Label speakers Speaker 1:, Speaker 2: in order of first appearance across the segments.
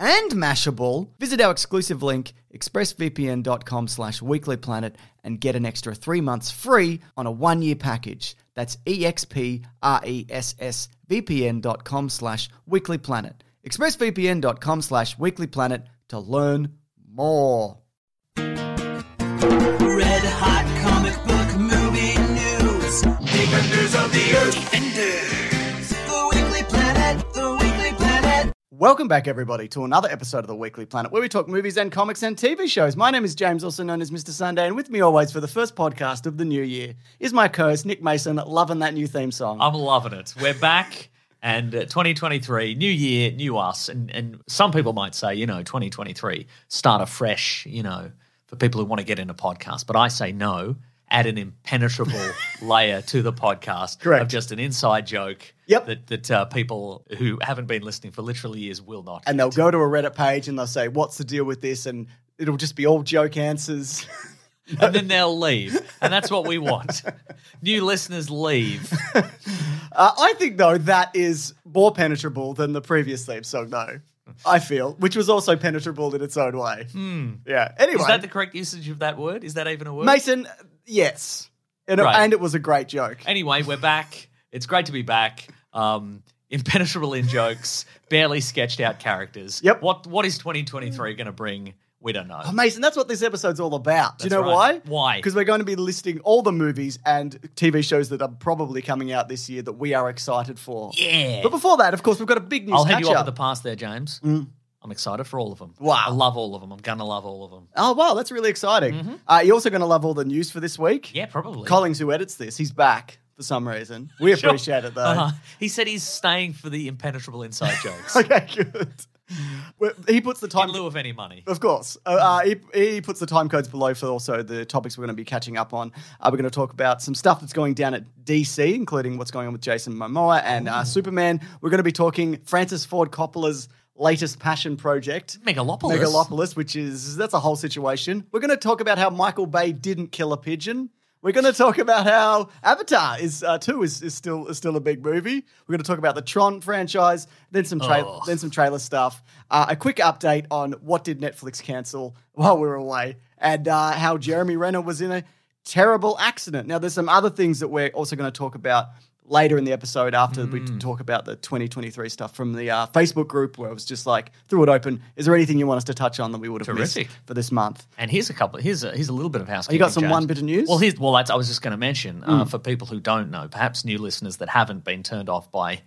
Speaker 1: and Mashable, visit our exclusive link, expressvpn.com slash weeklyplanet, and get an extra three months free on a one-year package. That's E expressvpn.com slash weeklyplanet. expressvpn.com slash weeklyplanet to learn more.
Speaker 2: Red hot comic book movie news. Defenders of the Earth. Defenders. The Weekly Planet. The Weekly Planet.
Speaker 1: Welcome back, everybody, to another episode of the Weekly Planet, where we talk movies and comics and TV shows. My name is James, also known as Mr. Sunday, and with me always for the first podcast of the new year is my co-host Nick Mason, loving that new theme song.
Speaker 3: I'm loving it. We're back, and uh, 2023, new year, new us, and and some people might say, you know, 2023, start afresh, you know, for people who want to get into podcasts. But I say no. Add an impenetrable layer to the podcast
Speaker 1: Correct.
Speaker 3: of just an inside joke
Speaker 1: Yep.
Speaker 3: that that uh, people who haven't been listening for literally years will not.
Speaker 1: and they'll go to a Reddit page and they'll say, "What's the deal with this?" and it'll just be all joke answers.
Speaker 3: and then they'll leave, and that's what we want. New listeners leave.
Speaker 1: Uh, I think though that is more penetrable than the previous theme song, though. I feel, which was also penetrable in its own way. Yeah. Anyway,
Speaker 3: Hmm. Is that the correct usage of that word? Is that even a word?
Speaker 1: Mason, yes, and, it-
Speaker 3: Right.
Speaker 1: and it was a great joke.
Speaker 3: Anyway, we're back. It's great to be back. Um, impenetrable in jokes, barely sketched out characters.
Speaker 1: Yep.
Speaker 3: What What is 2023 going to bring? We don't know.
Speaker 1: Oh, Mason, that's what this episode's all about. Do you know
Speaker 3: That's right.
Speaker 1: why?
Speaker 3: Why?
Speaker 1: Because we're going to be listing all the movies and TV shows that are probably coming out this year that we are excited for.
Speaker 3: yeah.
Speaker 1: But before that, of course, we've got a big news
Speaker 3: I'll head you
Speaker 1: catch-up.
Speaker 3: off at the past there, James. I'm excited for all of them.
Speaker 1: Mm. Wow.
Speaker 3: I love all of them. I'm going to love all of them.
Speaker 1: Oh, wow, that's really exciting. Uh, you're also going to love all the news for this week.
Speaker 3: Mm-hmm. Yeah, probably.
Speaker 1: Collings, who edits this, he's back for some reason. We
Speaker 3: Sure.
Speaker 1: appreciate it, though.
Speaker 3: Uh-huh. He said he's staying for the impenetrable inside jokes
Speaker 1: Uh, Okay, good. Well, he puts the
Speaker 3: in
Speaker 1: time.
Speaker 3: lieu of any money.
Speaker 1: Of course. Uh, uh, he, he puts the time codes below for also the topics we're going to be catching up on. Uh, we're going to talk about some stuff that's going down at DC, including what's going on with Jason Momoa and uh, Superman. We're going to be talking Francis Ford Coppola's latest passion project.
Speaker 3: Megalopolis.
Speaker 1: Megalopolis, which is that's a whole situation. We're going to talk about how Michael Bay didn't kill a pigeon. We're going to talk about how Avatar is uh, two is, is still is still a big movie. We're going to talk about the Tron franchise, then some tra-
Speaker 3: Oh.
Speaker 1: then some trailer stuff. Uh, a quick update on what did Netflix cancel while we were away, and uh, how Jeremy Renner was in a terrible accident. Now, there's some other things that we're also going to talk about later in the episode after
Speaker 3: Hmm.
Speaker 1: we talk about the 2023 stuff from the uh, Facebook group where it was just like, threw it open. Is there anything you want us to touch on that we would have missed
Speaker 3: Terrific.
Speaker 1: for this month?
Speaker 3: And here's a couple. Here's a here's a little bit of housekeeping.
Speaker 1: Oh, got some
Speaker 3: James.
Speaker 1: one bit of news? Hmm.
Speaker 3: Well, here's well that's I was just going to mention uh, for people who don't know, perhaps new listeners that haven't been turned off by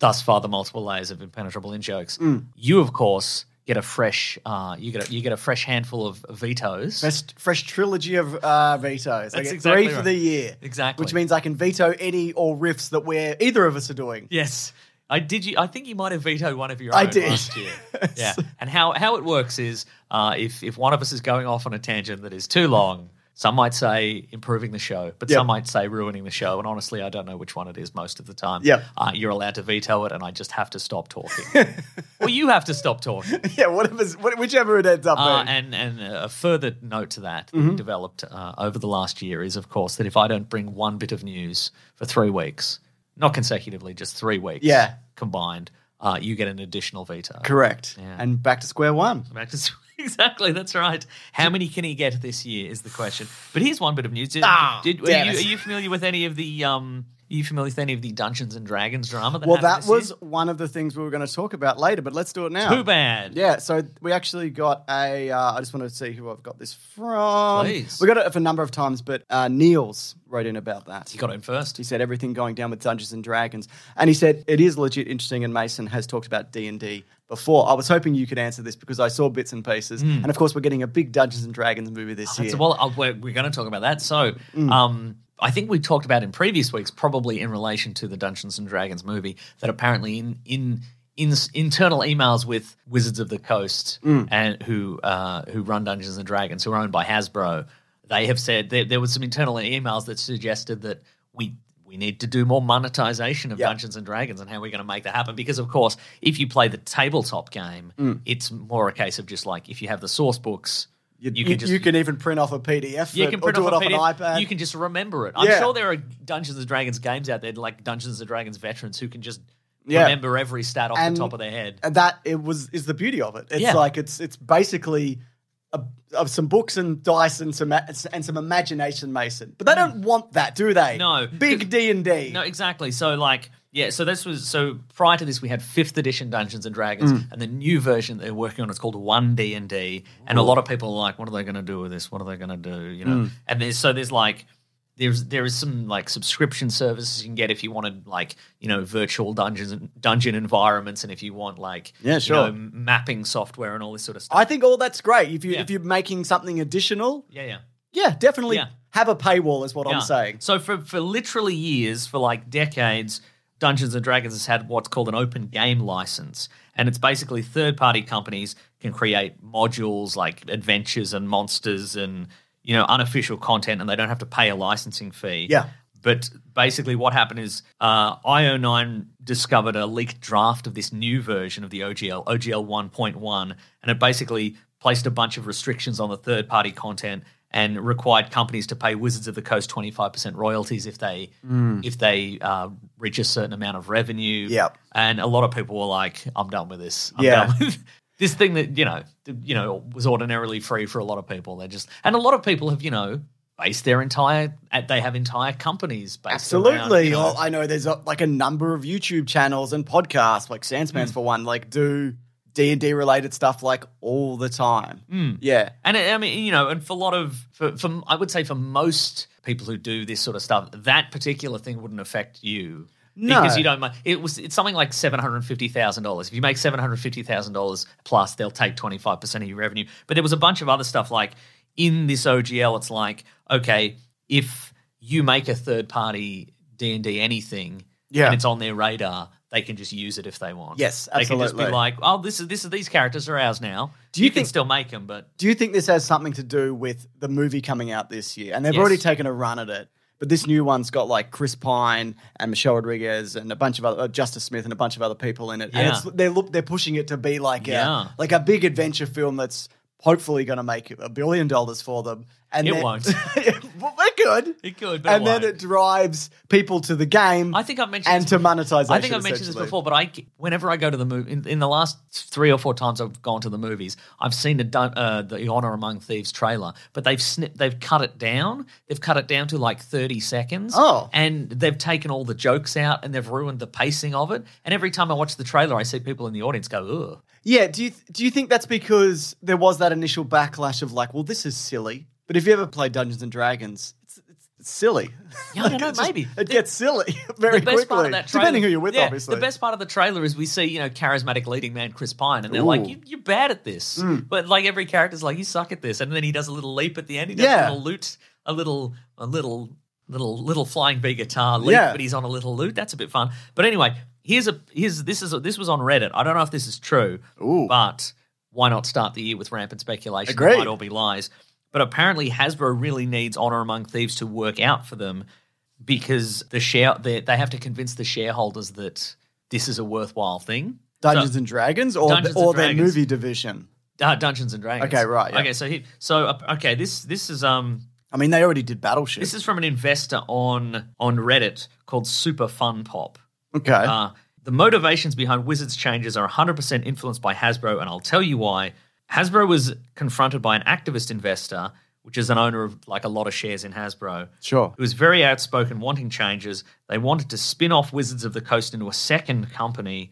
Speaker 3: thus far the multiple layers of impenetrable in jokes.
Speaker 1: Hmm.
Speaker 3: You of course get a fresh uh, you get a, you get a fresh handful of vetoes.
Speaker 1: Best fresh trilogy of uh, vetoes. I
Speaker 3: That's
Speaker 1: get
Speaker 3: exactly
Speaker 1: three for
Speaker 3: right.
Speaker 1: the year.
Speaker 3: Exactly.
Speaker 1: Which means I can veto any or riffs that we're either of us are doing.
Speaker 3: yes. I did. You, I think you might have vetoed one of your
Speaker 1: I
Speaker 3: own
Speaker 1: did.
Speaker 3: last year. yeah. And how how it works is, uh, if if one of us is going off on a tangent that is too long, some might say improving the show, but
Speaker 1: Yep.
Speaker 3: some might say ruining the show. And honestly, I don't know which one it is most of the time.
Speaker 1: Yep.
Speaker 3: Uh, you're allowed to veto it, and I just have to stop talking. or you have to stop talking.
Speaker 1: yeah, whatever's, what, whichever it ends up
Speaker 3: Uh,
Speaker 1: being.
Speaker 3: and and a further note to that, that
Speaker 1: Mm-hmm.
Speaker 3: we developed uh, over the last year is, of course, that if I don't bring one bit of news for three weeks, not consecutively, just three weeks,
Speaker 1: Yeah.
Speaker 3: combined, uh, you get an additional veto.
Speaker 1: Correct.
Speaker 3: Yeah.
Speaker 1: And back to square one.
Speaker 3: Back to- exactly, that's right. How many can he get this year is the question. But here's one bit of news. Did,
Speaker 1: Ah,
Speaker 3: did- are,
Speaker 1: damn
Speaker 3: you,
Speaker 1: it.
Speaker 3: are you familiar with any of the? Um, are you familiar with any of the Dungeons and Dragons drama? That
Speaker 1: Well,
Speaker 3: happened
Speaker 1: that
Speaker 3: this year?
Speaker 1: was one of the things we were going to talk about later, but let's do it now.
Speaker 3: too bad.
Speaker 1: Yeah, so we actually got a. Uh, I just want to see who I've got this from.
Speaker 3: Please.
Speaker 1: We got it for a number of times, but uh, Niels wrote in about that.
Speaker 3: he got in first.
Speaker 1: He said everything going down with Dungeons and Dragons, and he said it is legit interesting. And Mason has talked about D and D before. I was hoping you could answer this because I saw bits and pieces, and of course we're getting a big Dungeons and Dragons movie this
Speaker 3: Hmm. That's-
Speaker 1: year. Mm.
Speaker 3: well, uh, we're, we're going to talk about that. So, um, I think we talked about in previous weeks, probably in relation to the Dungeons and Dragons movie, that apparently in in, in internal emails with Wizards of the Coast
Speaker 1: Mm.
Speaker 3: and who uh, who run Dungeons and Dragons, who are owned by Hasbro, they have said there, there was some internal emails that suggested that we. We need to do more monetization of
Speaker 1: Yeah.
Speaker 3: Dungeons and Dragons and how we're going to make that happen. Because, of course, if you play the tabletop game,
Speaker 1: Mm.
Speaker 3: it's more a case of just like if you have the source books,
Speaker 1: you, you- you can even print off a PDF.
Speaker 3: you
Speaker 1: for-
Speaker 3: can
Speaker 1: or
Speaker 3: print
Speaker 1: do
Speaker 3: off,
Speaker 1: it
Speaker 3: a
Speaker 1: off an
Speaker 3: PDF.
Speaker 1: iPad.
Speaker 3: You can just remember it. I'm
Speaker 1: Yeah.
Speaker 3: sure there are Dungeons and Dragons games out there like Dungeons and Dragons veterans who can just
Speaker 1: Yeah.
Speaker 3: remember every stat off
Speaker 1: And-
Speaker 3: the top of their head.
Speaker 1: and that it was is the beauty of it. It's
Speaker 3: Yeah.
Speaker 1: like it's it's basically a, of some books and dice and some and some imagination, Mason. But they don't want that, do they?
Speaker 3: Mm. No.
Speaker 1: big D and D.
Speaker 3: No, exactly. So like yeah, so this was so prior to this we had 5th edition Dungeons and Dragons
Speaker 1: Mm.
Speaker 3: and the new version that they're working on is called 1D&D and a lot of people are like what are they going to do with this? What are they going to do, you know?
Speaker 1: Mm.
Speaker 3: And there's so there's like there's there is some like subscription services you can get if you wanted like, you know, virtual dungeons and dungeon environments and if you want like
Speaker 1: Yeah, sure.
Speaker 3: you know, mapping software and all this sort of stuff.
Speaker 1: I think all that's great. If you
Speaker 3: Yeah.
Speaker 1: if you're making something additional,
Speaker 3: Yeah, yeah.
Speaker 1: yeah, definitely
Speaker 3: Yeah.
Speaker 1: have a paywall is what
Speaker 3: Yeah.
Speaker 1: I'm saying.
Speaker 3: So for for literally years, for like decades, Dungeons and Dragons has had what's called an open game license, and it's basically third party companies can create modules like adventures and monsters and you know unofficial content, and they don't have to pay a licensing fee.
Speaker 1: Yeah.
Speaker 3: But basically, what happened is uh, IO9 discovered a leaked draft of this new version of the OGL, OGL 1.1, and it basically placed a bunch of restrictions on the third party content and required companies to pay Wizards of the Coast 25% royalties if they if they uh, reach a certain amount of revenue.
Speaker 1: Yep.
Speaker 3: And a lot of people were like, I'm done with this. I'm
Speaker 1: Yeah.
Speaker 3: done with this thing that, you know, th- you know, was ordinarily free for a lot of people. They just and a lot of people have, you know, based their entire at- they have entire companies based around,
Speaker 1: Absolutely.
Speaker 3: you know-
Speaker 1: Oh, I know there's a, like a number of YouTube channels and podcasts, like
Speaker 3: Mm.
Speaker 1: Sandspans for one, like do D and D related stuff like all the time.
Speaker 3: Mm.
Speaker 1: Yeah.
Speaker 3: And I I mean, you know, and for a lot of, for, for I would say for most people who do this sort of stuff, that particular thing wouldn't affect you.
Speaker 1: No.
Speaker 3: Because you don't mind. It was it's something like seven hundred fifty thousand dollars. If you make seven hundred fifty thousand dollars plus, they'll take twenty five percent of your revenue. But there was a bunch of other stuff like in this OGL. It's like okay, if you make a third party D and D anything,
Speaker 1: Yeah.
Speaker 3: and it's on their radar, they can just use it if they want.
Speaker 1: Yes,
Speaker 3: They can just
Speaker 1: absolutely.
Speaker 3: be like, oh, this is this is these characters are ours now.
Speaker 1: Do you
Speaker 3: can
Speaker 1: think-
Speaker 3: still make them, but
Speaker 1: Do you think this has something to do with the movie coming out this year? And they've
Speaker 3: Yes.
Speaker 1: already taken a run at it. But this new one's got like Chris Pine and Michelle Rodriguez and a bunch of other uh, Justice Smith and a bunch of other people in it. And
Speaker 3: Yeah.
Speaker 1: it's, they look they're pushing it to be like
Speaker 3: Yeah.
Speaker 1: a, like a big adventure film that's hopefully going to make a billion dollars for them. And
Speaker 3: It
Speaker 1: then-
Speaker 3: won't.
Speaker 1: well, they could.
Speaker 3: It could, but it
Speaker 1: And then
Speaker 3: won't.
Speaker 1: it drives people to the game.
Speaker 3: I think I've mentioned
Speaker 1: and
Speaker 3: this
Speaker 1: to
Speaker 3: before.
Speaker 1: monetization.
Speaker 3: I think I've mentioned this
Speaker 1: essentially.
Speaker 3: before, but I whenever I go to the movie in, in the last three or four times I've gone to the movies, I've seen the dun- uh, the Honor Among Thieves trailer, but they've snipped, they've cut it down. They've cut it down to like thirty seconds.
Speaker 1: Oh.
Speaker 3: and they've taken all the jokes out and they've ruined the pacing of it. And every time I watch the trailer, I see people in the audience go, "Ugh."
Speaker 1: Yeah, do you do you think that's because there was that initial backlash of like, well, this is silly. But if you ever played Dungeons and Dragons, it's, it's, it's silly.
Speaker 3: Yeah, I don't
Speaker 1: Like,
Speaker 3: know,
Speaker 1: it's just-
Speaker 3: maybe.
Speaker 1: it gets silly very
Speaker 3: the best
Speaker 1: quickly.
Speaker 3: part of that trailer,
Speaker 1: depending who you're with,
Speaker 3: yeah,
Speaker 1: obviously.
Speaker 3: The best part of the trailer is we see you know charismatic leading man Chris Pine, and they're
Speaker 1: Ooh. Mm.
Speaker 3: like, you, "You're bad at this," but like every character's like, "You suck at this," and then he does a little leap at the end. He does
Speaker 1: Yeah.
Speaker 3: a little loot, a little, a little, little, little flying V guitar leap,
Speaker 1: Yeah.
Speaker 3: but he's on a little loot. That's a bit fun. But anyway, here's a here's this is a, this was on Reddit. I don't know if this is true,
Speaker 4: Ooh.
Speaker 3: but why not start the year with rampant speculation?
Speaker 4: Agreed.
Speaker 3: It might all be lies. But apparently, Hasbro really needs Honor Among Thieves to work out for them because the share they, they have to convince the shareholders that this is a worthwhile thing.
Speaker 1: Dungeons and Dragons or
Speaker 3: Dungeons and
Speaker 1: or their
Speaker 3: Dragons.
Speaker 1: movie division.
Speaker 3: Uh, Dungeons and Dragons.
Speaker 1: Okay, right, yeah.
Speaker 3: Okay, so he, so uh, okay, this this is um
Speaker 1: I mean, they already did Battleship.
Speaker 3: this is from an investor on on Reddit called Super Fun Pop.
Speaker 1: okay.
Speaker 3: Uh, the motivations behind Wizards' changes are 100% influenced by Hasbro, and I'll tell you why. Hasbro was confronted by an activist investor, which is an owner of like a lot of shares in Hasbro,
Speaker 1: sure.
Speaker 3: who was very outspoken, wanting changes. They wanted to spin off Wizards of the Coast into a second company.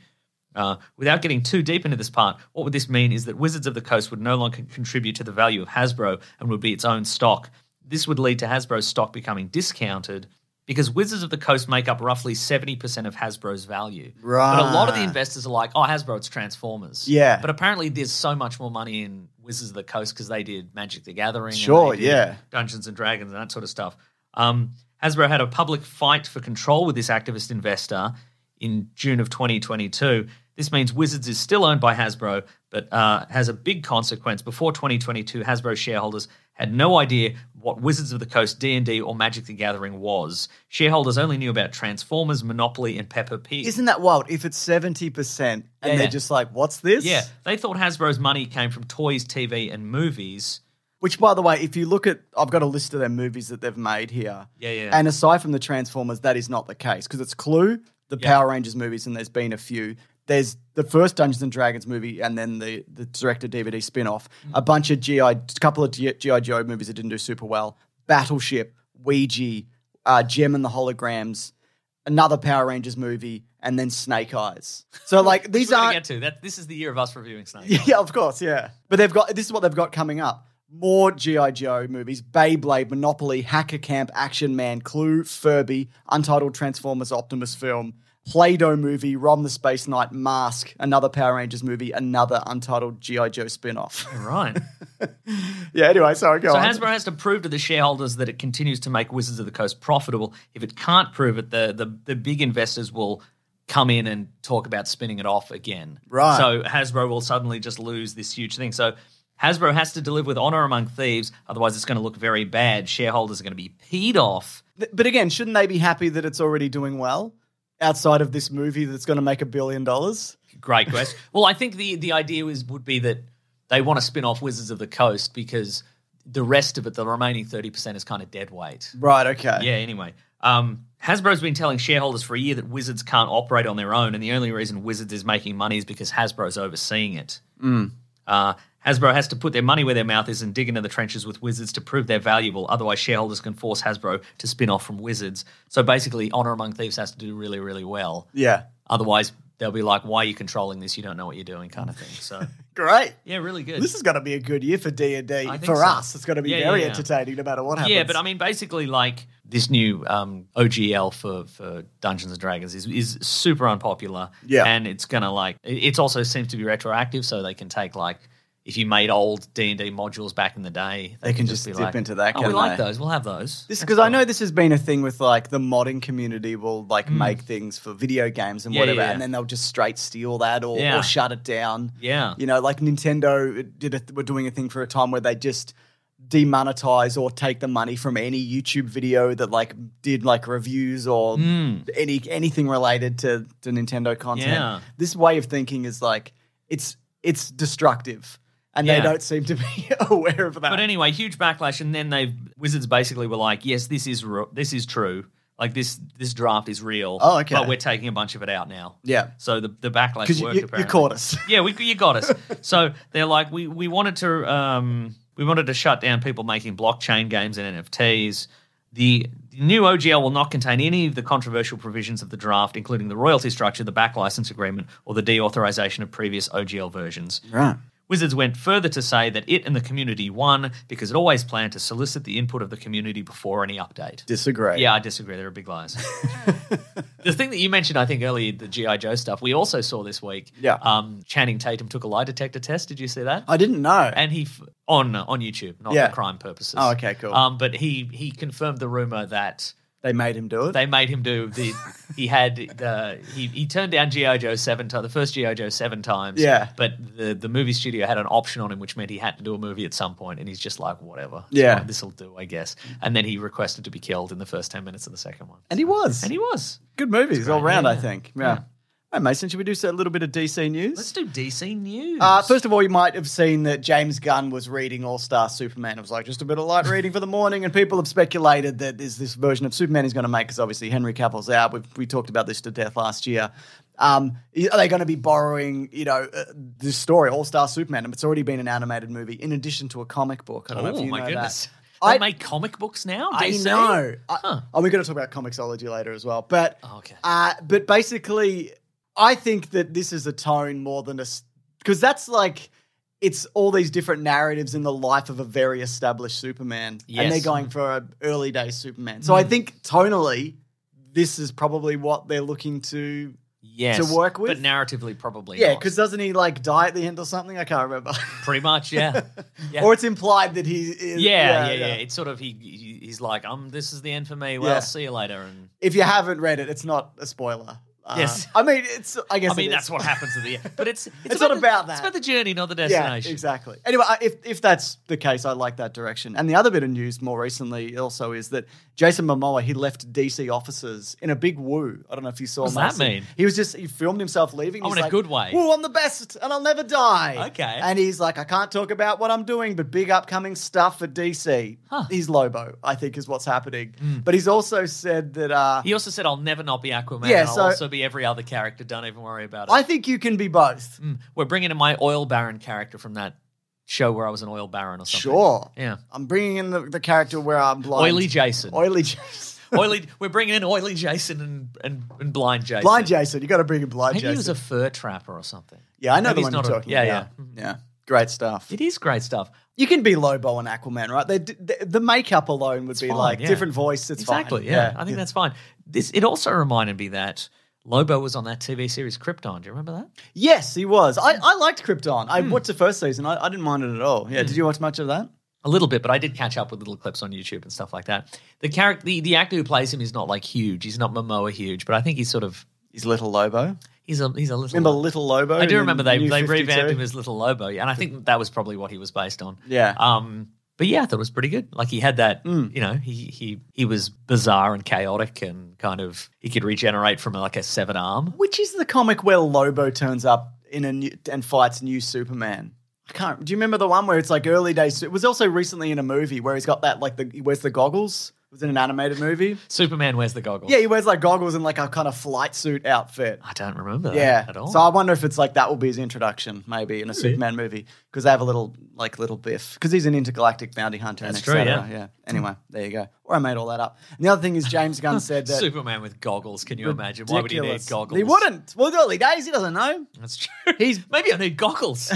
Speaker 3: Uh, without getting too deep into this part, what would this mean is that Wizards of the Coast would no longer contribute to the value of Hasbro and would be its own stock. This would lead to Hasbro's stock becoming discounted because Wizards of the Coast make up roughly 70% of Hasbro's value. But a lot of the
Speaker 1: Right.
Speaker 3: investors are like, oh, Hasbro, it's Transformers.
Speaker 1: Yeah.
Speaker 3: But apparently there's so much more money in Wizards of the Coast because they did Magic the Gathering. and
Speaker 1: Sure,
Speaker 3: they did
Speaker 1: yeah.
Speaker 3: Dungeons and Dragons and that sort of stuff. Um, Hasbro had a public fight for control with this activist investor in June of 2022. This means Wizards is still owned by Hasbro, but uh, has a big consequence. Before 2022, Hasbro shareholders had no idea what Wizards of the Coast, D&D, or Magic the Gathering was. Shareholders only knew about Transformers, Monopoly, and Peppa Pig.
Speaker 1: Isn't that wild? If it's seventy percent and
Speaker 3: Yeah.
Speaker 1: they're just like, "What's this?"
Speaker 3: yeah, they thought Hasbro's money came from toys, TV, and movies.
Speaker 1: Which, by the way, if you look at, I've got a list of their movies that they've made here.
Speaker 3: Yeah, yeah.
Speaker 1: And aside from the Transformers, that is not the case because it's Clue, the Power Rangers movies, and there's been a few. There's the first Dungeons and Dragons movie, and then the the director DVD spin off.
Speaker 3: Mm.
Speaker 1: A bunch of GI, a couple of GI Joe movies that didn't do super well. Battleship, Ouija, uh, Gem and the Holograms, another Power Rangers movie, and then Snake Eyes. So like these
Speaker 3: We're gonna
Speaker 1: aren't
Speaker 3: get to that. This is the year of us reviewing Snake.
Speaker 1: yeah, yeah, of course, yeah. But they've got this is what they've got coming up: more GI Joe movies, Beyblade, Monopoly, Hacker Camp, Action Man, Clue, Furby, Untitled Transformers, Optimus film, Play-Doh movie, Rom the Space Knight, Mask, another Power Rangers movie, another Untitled GI Joe spin-off.
Speaker 3: Right.
Speaker 1: yeah. Anyway, sorry, go
Speaker 3: So
Speaker 1: on.
Speaker 3: Hasbro has to prove to the shareholders that it continues to make Wizards of the Coast profitable. If it can't prove it, the the, the big investors will come in and talk about spinning it off again.
Speaker 1: Right.
Speaker 3: So Hasbro will suddenly just lose this huge thing. So Hasbro has to deliver with honor among thieves, otherwise it's going to look very bad. Shareholders are going to be peed off.
Speaker 1: Th- but again, shouldn't they be happy that it's already doing well outside of this movie that's going to make a billion dollars?
Speaker 3: Great question. well, I think the the idea is would be that they want to spin off Wizards of the Coast because the rest of it, the remaining thirty percent, is kind of dead weight.
Speaker 1: Right. Okay.
Speaker 3: Yeah, anyway. Um, Hasbro's been telling shareholders for a year that Wizards can't operate on their own, and the only reason Wizards is making money is because Hasbro's overseeing it.
Speaker 1: Mm.
Speaker 3: Uh, Hasbro has to put their money where their mouth is and dig into the trenches with Wizards to prove they're valuable. Otherwise, shareholders can force Hasbro to spin off from Wizards. So basically, Honor Among Thieves has to do really, really well.
Speaker 1: Yeah.
Speaker 3: Otherwise, they'll be like, why are you controlling this? You don't know what you're doing, kind of thing. So,
Speaker 1: Great.
Speaker 3: yeah, really good.
Speaker 1: This is going to be a good year for D and D
Speaker 3: I think
Speaker 1: for
Speaker 3: so.
Speaker 1: us. It's going to be
Speaker 3: Yeah,
Speaker 1: very
Speaker 3: yeah, yeah.
Speaker 1: entertaining, no matter what happens.
Speaker 3: Yeah, but I mean, basically, like this new um, OGL for for Dungeons and Dragons is is super unpopular.
Speaker 1: Yeah.
Speaker 3: and it's gonna like it it's also seems to be retroactive, so they can take like. If you made old D and D modules back in the day, they,
Speaker 1: They can just
Speaker 3: be
Speaker 1: dip
Speaker 3: like,
Speaker 1: into that,
Speaker 3: Oh, we
Speaker 1: can
Speaker 3: like
Speaker 1: they?"
Speaker 3: those. We'll have those.
Speaker 1: this because I know this has been a thing with like the modding community will like make things for video games and
Speaker 3: Hmm. Yeah,
Speaker 1: whatever,
Speaker 3: yeah, yeah.
Speaker 1: and then they'll just straight steal that or,
Speaker 3: Yeah.
Speaker 1: or shut it down.
Speaker 3: Yeah.
Speaker 1: you know, like Nintendo did a, were doing a thing for a time where they just demonetize or take the money from any YouTube video that like did like reviews or
Speaker 3: Hmm.
Speaker 1: any anything related to, to Nintendo content.
Speaker 3: Yeah.
Speaker 1: This way of thinking is like it's it's destructive. And
Speaker 3: Yeah.
Speaker 1: they don't seem to be aware of that.
Speaker 3: But anyway, huge backlash, and then they Wizards basically were like, "Yes, this is re- this is true. Like this this draft is real.
Speaker 1: Oh, okay.
Speaker 3: But we're taking a bunch of it out now.
Speaker 1: yeah.
Speaker 3: So the the backlash
Speaker 1: Because you,
Speaker 3: worked.
Speaker 1: you, you
Speaker 3: apparently.
Speaker 1: caught us.
Speaker 3: yeah, we, you got us. So they're like, we we wanted to um, we wanted to shut down people making blockchain games and NFTs. The new OGL will not contain any of the controversial provisions of the draft, including the royalty structure, the back license agreement, or the deauthorization of previous OGL versions.
Speaker 1: Right.
Speaker 3: Wizards went further to say that it and the community won because it always planned to solicit the input of the community before any update.
Speaker 1: Disagree.
Speaker 3: Yeah, I disagree. They're big liars. the thing that you mentioned, I think earlier, the GI Joe stuff, we also saw this week.
Speaker 1: Yeah.
Speaker 3: Um, Channing Tatum took a lie detector test. Did you see that?
Speaker 1: I didn't know.
Speaker 3: and he f- on on YouTube, not
Speaker 1: Yeah.
Speaker 3: for crime purposes.
Speaker 1: Oh, okay, cool.
Speaker 3: Um, but he he confirmed the rumor that
Speaker 1: They made him do it.
Speaker 3: They made him do the. he had the. He, he turned down GI Joe seven times. The first GI Joe seven times.
Speaker 1: Yeah.
Speaker 3: But the the movie studio had an option on him, which meant he had to do a movie at some point, and he's just like, whatever.
Speaker 1: Yeah.
Speaker 3: This will do, I guess. And then he requested to be killed in the first ten minutes of the second one.
Speaker 1: and he was.
Speaker 3: And he was.
Speaker 1: Good movies all
Speaker 3: great,
Speaker 1: round,
Speaker 3: yeah.
Speaker 1: I think. Yeah. Hey, Mason, should we do a little bit of DC news?
Speaker 3: Let's do DC news.
Speaker 1: Uh, first of all, you might have seen that James Gunn was reading All Star Superman. It was like just a bit of light reading for the morning, and people have speculated that is this version of Superman he's going to make because obviously Henry Cavill's out. We've, we talked about this to death last year. Um, are they going to be borrowing, you know, uh, this story All Star Superman? And it's already been an animated movie in addition to a comic book. I don't know if
Speaker 3: oh
Speaker 1: you
Speaker 3: my
Speaker 1: know
Speaker 3: goodness.
Speaker 1: that.
Speaker 3: They
Speaker 1: I-
Speaker 3: make comic books now.
Speaker 1: I
Speaker 3: DC?
Speaker 1: know. I,
Speaker 3: Huh.
Speaker 1: And we're going to talk about comicsology later as well. But
Speaker 3: Oh, okay.
Speaker 1: uh, but basically, I think that this is a tone more than a because that's like it's all these different narratives in the life of a very established Superman,
Speaker 3: Yes. Hmm.
Speaker 1: and they're going for an early day Superman. So I think tonally, this is probably what they're looking to.
Speaker 3: Yes.
Speaker 1: to work with?
Speaker 3: but narratively probably.
Speaker 1: Yeah,
Speaker 3: not.
Speaker 1: because doesn't he like die at the end or something? I can't remember.
Speaker 3: pretty much, yeah. Yeah.
Speaker 1: or it's implied that he. Is,
Speaker 3: yeah, yeah, yeah, It's sort of he, he he's like, um, this is the end for me. Well,
Speaker 1: Yeah.
Speaker 3: see you later. And
Speaker 1: If you haven't read it, it's not a spoiler. Uh,
Speaker 3: Yes.
Speaker 1: I mean it's. I guess
Speaker 3: I mean,
Speaker 1: it
Speaker 3: that's
Speaker 1: is.
Speaker 3: what happens at the end. But it's it's,
Speaker 1: It's not
Speaker 3: the-
Speaker 1: about that.
Speaker 3: It's about the journey, not the
Speaker 1: Yeah,
Speaker 3: destination.
Speaker 1: exactly. Anyway, I- if if that's the case, I like that direction. And the other bit of news more recently also is that Jason Momoa he left DC offices in a big woo. I don't know if you saw.
Speaker 3: What does that
Speaker 1: Mason.
Speaker 3: mean?
Speaker 1: He was just he filmed himself leaving.
Speaker 3: Oh,
Speaker 1: He's
Speaker 3: in a
Speaker 1: like,
Speaker 3: good way.
Speaker 1: Woo, I'm the best, and I'll never die.
Speaker 3: Okay.
Speaker 1: And he's like, I can't talk about what I'm doing, but big upcoming stuff for DC.
Speaker 3: Huh. Hmm.
Speaker 1: He's Lobo, I think, is what's happening. But he's also said that. Uh,
Speaker 3: He also said, "I'll never not be Aquaman.
Speaker 1: Yeah,
Speaker 3: and I'll
Speaker 1: so-
Speaker 3: also be every other character. Don't even worry about it."
Speaker 1: I think you can be both.
Speaker 3: Mm, We're bringing in my oil baron character from that show where I was an oil baron or something.
Speaker 1: Sure.
Speaker 3: Yeah.
Speaker 1: I'm bringing in the, the character where I'm blind.
Speaker 3: Oily Jason.
Speaker 1: Oily Jason.
Speaker 3: oily. We're bringing in oily Jason and and, and blind Jason.
Speaker 1: Blind Jason, you got to bring in Blind
Speaker 3: Maybe
Speaker 1: Jason.
Speaker 3: he was a fur trapper or something.
Speaker 1: yeah, I know
Speaker 3: maybe
Speaker 1: the one
Speaker 3: he's
Speaker 1: you're
Speaker 3: not a-
Speaker 1: talking
Speaker 3: yeah,
Speaker 1: about. Yeah, yeah, great stuff.
Speaker 3: It is great stuff.
Speaker 1: You can be Lobo and Aquaman, right? They, the, the makeup alone would be
Speaker 3: fine,
Speaker 1: like
Speaker 3: yeah.
Speaker 1: different voice. It's fine.
Speaker 3: exactly. Yeah, I think that's fine. This it also reminded me that Lobo was on that TV series Krypton. Do you remember that?
Speaker 1: Yes, he was. I, I liked Krypton. I
Speaker 3: Hmm.
Speaker 1: watched the first season. I, I didn't mind it at all. Yeah, did you watch much of that?
Speaker 3: A little bit, but I did catch up with little clips on YouTube and stuff like that. The character, the, the actor who plays him, is not like huge. He's not Momoa huge, but I think he's sort of
Speaker 1: He's Little Lobo.
Speaker 3: he's a he's a little.
Speaker 1: Remember Little Lobo?
Speaker 3: I
Speaker 1: in
Speaker 3: do remember they
Speaker 1: New
Speaker 3: they
Speaker 1: 52?
Speaker 3: revamped him as Little Lobo, yeah, and I think that was probably what he was based on.
Speaker 1: Yeah.
Speaker 3: Um, but yeah, I thought it was pretty good. Like he had that,
Speaker 1: Hmm.
Speaker 3: you know, he he he was bizarre and chaotic and kind of he could regenerate from like a seven arm.
Speaker 1: Which is the comic where Lobo turns up in a new, and fights new Superman? I can't. Do you remember the one where it's like early days? It was also recently in a movie where he's got that like the he wears the goggles. It was in an animated movie.
Speaker 3: Superman wears the goggles.
Speaker 1: Yeah, he wears like goggles and like a kind of flight suit outfit.
Speaker 3: I don't remember that
Speaker 1: Yeah.
Speaker 3: at all.
Speaker 1: So I wonder if it's like that will be his introduction, maybe in a Superman movie, because they have a little like little biff, because he's an intergalactic bounty hunter.
Speaker 3: That's
Speaker 1: and
Speaker 3: true,
Speaker 1: etc.
Speaker 3: yeah.
Speaker 1: yeah. Anyway, there you go. Or I made all that up. And the other thing is James Gunn said that.
Speaker 3: Superman with goggles. Can you imagine? Why would he need
Speaker 1: Ridiculous.
Speaker 3: goggles?
Speaker 1: He wouldn't. Well, the early days, he doesn't know.
Speaker 3: That's true.
Speaker 1: He's-
Speaker 3: maybe I need goggles.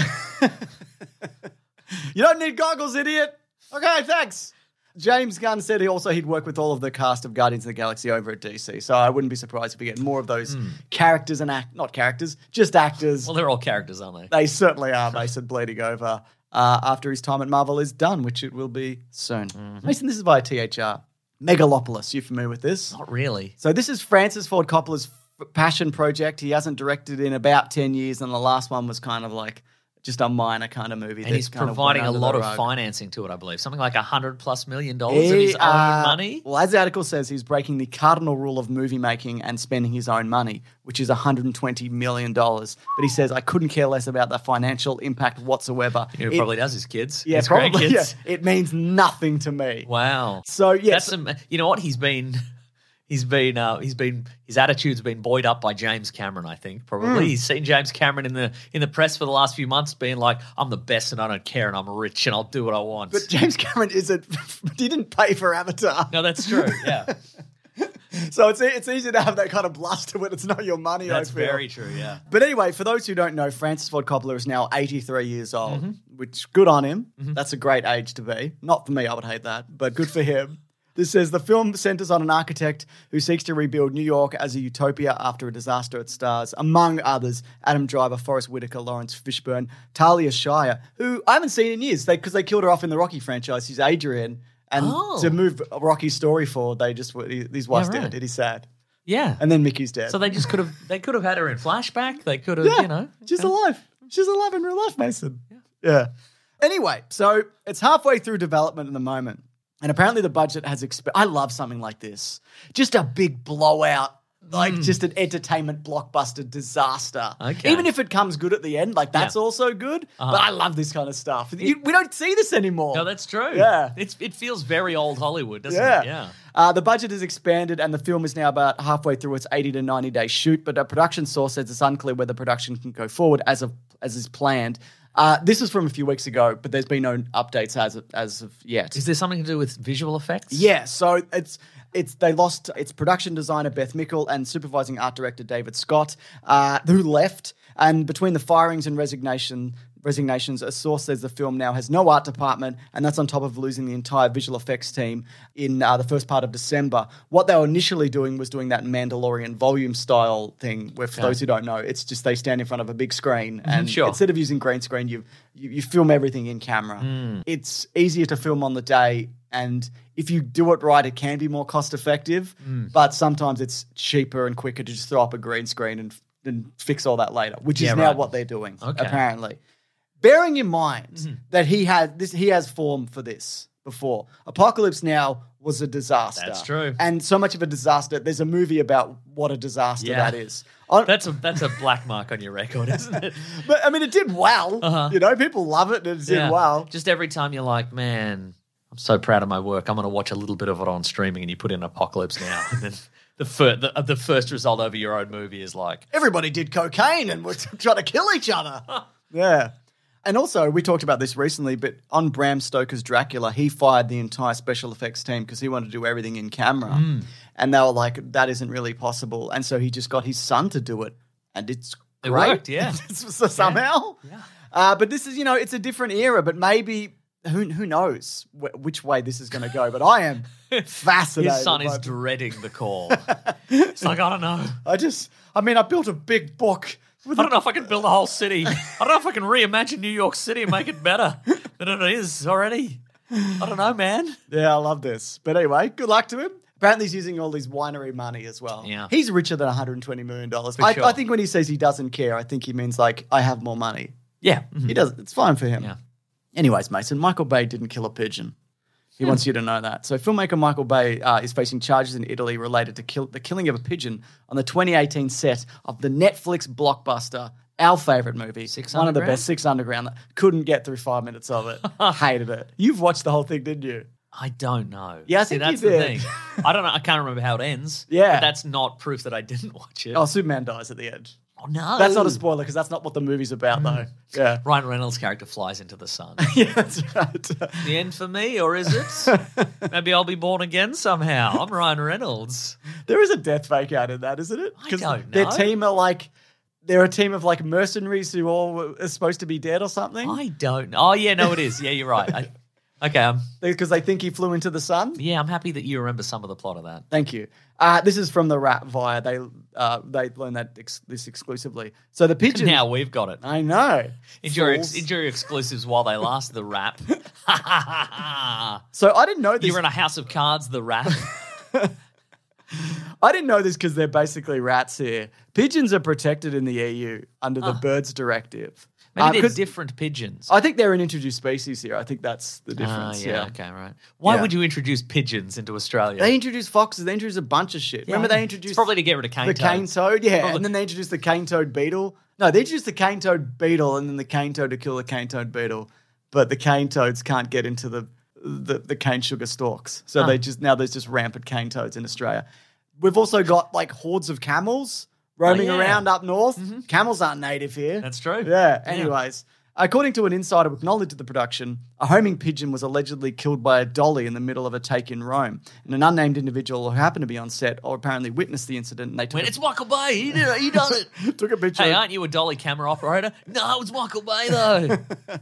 Speaker 1: You don't need goggles, idiot. Okay, thanks. James Gunn said he also he'd work with all of the cast of Guardians of the Galaxy over at DC, so I wouldn't be surprised if we get more of those characters and act not characters, just actors.
Speaker 3: Hmm. well, they're all characters, aren't they?
Speaker 1: they certainly are Mason bleeding over uh, after his time at Marvel is done, which it will be soon.
Speaker 3: Mm-hmm.
Speaker 1: Mason, this is via THR. Megalopolis, you familiar with this?
Speaker 3: Not really.
Speaker 1: So this is Francis Ford Coppola's f- passion project. He hasn't directed in about 10 years, and the last one was kind of like just a minor kind of movie.
Speaker 3: And
Speaker 1: that
Speaker 3: he's
Speaker 1: kind of
Speaker 3: providing
Speaker 1: went
Speaker 3: a
Speaker 1: under
Speaker 3: lot
Speaker 1: the
Speaker 3: of
Speaker 1: rug.
Speaker 3: financing to it, I believe. Something like a hundred plus million dollars of his
Speaker 1: He,
Speaker 3: own
Speaker 1: uh,
Speaker 3: money.
Speaker 1: Well, as the article says, he's breaking the cardinal rule of movie making and spending his own money, which is $120 million. But he says, I couldn't care less about the financial impact whatsoever.
Speaker 3: You know,
Speaker 1: It-
Speaker 3: he probably does his kids.
Speaker 1: yeah,
Speaker 3: his
Speaker 1: probably. Yeah,
Speaker 3: grandkids.
Speaker 1: it means nothing to me.
Speaker 3: Wow.
Speaker 1: So, yes.
Speaker 3: That's some, you know what he's been. He's been, uh, he's been, his attitude's been buoyed up by James Cameron. I think
Speaker 1: Hmm.
Speaker 3: probably he's seen James Cameron in the in the press for the last few months, being like, "I'm the best and I don't care and I'm rich and I'll do what I want."
Speaker 1: but James Cameron isn't, he didn't pay for Avatar.
Speaker 3: no, that's true. Yeah,
Speaker 1: So it's, e, it's easy to have that kind of bluster when it's not your money.
Speaker 3: that's
Speaker 1: I feel.
Speaker 3: very true. Yeah.
Speaker 1: But anyway, for those who don't know, Francis Ford Coppola is now 83 years old,
Speaker 3: Mm-hmm.
Speaker 1: which good on him. That's a great age to be. Not for me, I would hate that, but good for him. This says the film centers on an architect who seeks to rebuild New York as a utopia after a disaster. It stars, among others, Adam Driver, Forrest Whitaker, Lawrence Fishburne, Talia Shire, who I haven't seen in years because they, killed her off in the Rocky franchise. She's Adrian. And
Speaker 3: Oh.
Speaker 1: to move Rocky's story forward, they just were, his wife's
Speaker 3: right.
Speaker 1: dead and he's sad.
Speaker 3: Yeah.
Speaker 1: And then Mickey's dead.
Speaker 3: so they just could have they could have had her in flashback. They could have,
Speaker 1: yeah,
Speaker 3: you know.
Speaker 1: she's alive. She's alive in real life, Mason. Yeah. Anyway, so it's halfway through development at the moment. And apparently the budget has exp- I love something like this. Just a big blowout. Like just an entertainment blockbuster disaster.
Speaker 3: Mm. Okay.
Speaker 1: Even if it comes good at the end, like that's
Speaker 3: Yeah. Uh-huh.
Speaker 1: also good. But I love this kind of stuff. You- we don't see this anymore.
Speaker 3: No, that's true.
Speaker 1: Yeah.
Speaker 3: It's it feels very old Hollywood, doesn't it? Yeah.
Speaker 1: Uh, the budget is expanded, and the film is now about halfway through its 80 to 90 day shoot. But a production source says it's unclear whether production can go forward as of as is planned. Uh, this is from a few weeks ago, but there's been no updates as of, as of yet.
Speaker 3: Is there something to do with visual effects?
Speaker 1: Yeah, so it's it's they lost its production designer Beth Mickle and supervising art director David Scott, uh, who left. And between the firings and resignation resignations, a source says the film now has no art department, and that's on top of losing the entire visual effects team in uh, the first part of December. What they were initially doing was doing that Mandalorian volume style thing, where for those who don't know, it's just they stand in front of a big screen and
Speaker 3: sure.
Speaker 1: it's instead of using green screen, you you, you film everything in camera.
Speaker 3: Hmm.
Speaker 1: It's easier to film on the day, and if you do it right, it can be more cost effective.
Speaker 3: Hmm.
Speaker 1: But sometimes it's cheaper and quicker to just throw up a green screen and and fix all that later, which
Speaker 3: Yeah,
Speaker 1: is now
Speaker 3: right.
Speaker 1: what they're doing
Speaker 3: Okay. Hmm.
Speaker 1: apparently. Bearing in mind that he had this, he has form for this before. Apocalypse Now was a disaster.
Speaker 3: That's true.
Speaker 1: and so much of a disaster. There's a movie about what a disaster
Speaker 3: Yeah.
Speaker 1: that is. On-
Speaker 3: That's a that's a black mark on your record, isn't it?
Speaker 1: but I mean, it did well. You know, people love it and it did well.
Speaker 3: Uh-huh. Just every time you're like, man, I'm so proud of my work. I'm going to watch a little bit of it on streaming, and you put in Apocalypse Now, and then the, fir- the uh, the first result over your own movie is like,
Speaker 1: Everybody did cocaine and were trying to kill each other. yeah. And also, we talked about this recently, but on Bram Stoker's Dracula, he fired the entire special effects team because he wanted to do everything in camera.
Speaker 3: Hmm.
Speaker 1: And they were like, that isn't really possible. And so he just got his son to do it. And it's
Speaker 3: It
Speaker 1: great.
Speaker 3: worked, yeah.
Speaker 1: so somehow. Uh, but this is, you know, it's a different era, but maybe. Who, who knows wh- which way this is going to go? But I am fascinated.
Speaker 3: his son is
Speaker 1: by-
Speaker 3: dreading the call. it's like I don't know.
Speaker 1: I just, I mean, I built a big book. With
Speaker 3: I don't know if I can build a whole city. I don't know if I can reimagine New York City and make it better than it is already. I don't know, man.
Speaker 1: yeah, I love this. But anyway, good luck to him. Apparently, he's using all his winery money as well.
Speaker 3: Yeah.
Speaker 1: He's richer than $120 million. I,
Speaker 3: sure.
Speaker 1: I think when he says he doesn't care, I think he means like, I have more money.
Speaker 3: Yeah. Mm-hmm.
Speaker 1: He does. It's fine for him.
Speaker 3: Yeah.
Speaker 1: Anyways, Mason, Michael Bay didn't kill a pigeon. He wants you to know that. So, filmmaker Michael Bay uh, is facing charges in Italy related to kill- the killing of a pigeon on the 2018 set of the Netflix blockbuster, our favorite movie,
Speaker 3: Six
Speaker 1: one of the
Speaker 3: Underground?
Speaker 1: best Six Underground. Couldn't get through five minutes of it. Hated it. You've watched the whole thing, didn't you?
Speaker 3: I don't know.
Speaker 1: Yeah, I
Speaker 3: See,
Speaker 1: think you
Speaker 3: that's the
Speaker 1: did.
Speaker 3: thing. I don't know. I can't remember how it ends.
Speaker 1: Yeah.
Speaker 3: But that's not proof that I didn't watch it.
Speaker 1: Oh, Superman dies at the end.
Speaker 3: Oh, no.
Speaker 1: That's not a spoiler because that's not what the movie's about, though. Yeah.
Speaker 3: Ryan Reynolds' character flies into the sun.
Speaker 1: yeah, that's right.
Speaker 3: the end for me, or is it? Maybe I'll be born again somehow. I'm Ryan Reynolds.
Speaker 1: There is a death fake out in that, isn't it?
Speaker 3: I
Speaker 1: 'Cause
Speaker 3: don't
Speaker 1: Their
Speaker 3: know.
Speaker 1: team are like, they're a team of like mercenaries who all were- are supposed to be dead or something
Speaker 3: I don't know. Oh, yeah, no, it is. Yeah, you're right. I, okay. Um,
Speaker 1: because they think he flew into the sun.
Speaker 3: yeah, I'm happy that you remember some of the plot of that.
Speaker 1: Thank you. Uh, this is from the Rat Via. They uh, they learned that ex- this exclusively. So the pigeon.
Speaker 3: Now we've got it.
Speaker 1: I know.
Speaker 3: Enjoy,
Speaker 1: Fools.
Speaker 3: ex- enjoy your exclusives while they last. The rap.
Speaker 1: so I didn't know this.
Speaker 3: You're in a house of cards. The rap.
Speaker 1: I didn't know this because they're basically rats here. Pigeons are protected in the EU under the Birds Directive.
Speaker 3: Ah. Maybe
Speaker 1: Uh,
Speaker 3: they're
Speaker 1: 'cause
Speaker 3: different pigeons.
Speaker 1: I think they're an introduced species here. I think that's the
Speaker 3: Ah,
Speaker 1: difference.
Speaker 3: yeah,
Speaker 1: yeah.
Speaker 3: Okay. Right. Why
Speaker 1: Yeah.
Speaker 3: would you introduce pigeons into Australia?
Speaker 1: They introduced foxes. They introduced a bunch of shit.
Speaker 3: Yeah,
Speaker 1: Remember
Speaker 3: it's
Speaker 1: they introduced
Speaker 3: probably to get rid of cane
Speaker 1: the
Speaker 3: toad.
Speaker 1: cane toad, yeah, and then they introduced the cane toad beetle. No, they introduced the cane toad beetle, and then the cane toad to kill the cane toad beetle. But the cane toads can't get into the the, the cane sugar stalks, so they just now there's just rampant cane toads in Australia. We've also got like hordes of camels roaming
Speaker 3: Oh, yeah. Mm-hmm.
Speaker 1: around up north. Camels aren't native here.
Speaker 3: That's true.
Speaker 1: Yeah. Anyways, according to an insider with knowledge of the production, a homing pigeon was allegedly killed by a dolly in the middle of a take in Rome, and an unnamed individual who happened to be on set or apparently witnessed the incident. And they took
Speaker 3: When
Speaker 1: a-
Speaker 3: it's Michael Bay. He did it. He done it.
Speaker 1: took a picture.
Speaker 3: Hey, aren't you a dolly camera operator? No, it was Michael Bay though.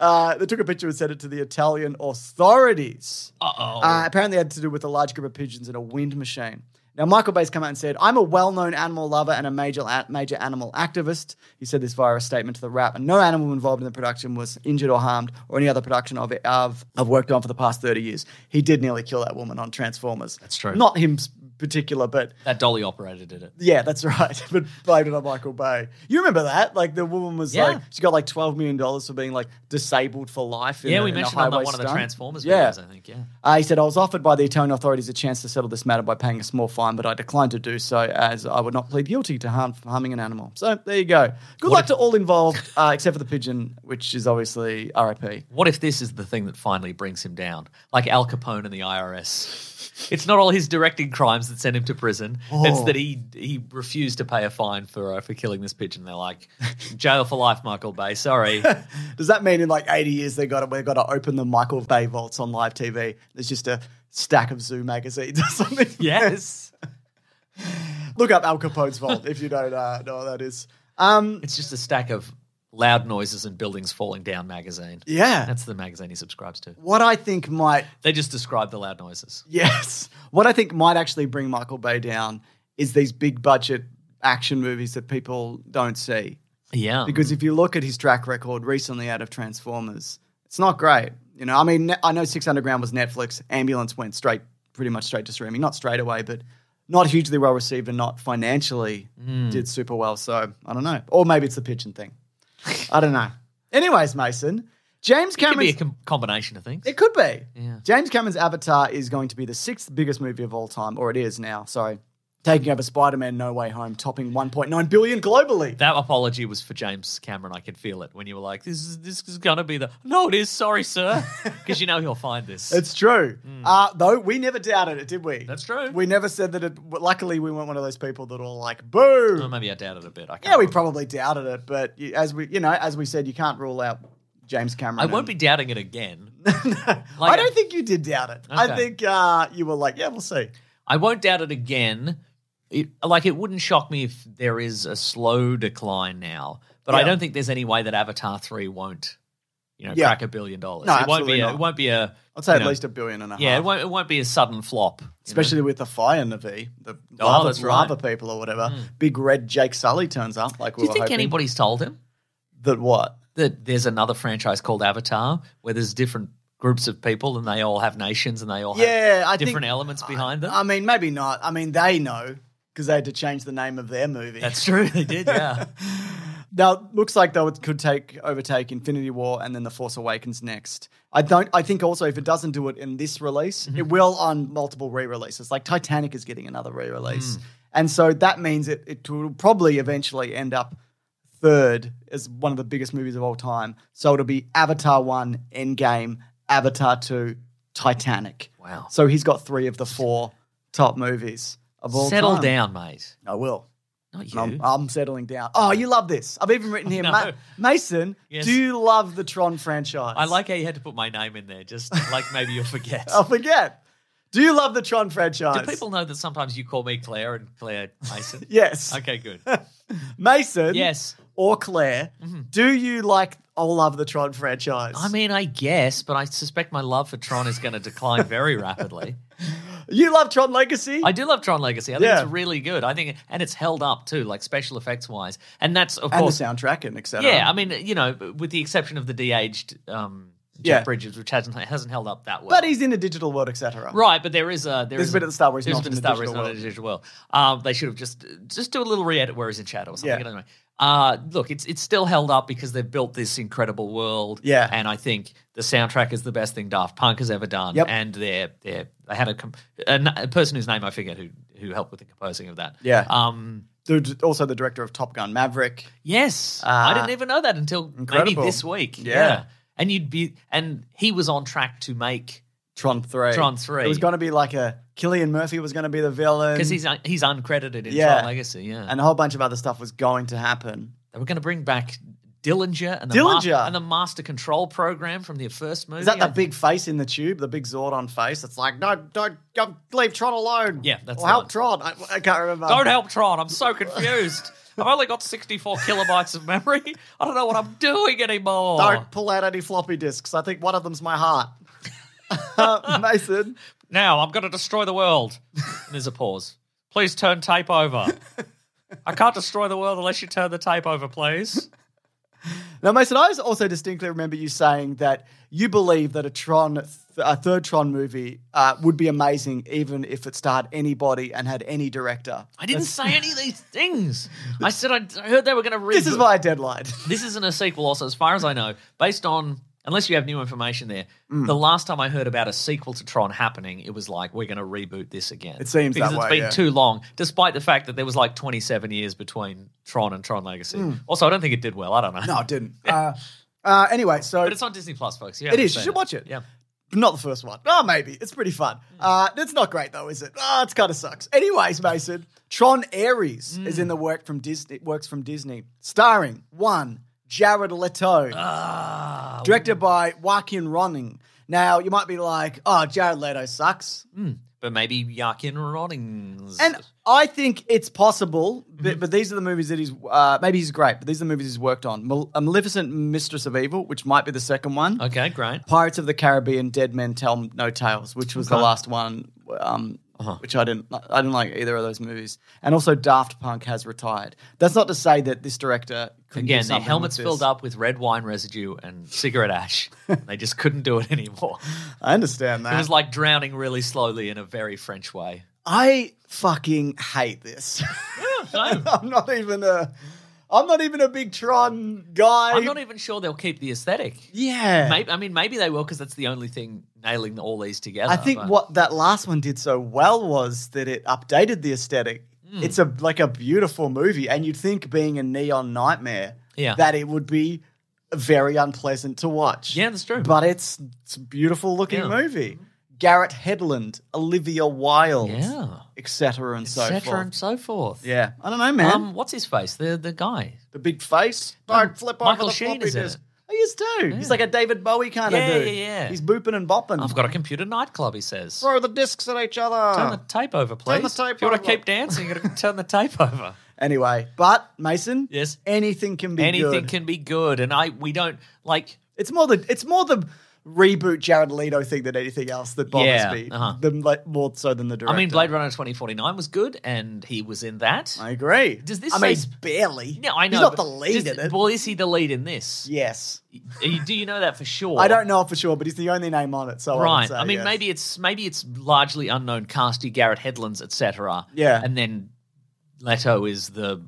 Speaker 1: Uh, they took a picture and sent it to the Italian authorities.
Speaker 3: Uh oh. Uh-huh.
Speaker 1: Uh, apparently, it had to do with a large group of pigeons in a wind machine. Now, Michael Bay's come out and said, I'm a well known animal lover and a major, a- major animal activist. He said this via a statement to The Wrap, and no animal involved in the production was injured or harmed or any other production of it I've, I've worked on for the past 30 years. He did nearly kill that woman on Transformers. That's
Speaker 3: true.
Speaker 1: Not him s- particular, but
Speaker 3: That dolly operator did it.
Speaker 1: yeah, that's right. But blamed it on Michael Bay. You remember that? Like the woman was
Speaker 3: Yeah.
Speaker 1: like, she got like $12 million for being like disabled for life. In
Speaker 3: Yeah,
Speaker 1: a-
Speaker 3: we
Speaker 1: in a
Speaker 3: mentioned on that
Speaker 1: highway
Speaker 3: one of the
Speaker 1: stunt.
Speaker 3: Transformers
Speaker 1: Yeah.
Speaker 3: videos, I think. Yeah.
Speaker 1: Uh, he said, I was offered by the Italian authorities a chance to settle this matter by paying a small fine, but I declined to do so as I would not plead guilty to harm, harming an animal. So there you go. Good luck to all involved, uh, except for the pigeon, which is obviously RIP.
Speaker 3: What if this is the thing that finally brings him down? Like Al Capone and the IRS. It's not all his directing crimes that sent him to prison. It's that he he refused to pay a fine for uh, for killing this pigeon. They're like, jail for life, Michael Bay. Sorry.
Speaker 1: Does that mean in like 80 years they got to, we've got to open the Michael Bay vaults on live TV? There's just a stack of zoo magazines or something.
Speaker 3: yes.
Speaker 1: Look up Al Capone's vault if you don't uh, know what that is. Um,
Speaker 3: It's just a stack of loud noises and buildings falling down magazine.
Speaker 1: yeah.
Speaker 3: That's the magazine he subscribes to.
Speaker 1: what I think might
Speaker 3: They just describe the loud noises.
Speaker 1: Yes. What I think might actually bring Michael Bay down is these big budget action movies that people don't see.
Speaker 3: Yeah.
Speaker 1: Because if you look at his track record recently out of Transformers, it's not great. You know, I mean, ne- I know Six Underground was Netflix. Ambulance went straight, pretty much straight to streaming. Not straight away, but not hugely well received and not financially
Speaker 3: Hmm.
Speaker 1: did super well. So I don't know. Or maybe it's the pigeon thing. I don't know. Anyways, Mason, James
Speaker 3: it could
Speaker 1: Cameron.
Speaker 3: be a com- combination of things.
Speaker 1: It could be.
Speaker 3: Yeah.
Speaker 1: James Cameron's Avatar is going to be the sixth biggest movie of all time, or it is now. Sorry, taking over Spider-Man: No Way Home, topping 1.9 billion globally.
Speaker 3: That apology was for James Cameron. I could feel it when you were like, "This is this is gonna be the no, it is. Sorry, sir," because you know he'll find this.
Speaker 1: It's true. Uh, though we never doubted it, did we?
Speaker 3: Hmm. That's true.
Speaker 1: We never said that. it well, Luckily, we weren't one of those people that are like, "Boo."
Speaker 3: Oh, maybe I doubted a bit. I can't
Speaker 1: yeah, we
Speaker 3: remember.
Speaker 1: probably doubted it, but you- as we, you know, as we said, you can't rule out James Cameron.
Speaker 3: I
Speaker 1: and-
Speaker 3: won't be doubting it again.
Speaker 1: I don't think you did doubt it. I
Speaker 3: Okay.
Speaker 1: think uh, you were like, "Yeah, we'll see."
Speaker 3: I won't doubt it again. It, like it wouldn't shock me if there is a slow decline now, but I
Speaker 1: Yeah.
Speaker 3: don't think there's any way that Avatar three won't, you know,
Speaker 1: Yeah.
Speaker 3: crack a billion dollars.
Speaker 1: No,
Speaker 3: it won't
Speaker 1: absolutely
Speaker 3: be. A,
Speaker 1: not.
Speaker 3: it won't be a.
Speaker 1: I'd say
Speaker 3: you
Speaker 1: at
Speaker 3: know,
Speaker 1: least a billion and a half.
Speaker 3: Yeah, it won't. It won't be a sudden flop. you
Speaker 1: Uh-huh.
Speaker 3: know. Oh,
Speaker 1: especially with the fire Navi, the lava,
Speaker 3: that's right. Hmm.
Speaker 1: lava people or whatever. Big red Jake Sully turns up. Like, we
Speaker 3: Do you
Speaker 1: were
Speaker 3: think
Speaker 1: hoping.
Speaker 3: anybody's told him?
Speaker 1: that what?
Speaker 3: that there's another franchise called Avatar where there's different groups of people and they all have nations and they all
Speaker 1: Yeah, I
Speaker 3: have different
Speaker 1: think-
Speaker 3: elements behind them.
Speaker 1: I mean, maybe not. I mean, they know because they had to change the name of their movie.
Speaker 3: That's true, they did, yeah.
Speaker 1: now it looks like though it could take overtake Infinity War and then The Force Awakens next. I don't. I think also if it doesn't do it in this release,
Speaker 3: Mm-hmm.
Speaker 1: it will on multiple re-releases. Like Titanic is getting another
Speaker 3: Mm.
Speaker 1: re-release, and so that means it it will probably eventually end up third as one of the biggest movies of all time. So it'll be Avatar one, Endgame, Avatar two, Titanic.
Speaker 3: Wow.
Speaker 1: So he's got three of the four top movies of all
Speaker 3: Settle
Speaker 1: time. Um,
Speaker 3: down, mate.
Speaker 1: I will.
Speaker 3: Not you.
Speaker 1: And I'm, I'm settling down. Oh, you love this. I've even written here,
Speaker 3: No.
Speaker 1: Ma- Mason,
Speaker 3: Yes.
Speaker 1: do you love the Tron franchise?
Speaker 3: I like how you had to put my name in there, just like maybe you'll forget.
Speaker 1: I'll forget. Do you love the Tron
Speaker 3: Do
Speaker 1: franchise?
Speaker 3: people know that sometimes you call me Claire and Claire Mason?
Speaker 1: Yes.
Speaker 3: Okay, good.
Speaker 1: Mason
Speaker 3: Yes. Mm-hmm.
Speaker 1: or Claire, do you like or love the Tron franchise?
Speaker 3: I mean, I guess, but I suspect my love for Tron is going to decline very rapidly.
Speaker 1: you love Tron Legacy?
Speaker 3: I do love Tron Legacy. I think
Speaker 1: Yeah.
Speaker 3: it's really good. I think, and it's held up too, like special effects wise. And that's of
Speaker 1: and the
Speaker 3: course
Speaker 1: soundtrack and etc.
Speaker 3: Yeah, I mean, you know, with the exception of the de-aged um, Jeff
Speaker 1: Yeah.
Speaker 3: Bridges, which hasn't hasn't held up that well.
Speaker 1: But he's in a digital world, etc.
Speaker 3: right, but there is a there
Speaker 1: There's
Speaker 3: is
Speaker 1: a bit at the start where he's
Speaker 3: there's
Speaker 1: not
Speaker 3: a
Speaker 1: in
Speaker 3: bit at
Speaker 1: the
Speaker 3: the start where he's
Speaker 1: digital
Speaker 3: not in
Speaker 1: world.
Speaker 3: the digital world. Um, they should have just just do a little re-edit where he's in shadow or something.
Speaker 1: Yeah.
Speaker 3: I don't know. Uh, look, it's it's still held up because they've built this incredible world.
Speaker 1: Yeah.
Speaker 3: and I think the soundtrack is the best thing Daft Punk has ever done.
Speaker 1: Yep.
Speaker 3: and they're they they had a, com- a, n- a person whose name I forget who who helped with the composing of that.
Speaker 1: Yeah.
Speaker 3: Um.
Speaker 1: Dude, also the director of Top Gun Maverick.
Speaker 3: Yes,
Speaker 1: Uh,
Speaker 3: I didn't even know that until
Speaker 1: incredible.
Speaker 3: maybe this week.
Speaker 1: Yeah.
Speaker 3: Yeah. and you'd be, and he was on track to make
Speaker 1: Tron 3.
Speaker 3: Tron 3.
Speaker 1: It was going to be like a Killian Murphy was going to be the villain.
Speaker 3: because he's un- he's uncredited in
Speaker 1: Yeah.
Speaker 3: Tron Legacy. Yeah,
Speaker 1: and a whole bunch of other stuff was going to happen.
Speaker 3: they were going to bring back Dillinger and the
Speaker 1: Dillinger!
Speaker 3: Mas- and the Master Control Program from the first movie.
Speaker 1: Is that
Speaker 3: I-
Speaker 1: the big face in the tube, the big Zordon face? It's like, no, don't, don't leave Tron alone.
Speaker 3: Yeah, that's
Speaker 1: or
Speaker 3: the
Speaker 1: help
Speaker 3: one.
Speaker 1: Tron. I, I can't remember.
Speaker 3: Don't help Tron. I'm so confused. I've only got 64 kilobytes of memory. I don't know what I'm doing anymore.
Speaker 1: Don't pull out any floppy disks. I think one of them's my heart. Uh, Mason,
Speaker 3: Now I'm going to destroy the world. And there's a pause. Please turn tape over. I can't destroy the world unless you turn the tape over, please.
Speaker 1: Now, Mason, I also distinctly remember you saying that you believe that a Tron, th- a third Tron movie, uh, would be amazing, even if it starred anybody and had any director.
Speaker 3: I didn't say any of these things. I said I'd- I heard they were going to read.
Speaker 1: This is my deadline.
Speaker 3: this isn't a sequel also as far as i know based on unless you have new information there
Speaker 1: Hmm.
Speaker 3: the last time i heard about a sequel to tron happening it was like we're going to reboot this again
Speaker 1: It seems
Speaker 3: because
Speaker 1: that
Speaker 3: it's
Speaker 1: way,
Speaker 3: been
Speaker 1: yeah.
Speaker 3: too long despite the fact that there was like 27 years between tron and tron legacy also i don't think it did well i don't know
Speaker 1: Hmm. No, I didn't. Uh, uh, anyway, so
Speaker 3: but it's on disney plus folks yeah
Speaker 1: It is. You should watch it.
Speaker 3: yeah
Speaker 1: not the first one. Oh, maybe. It's pretty fun. Uh, it's not great, though, is it? Ah, it's kind of sucks. Anyways, Mason, Tron Ares is in the work from Disney, works from Disney, starring one, Jared Leto.
Speaker 3: Ah,
Speaker 1: directed by Joaquin Ronning. Now you might be like, "Oh, Jared Leto sucks,"
Speaker 3: but maybe Yakin Ronings.
Speaker 1: and I think it's possible. But, but these are the movies that he's uh, maybe he's great, but these are the movies he's worked on: Mal- A Maleficent Mistress of Evil, which might be the second one.
Speaker 3: okay, great.
Speaker 1: Pirates of the Caribbean: Dead Men Tell No Tales, which was the last one, um,
Speaker 3: Uh-huh.
Speaker 1: which I didn't, I didn't like either of those movies. And also, Daft Punk has retired. That's not to say that this director couldn't do
Speaker 3: Again, their
Speaker 1: something
Speaker 3: helmets
Speaker 1: with
Speaker 3: filled
Speaker 1: this.
Speaker 3: up with red wine residue and cigarette ash. they just couldn't do it anymore.
Speaker 1: I understand that.
Speaker 3: It was like drowning really slowly in a very French way.
Speaker 1: I fucking hate this.
Speaker 3: same.
Speaker 1: I'm not even a I'm not even a big Tron guy.
Speaker 3: I'm not even sure they'll keep the aesthetic.
Speaker 1: yeah.
Speaker 3: Maybe, I mean, maybe they will because that's the only thing nailing all these together.
Speaker 1: I think
Speaker 3: but-
Speaker 1: what that last one did so well was that it updated the aesthetic.
Speaker 3: Hmm.
Speaker 1: It's a like a beautiful movie, and you'd think being a neon nightmare
Speaker 3: Yeah.
Speaker 1: that it would be very unpleasant to watch.
Speaker 3: Yeah, that's true.
Speaker 1: But it's it's a beautiful looking
Speaker 3: Yeah.
Speaker 1: movie. Garrett Hedlund, Olivia Wilde,
Speaker 3: Yeah.
Speaker 1: etc. and so
Speaker 3: etc.
Speaker 1: forth.
Speaker 3: and so forth.
Speaker 1: yeah, I don't know, man.
Speaker 3: Um, what's his face? The the guy.
Speaker 1: the big face.
Speaker 3: Um,
Speaker 1: Don't flip
Speaker 3: Michael
Speaker 1: over the
Speaker 3: Sheen
Speaker 1: floppy
Speaker 3: is in
Speaker 1: disk.
Speaker 3: it.
Speaker 1: He is too. He's like a David Bowie kind
Speaker 3: Yeah,
Speaker 1: of dude.
Speaker 3: yeah, yeah.
Speaker 1: He's booping and bopping.
Speaker 3: I've got a computer nightclub. He says.
Speaker 1: throw the discs at each other.
Speaker 3: Turn the tape over, please.
Speaker 1: Turn the tape
Speaker 3: if you want
Speaker 1: over.
Speaker 3: to keep dancing, you got to turn the tape over.
Speaker 1: Anyway, but Mason,
Speaker 3: Yes.
Speaker 1: anything can be
Speaker 3: Anything
Speaker 1: good.
Speaker 3: can be good, and I we don't like.
Speaker 1: It's more the it's more the reboot Jared Leto thing than anything else that bothers
Speaker 3: Yeah,
Speaker 1: me.
Speaker 3: uh-huh.
Speaker 1: The, like, more so than the director.
Speaker 3: I mean, Blade Runner twenty forty nine was good, and he was in that.
Speaker 1: I agree.
Speaker 3: Does this
Speaker 1: I mean,
Speaker 3: say-
Speaker 1: it's barely.
Speaker 3: yeah, I know.
Speaker 1: He's not
Speaker 3: but
Speaker 1: the lead
Speaker 3: does-
Speaker 1: in it.
Speaker 3: Well, is he the lead in this?
Speaker 1: yes.
Speaker 3: Y- Do you know that for sure?
Speaker 1: I don't know for sure, but he's the only name on it. So I, would
Speaker 3: Right.
Speaker 1: say
Speaker 3: I mean,
Speaker 1: yes.
Speaker 3: maybe it's maybe it's largely unknown casty, Garrett Headlands, etc.
Speaker 1: Yeah.
Speaker 3: And then Leto is the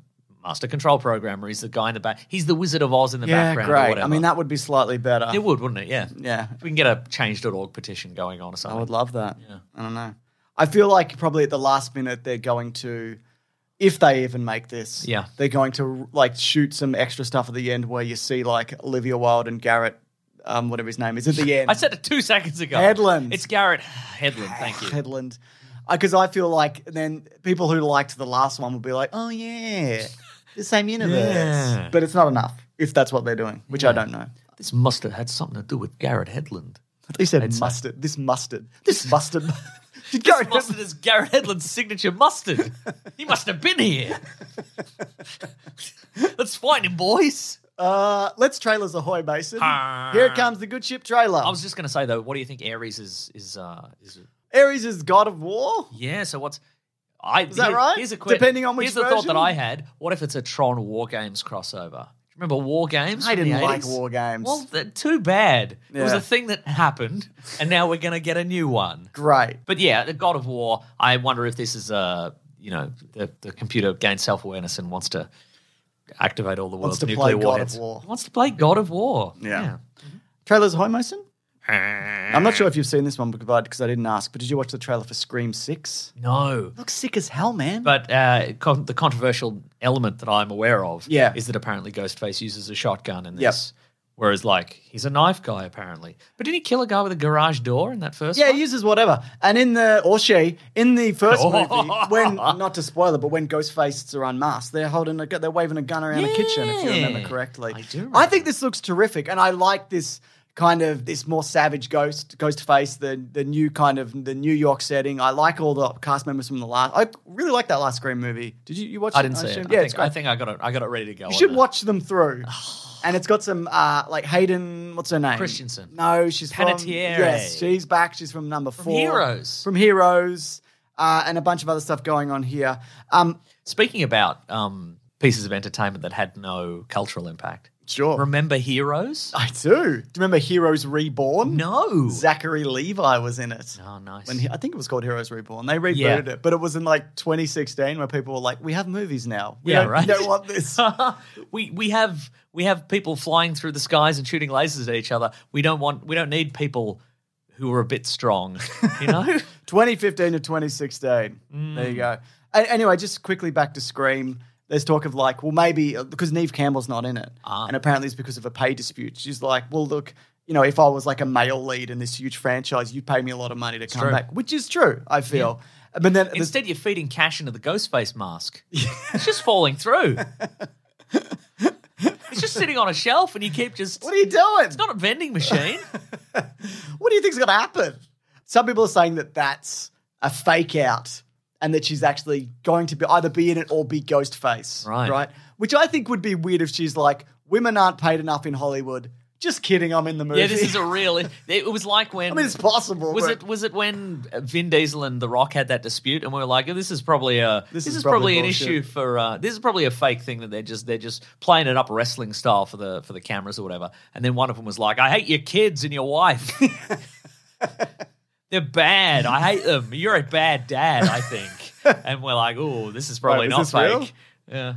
Speaker 3: master control programmer. He's the guy in the back. He's the Wizard of Oz in the
Speaker 1: Yeah,
Speaker 3: background. Or
Speaker 1: great.
Speaker 3: whatever.
Speaker 1: I mean, that would be slightly better.
Speaker 3: it would, wouldn't it? Yeah.
Speaker 1: yeah,
Speaker 3: If we can get a change.org petition going on or
Speaker 1: I
Speaker 3: something.
Speaker 1: would love that. I don't know. I feel like probably at the last minute they're going to, if they even make this,
Speaker 3: Yeah.
Speaker 1: they're going to like shoot some extra stuff at the end where you see like Olivia Wilde and Garrett, um, whatever his name is, at the end.
Speaker 3: I said it two seconds ago.
Speaker 1: Hedlund.
Speaker 3: It's Garrett Headland. Thank you.
Speaker 1: Headland, because Uh, I feel like then people who liked the last one will be like, oh yeah, the same universe,
Speaker 3: Yeah.
Speaker 1: but it's not enough if that's what they're doing, which I don't know.
Speaker 3: This must have had something to do with Garrett Headland.
Speaker 1: He said mustard. This mustard. This mustard. Did Garrett
Speaker 3: Mustard is Garrett Hedlund's signature mustard. He must have been here. Let's find him, boys.
Speaker 1: Uh, let's trailers ahoy, Mason.
Speaker 3: Ah.
Speaker 1: Here comes the good ship trailer.
Speaker 3: I was just going to say though, what do you think Ares is is uh is
Speaker 1: Ares is god of war.
Speaker 3: yeah? So what's I is
Speaker 1: that right?
Speaker 3: Here's a question.
Speaker 1: Depending on which
Speaker 3: here's the thought
Speaker 1: version?
Speaker 3: that I had. What if it's a Tron War Games crossover? Remember War Games?
Speaker 1: I
Speaker 3: from
Speaker 1: didn't
Speaker 3: the
Speaker 1: like
Speaker 3: 80s?
Speaker 1: war games.
Speaker 3: Well, th- too bad. It was
Speaker 1: Yeah.
Speaker 3: a thing that happened, and now we're going to get a new one.
Speaker 1: Great.
Speaker 3: But yeah, the God of War. I wonder if this is a you know the, the computer gains self awareness and wants to activate all the
Speaker 1: Wants
Speaker 3: world's
Speaker 1: to play
Speaker 3: nuclear
Speaker 1: God of
Speaker 3: warheads.
Speaker 1: War.
Speaker 3: Wants to play God of War.
Speaker 1: Yeah. Trailers ahoy, Mason. I'm not sure if you've seen this one because I, because I didn't ask, but did you watch the trailer for Scream Six?
Speaker 3: No.
Speaker 1: Looks sick as hell, man.
Speaker 3: But uh, con- the controversial element that I'm aware of
Speaker 1: Yeah.
Speaker 3: is that apparently Ghostface uses a shotgun in
Speaker 1: Yep.
Speaker 3: this. Whereas, like, he's a knife guy, apparently. But didn't he kill a guy with a garage door in that first
Speaker 1: yeah,
Speaker 3: one?
Speaker 1: he uses whatever. And in the or she in the first
Speaker 3: Oh.
Speaker 1: movie, when not to spoil it, but when Ghostfaces are unmasked, they're holding a gu- they're waving a gun around a kitchen. If you remember
Speaker 3: Yeah.
Speaker 1: correctly,
Speaker 3: I do
Speaker 1: I
Speaker 3: remember.
Speaker 1: think this looks terrific, and I like this kind of this more savage ghost ghost face the the new kind of the New York setting. I like all the cast members from the last. I really like that last Scream movie. Did you you watch?
Speaker 3: I didn't
Speaker 1: it?
Speaker 3: see it.
Speaker 1: assume-
Speaker 3: I,
Speaker 1: Yeah, it's
Speaker 3: think, I
Speaker 1: great.
Speaker 3: think I got it. I got it ready to go.
Speaker 1: You
Speaker 3: on
Speaker 1: should
Speaker 3: the-
Speaker 1: watch them through. And it's got some uh, like Hayden, what's her name?
Speaker 3: Christensen.
Speaker 1: No, she's from
Speaker 3: Panettiere.
Speaker 1: yes, she's back. She's from number four.
Speaker 3: Heroes.
Speaker 1: From Heroes. uh, and a bunch of other stuff going on here. Um,
Speaker 3: Speaking about um, pieces of entertainment that had no cultural impact,
Speaker 1: sure.
Speaker 3: remember Heroes?
Speaker 1: I do. Do you remember Heroes Reborn?
Speaker 3: No.
Speaker 1: Zachary Levi was in it.
Speaker 3: oh, nice.
Speaker 1: When he, I think it was called Heroes Reborn. They rebooted
Speaker 3: Yeah.
Speaker 1: it, but it was in like 2016 where people were like, "We have movies now. We
Speaker 3: yeah,
Speaker 1: don't,
Speaker 3: right.
Speaker 1: We don't want this."
Speaker 3: we we have we have people flying through the skies and shooting lasers at each other. We don't want we don't need people who are a bit strong, you know?
Speaker 1: 2015 to 2016. There you go. A- anyway, just quickly back to Scream. There's talk of like, well, maybe uh, because Neve Campbell's not in it,
Speaker 3: Ah.
Speaker 1: and apparently it's because of a pay dispute. She's like, well, look, you know, if I was like a male lead in this huge franchise, you pay me a lot of money to come
Speaker 3: true.
Speaker 1: back, which is true. I feel. But then there's-
Speaker 3: Instead, you're feeding cash into the Ghostface mask. It's just falling through. it's just sitting on a shelf, and you keep just.
Speaker 1: what are you doing?
Speaker 3: it's not a vending machine.
Speaker 1: what do you think's going to happen? Some people are saying that that's a fake out and that she's actually going to be either be in it or be Ghostface.
Speaker 3: Right.
Speaker 1: Right. Which I think would be weird if she's like, women aren't paid enough in Hollywood. Just kidding, I'm in the movie.
Speaker 3: yeah, this is a real. It, it was like when.
Speaker 1: I mean, it's possible.
Speaker 3: was
Speaker 1: but-
Speaker 3: it was it when Vin Diesel and The Rock had that dispute, and we were like, "Oh, "This is probably a
Speaker 1: This
Speaker 3: this,
Speaker 1: is
Speaker 3: is,
Speaker 1: probably
Speaker 3: probably, an
Speaker 1: bullshit."
Speaker 3: issue for uh, this is probably a fake thing that they're just they're just playing it up wrestling style for the for the cameras or whatever." And then one of them was like, "I hate your kids and your wife. they're bad. I hate them. You're a bad dad, I think." and we're like, "Oh, this is probably
Speaker 1: Wait,
Speaker 3: not
Speaker 1: was this real?
Speaker 3: fake." Yeah,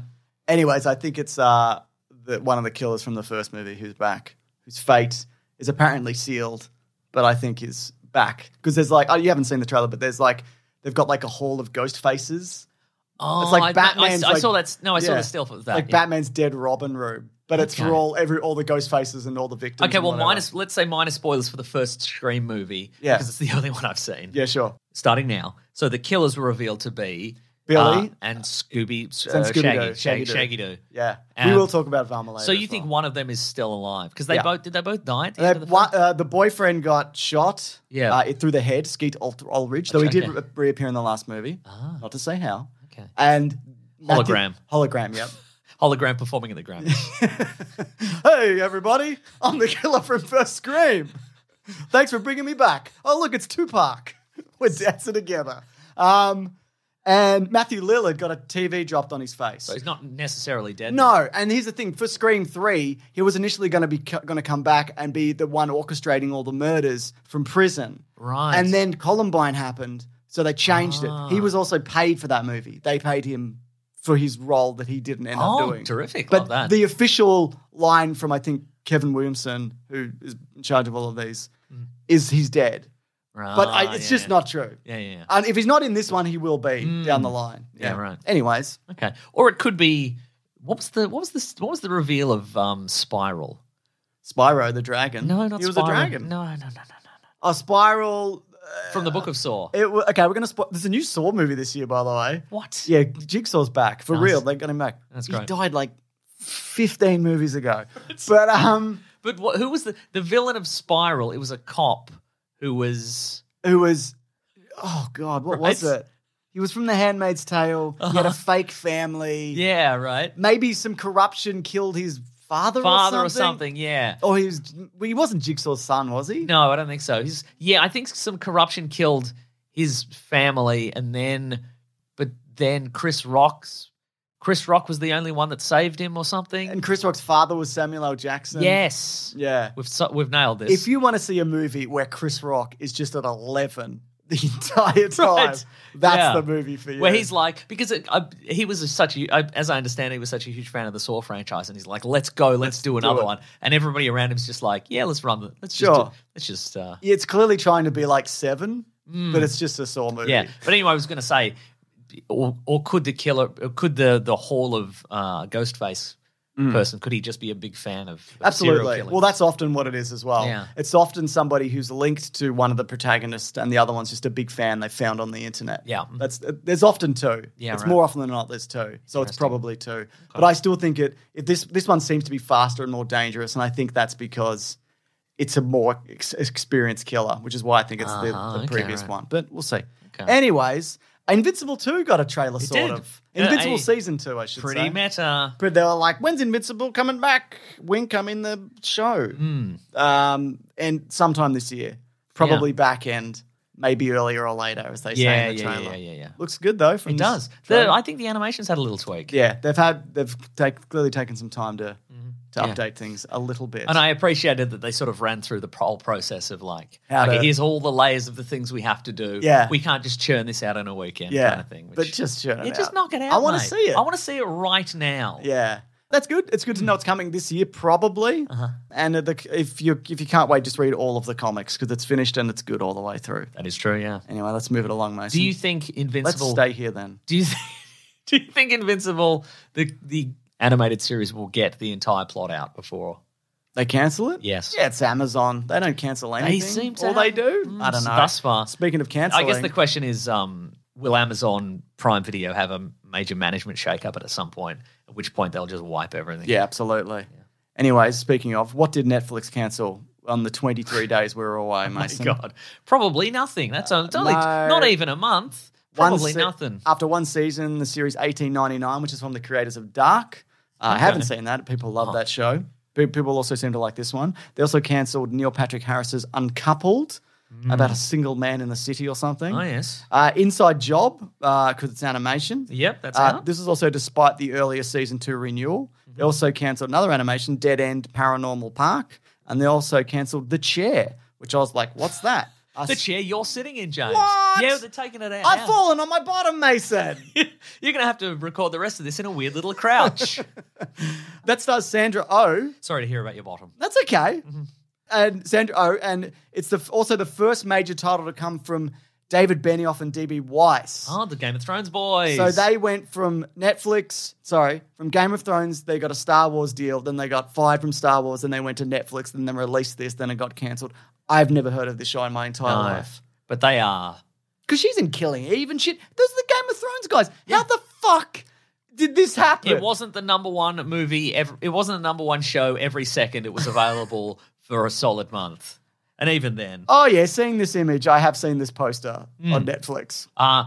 Speaker 1: Anyways, I think it's uh, the, one of the killers from the first movie who's back, whose fate is apparently sealed, but I think is back. Because there's like, oh, you haven't seen the trailer, but there's like, they've got like a hall of ghost faces.
Speaker 3: oh,
Speaker 1: It's like
Speaker 3: I- I,
Speaker 1: Batman's,
Speaker 3: I, I saw
Speaker 1: like-
Speaker 3: that. No, I saw
Speaker 1: Yeah.
Speaker 3: the stealth of that.
Speaker 1: like
Speaker 3: yeah.
Speaker 1: Batman's dead Robin room, but it's for
Speaker 3: Okay.
Speaker 1: all every all the ghost faces and all the victims.
Speaker 3: Okay,
Speaker 1: and
Speaker 3: well,
Speaker 1: whatever.
Speaker 3: minus let's say minus spoilers for the first Scream movie,
Speaker 1: Yeah.
Speaker 3: because it's the only one I've seen.
Speaker 1: yeah, sure.
Speaker 3: starting now. So the killers were revealed to be
Speaker 1: Billy.
Speaker 3: uh, and Scooby, uh,
Speaker 1: And Scooby-Doo,
Speaker 3: Shaggy,
Speaker 1: Shaggy
Speaker 3: Shaggy,
Speaker 1: Doo.
Speaker 3: Shaggy Doo.
Speaker 1: Yeah, we
Speaker 3: Um,
Speaker 1: will talk about Valma later.
Speaker 3: So you
Speaker 1: as
Speaker 3: think
Speaker 1: well.
Speaker 3: one of them is still alive? Because they
Speaker 1: Yeah.
Speaker 3: both did they both die at the
Speaker 1: Uh,
Speaker 3: end of the
Speaker 1: one-
Speaker 3: film?
Speaker 1: uh, the boyfriend got shot.
Speaker 3: Yeah.
Speaker 1: uh, it through the head. Skeet Ul- Ulrich, though he
Speaker 3: Okay.
Speaker 1: did re- reappear in the last movie.
Speaker 3: Ah.
Speaker 1: Not to say how.
Speaker 3: Okay.
Speaker 1: And Matthew-
Speaker 3: Hologram.
Speaker 1: hologram. Yep.
Speaker 3: Hologram performing at the Grammys.
Speaker 1: hey everybody, I'm the killer from First Scream. Thanks for bringing me back. Oh look, it's Tupac. We're dancing together. Um, and Matthew Lillard got a TV dropped on his face.
Speaker 3: so he's not necessarily dead.
Speaker 1: No, and here's the thing: for Scream Three, he was initially going to be going to come back and be the one orchestrating all the murders from prison.
Speaker 3: Right.
Speaker 1: And then Columbine happened, so they changed
Speaker 3: Ah.
Speaker 1: it. He was also paid for that movie. They paid him for his role that he didn't end up
Speaker 3: Oh,
Speaker 1: doing.
Speaker 3: terrific!
Speaker 1: But
Speaker 3: Love that.
Speaker 1: the official line from I think Kevin Williamson, who is in charge of all of these, is he's dead. But
Speaker 3: Mm. Ah,
Speaker 1: I, it's
Speaker 3: yeah,
Speaker 1: just
Speaker 3: yeah.
Speaker 1: not true.
Speaker 3: Yeah, yeah, yeah.
Speaker 1: And if he's not in this one, he will be down the line.
Speaker 3: Yeah, right.
Speaker 1: Anyways,
Speaker 3: Okay. Or it could be what was the what was the what was the reveal of um Spiral?
Speaker 1: Spyro the dragon.
Speaker 3: No, not
Speaker 1: he was
Speaker 3: Spiral.
Speaker 1: a dragon.
Speaker 3: No, no, no, no, no.
Speaker 1: A spiral.
Speaker 3: no. From the Book of Saw.
Speaker 1: It, wa- okay, we're gonna. Spo- There's a new Saw movie this year, by the way.
Speaker 3: what?
Speaker 1: Yeah, Jigsaw's back for
Speaker 3: Nice.
Speaker 1: real. They got him back.
Speaker 3: That's
Speaker 1: He
Speaker 3: great.
Speaker 1: died like 15 movies ago. but um,
Speaker 3: But what, who was the the villain of Spiral? It was a cop who was
Speaker 1: who was? Oh God, what was
Speaker 3: Right. Uh-huh.
Speaker 1: it? He was from The Handmaid's Tale. He had a fake family.
Speaker 3: yeah, right,
Speaker 1: Maybe some corruption killed his father.
Speaker 3: father
Speaker 1: or something.
Speaker 3: Yeah.
Speaker 1: Or he was. Well, he wasn't Jigsaw's son, was he?
Speaker 3: No, I don't think so. He's yeah, I think some corruption killed his family, and then but then Chris Rock's Chris Rock was the only one that saved him or something.
Speaker 1: And Chris Rock's father was Samuel L. Jackson.
Speaker 3: yes,
Speaker 1: Yeah.
Speaker 3: we've so, we've nailed this.
Speaker 1: If you want to see a movie where Chris Rock is just at 11 the entire time,
Speaker 3: Right.
Speaker 1: that's
Speaker 3: Yeah.
Speaker 1: the movie for you.
Speaker 3: Where he's like, because it, I, he was such a, I, as I understand, it, he was such a huge fan of the Saw franchise, and he's like, "Let's go, let's, do another
Speaker 1: it."
Speaker 3: one." And everybody around him's just like, "Yeah, let's run, the, let's
Speaker 1: Sure.
Speaker 3: just, do- let's just." Uh,
Speaker 1: it's clearly trying to be like seven, but it's just a Saw movie.
Speaker 3: Hmm. Yeah, but anyway, I was going to say, or, or could the killer, or could the the hall of uh, Ghostface person, could he just be a big fan of, of serial
Speaker 1: Hmm. Absolutely.
Speaker 3: killing?
Speaker 1: Well, that's often what it is as well.
Speaker 3: Yeah.
Speaker 1: It's often somebody who's linked to one of the protagonists, and the other one's just a big fan they found on the internet.
Speaker 3: Yeah.
Speaker 1: that's uh, there's often two.
Speaker 3: Yeah,
Speaker 1: it's
Speaker 3: right.
Speaker 1: more often than not there's two, so it's probably two. But I still think it. If this this one seems to be faster and more dangerous, and I think that's because it's a more ex- experienced killer, which is why I think it's the,
Speaker 3: Ah,
Speaker 1: the
Speaker 3: okay,
Speaker 1: previous
Speaker 3: right.
Speaker 1: one. But we'll see.
Speaker 3: Okay.
Speaker 1: Anyways, Invincible Two got a trailer, sort
Speaker 3: did.
Speaker 1: of.
Speaker 3: Yeah,
Speaker 1: Invincible
Speaker 3: I-
Speaker 1: season two, I should
Speaker 3: pretty
Speaker 1: say.
Speaker 3: meta.
Speaker 1: But they were like, "When's Invincible coming back? When come in the
Speaker 3: Hmm.
Speaker 1: show?" Um, and sometime this year, probably back end, maybe earlier or later, as they
Speaker 3: Yeah,
Speaker 1: say in the
Speaker 3: yeah, yeah,
Speaker 1: trailer.
Speaker 3: yeah, yeah.
Speaker 1: Looks good though. From
Speaker 3: It
Speaker 1: this
Speaker 3: does.
Speaker 1: trailer.
Speaker 3: The, I think the animation's had a little tweak.
Speaker 1: yeah, they've had they've take, clearly taken some time to to
Speaker 3: Mm-hmm. Yeah.
Speaker 1: update things a little bit.
Speaker 3: And I appreciated that they sort of ran through the whole process of like,
Speaker 1: How
Speaker 3: okay,
Speaker 1: to-
Speaker 3: here's all the layers of the things we have to do.
Speaker 1: Yeah.
Speaker 3: We can't just churn this out in a weekend
Speaker 1: yeah,
Speaker 3: kind of thing.
Speaker 1: but
Speaker 3: which-
Speaker 1: just churn it
Speaker 3: yeah, just
Speaker 1: out.
Speaker 3: knock it out.
Speaker 1: I want to
Speaker 3: mate.
Speaker 1: see it.
Speaker 3: I want to see it right now.
Speaker 1: Yeah. That's good. It's good to know it's coming this year, probably.
Speaker 3: Uh-huh.
Speaker 1: And uh, the, if you if you can't wait, just read all of the comics because it's finished and it's good all the way through.
Speaker 3: That is true, yeah.
Speaker 1: Anyway, let's move it along, Mason.
Speaker 3: Do you think
Speaker 1: let's
Speaker 3: Invincible
Speaker 1: stay here then.
Speaker 3: do you think, do you think Invincible the the animated series will get the entire plot out before?
Speaker 1: They cancel it?
Speaker 3: Yes.
Speaker 1: Yeah, it's Amazon. They don't cancel anything.
Speaker 3: They seem to
Speaker 1: All
Speaker 3: have-
Speaker 1: they do?
Speaker 3: Mm,
Speaker 1: I don't know.
Speaker 3: Thus far.
Speaker 1: Speaking of
Speaker 3: I
Speaker 1: canceling,
Speaker 3: guess the question is um, will Amazon Prime Video have a major management shakeup at some point, at which point they'll just wipe everything?
Speaker 1: Yeah, absolutely. Anyways, speaking of, what did Netflix cancel on the 23 days we were away, Mason?
Speaker 3: Oh God. Probably nothing. That's only, it's only
Speaker 1: no.
Speaker 3: not even a month.
Speaker 1: One
Speaker 3: Probably
Speaker 1: se-
Speaker 3: nothing.
Speaker 1: After one season, the series 1899, which is from the creators of Dark. Uh, I haven't seen that. People
Speaker 3: Oh.
Speaker 1: love that show. Pe- People also seem to like this one. They also cancelled Neil Patrick Harris's Uncoupled,
Speaker 3: Mm.
Speaker 1: about a single man in the city or something.
Speaker 3: Oh, yes.
Speaker 1: Uh, Inside Job, because it's animation.
Speaker 3: Yep, that's
Speaker 1: Uh,
Speaker 3: out. Mm-hmm.
Speaker 1: this is also despite the earlier season two renewal. They also cancelled another animation, Dead End Paranormal Park, and they also cancelled The Chair, which I was like, what's that? I
Speaker 3: the
Speaker 1: s-
Speaker 3: chair you're sitting in, James.
Speaker 1: What?
Speaker 3: Yeah, they're taking it out.
Speaker 1: I've fallen on my bottom, Mason.
Speaker 3: You're going to have to record the rest of this in a weird little crouch.
Speaker 1: that stars Sandra Oh.
Speaker 3: Sorry to hear about your bottom.
Speaker 1: That's okay.
Speaker 3: Mm-hmm.
Speaker 1: And Sandra Oh, and it's the also the first major title to come from David Benioff and DB Weiss.
Speaker 3: Oh, the Game of Thrones boys.
Speaker 1: So they went from Netflix, sorry, from Game of Thrones, they got a Star Wars deal, then they got fired from Star Wars, then they went to Netflix, then they released this, then it got cancelled. I've never heard of this show in my entire
Speaker 3: No.
Speaker 1: life.
Speaker 3: But they are.
Speaker 1: Because she's in Killing Eve and shit. Those are the Game of Thrones guys. How the fuck did this happen?
Speaker 3: It wasn't the number one movie. Every, it wasn't the number one show every second. It was available for a solid month. And even then,
Speaker 1: Oh, yeah, seeing this image, I have seen this poster
Speaker 3: Hmm.
Speaker 1: on Netflix.
Speaker 3: Uh,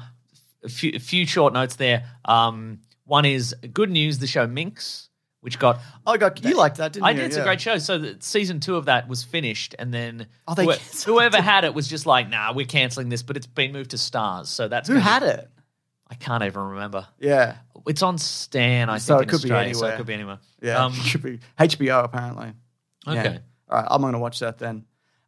Speaker 3: a, few, a few short notes there. Um, one is good news the show Minx, which got.
Speaker 1: Oh, God, you liked that, didn't
Speaker 3: I
Speaker 1: you?
Speaker 3: did. It's
Speaker 1: Yeah.
Speaker 3: a great show. So the, season two of that was finished, and then
Speaker 1: Oh, they
Speaker 3: whoe-
Speaker 1: cancelled
Speaker 3: whoever had it was just like, "Nah, we're canceling this." But it's been moved to Stars, so that's
Speaker 1: Who
Speaker 3: gonna be-
Speaker 1: had it?
Speaker 3: I can't even remember.
Speaker 1: Yeah,
Speaker 3: It's on Stan, I think.
Speaker 1: So it
Speaker 3: in
Speaker 1: could be
Speaker 3: Australia, So
Speaker 1: anywhere.
Speaker 3: it could be anywhere.
Speaker 1: yeah.
Speaker 3: Um,
Speaker 1: Should be HBO, apparently.
Speaker 3: okay.
Speaker 1: Yeah. All right, I'm going to watch that then.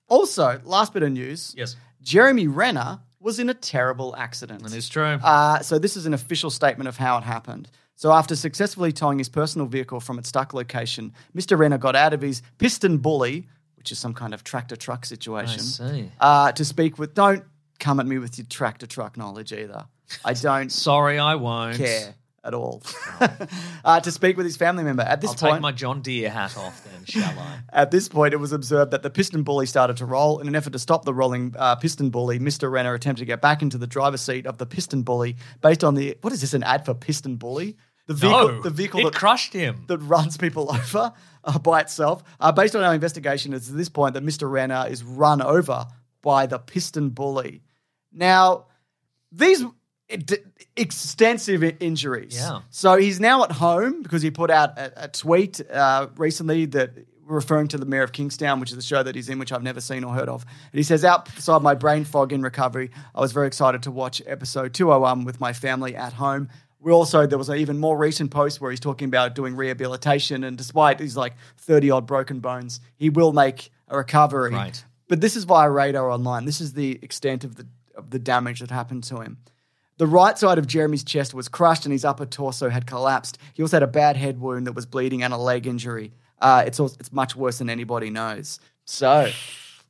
Speaker 1: Also, last bit of news.
Speaker 3: Yes.
Speaker 1: Jeremy Renner was in a terrible accident.
Speaker 3: That is true.
Speaker 1: Uh, so this is an official statement of how it happened. So after successfully towing his personal vehicle from its stuck location, Mr. Renner got out of his piston bully, which is some kind of tractor truck
Speaker 3: I
Speaker 1: situation,
Speaker 3: see.
Speaker 1: uh, to speak with. Don't come at me with your tractor truck knowledge either. I don't
Speaker 3: Sorry, I won't.
Speaker 1: care at all. uh, to speak with his family member at this
Speaker 3: I'll
Speaker 1: point.
Speaker 3: take my John Deere hat off then, shall I?
Speaker 1: At this point, it was observed that the piston bully started to roll. In an effort to stop the rolling uh, piston bully, Mr. Renner attempted to get back into the driver's seat of the piston bully based on the. What is this, an ad for piston bully? The vehicle,
Speaker 3: no,
Speaker 1: the vehicle
Speaker 3: it
Speaker 1: that,
Speaker 3: crushed him.
Speaker 1: that runs people over uh, by itself. Uh, based on our investigation, it's at this point that Mr. Renner is run over by the piston bully. Now, these d- extensive i- injuries.
Speaker 3: Yeah.
Speaker 1: So he's now at home because he put out a, a tweet uh, recently that referring to the mayor of Kingstown, which is a show that he's in, which I've never seen or heard of. And he says, outside my brain fog in recovery, I was very excited to watch episode 201 with my family at home. We also, there was an even more recent post where he's talking about doing rehabilitation. And despite his like 30 odd broken bones, he will make a recovery.
Speaker 3: Right.
Speaker 1: But this is via radar online. This is the extent of the, of the damage that happened to him. The right side of Jeremy's chest was crushed and his upper torso had collapsed. He also had a bad head wound that was bleeding and a leg injury. Uh, it's, also, it's much worse than anybody knows. So,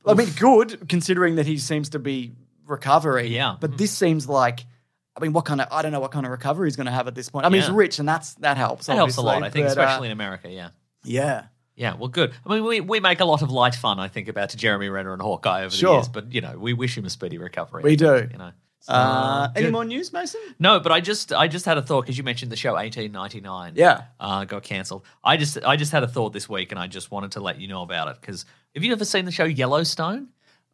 Speaker 1: I mean, good considering that he seems to be recovering.
Speaker 3: Yeah. Mm-hmm.
Speaker 1: But this seems like, I mean, what kind of, I don't know what kind of recovery he's going to have at this point. I mean, he's
Speaker 3: Yeah.
Speaker 1: rich and that's that helps.
Speaker 3: That helps a lot,
Speaker 1: obviously,
Speaker 3: I think,
Speaker 1: but, uh,
Speaker 3: especially in America, yeah.
Speaker 1: yeah.
Speaker 3: Yeah, well, good. I mean, we, we make a lot of light fun, I think, about Jeremy Renner and Hawkeye over
Speaker 1: Sure.
Speaker 3: the years, but, you know, we wish him a speedy recovery.
Speaker 1: We
Speaker 3: I think,
Speaker 1: do.
Speaker 3: You know. So,
Speaker 1: Uh, any
Speaker 3: good.
Speaker 1: more news, Mason?
Speaker 3: No, but I just I just had a thought because you mentioned the show 1899.
Speaker 1: Yeah.
Speaker 3: uh, got cancelled. I just I just had a thought this week, and I just wanted to let you know about it because have you ever seen the show Yellowstone?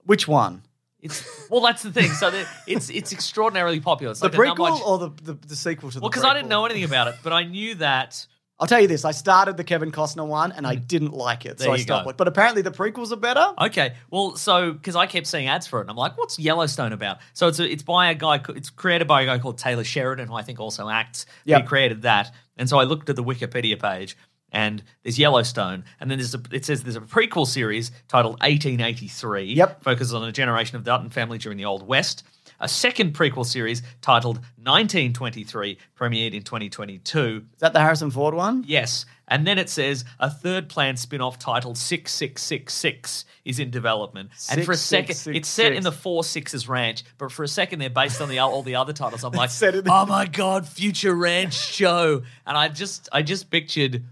Speaker 1: Which one?
Speaker 3: It's well, that's the thing. So the, it's it's extraordinarily popular. It's
Speaker 1: The
Speaker 3: like a number
Speaker 1: prequel
Speaker 3: one-
Speaker 1: or the, the, the sequel to the
Speaker 3: well, because I didn't
Speaker 1: prequel?
Speaker 3: know anything about it, but I knew that
Speaker 1: I'll tell you this: I started the Kevin Costner one and I didn't like it,
Speaker 3: Mm. There
Speaker 1: so I
Speaker 3: you
Speaker 1: stopped
Speaker 3: go.
Speaker 1: it. But apparently the prequels are better.
Speaker 3: Okay, well, so because I kept seeing ads for it, and I'm like, "What's Yellowstone about?" So it's a, it's by a guy, c- it's created by a guy called Taylor Sheridan, who I think also acts.
Speaker 1: Yep.
Speaker 3: He created that, and so I looked at the Wikipedia page, and there's Yellowstone, and then there's a, it says there's a prequel series titled 1883.
Speaker 1: Yep.
Speaker 3: focuses on a generation of Dutton family during the Old West. A second prequel series titled 1923 premiered in 2022.
Speaker 1: Is that the Harrison Ford one?
Speaker 3: Yes. And then it says a third planned spin off titled 6666 is in development. and
Speaker 1: Six,
Speaker 3: for a
Speaker 1: six,
Speaker 3: second,
Speaker 1: six,
Speaker 3: it's set in
Speaker 1: six.
Speaker 3: the Four Sixes Ranch, but for a second, they're based on the all the other titles. I'm like,
Speaker 1: set in the-
Speaker 3: oh my God, Future Ranch Show. And I just, I just pictured.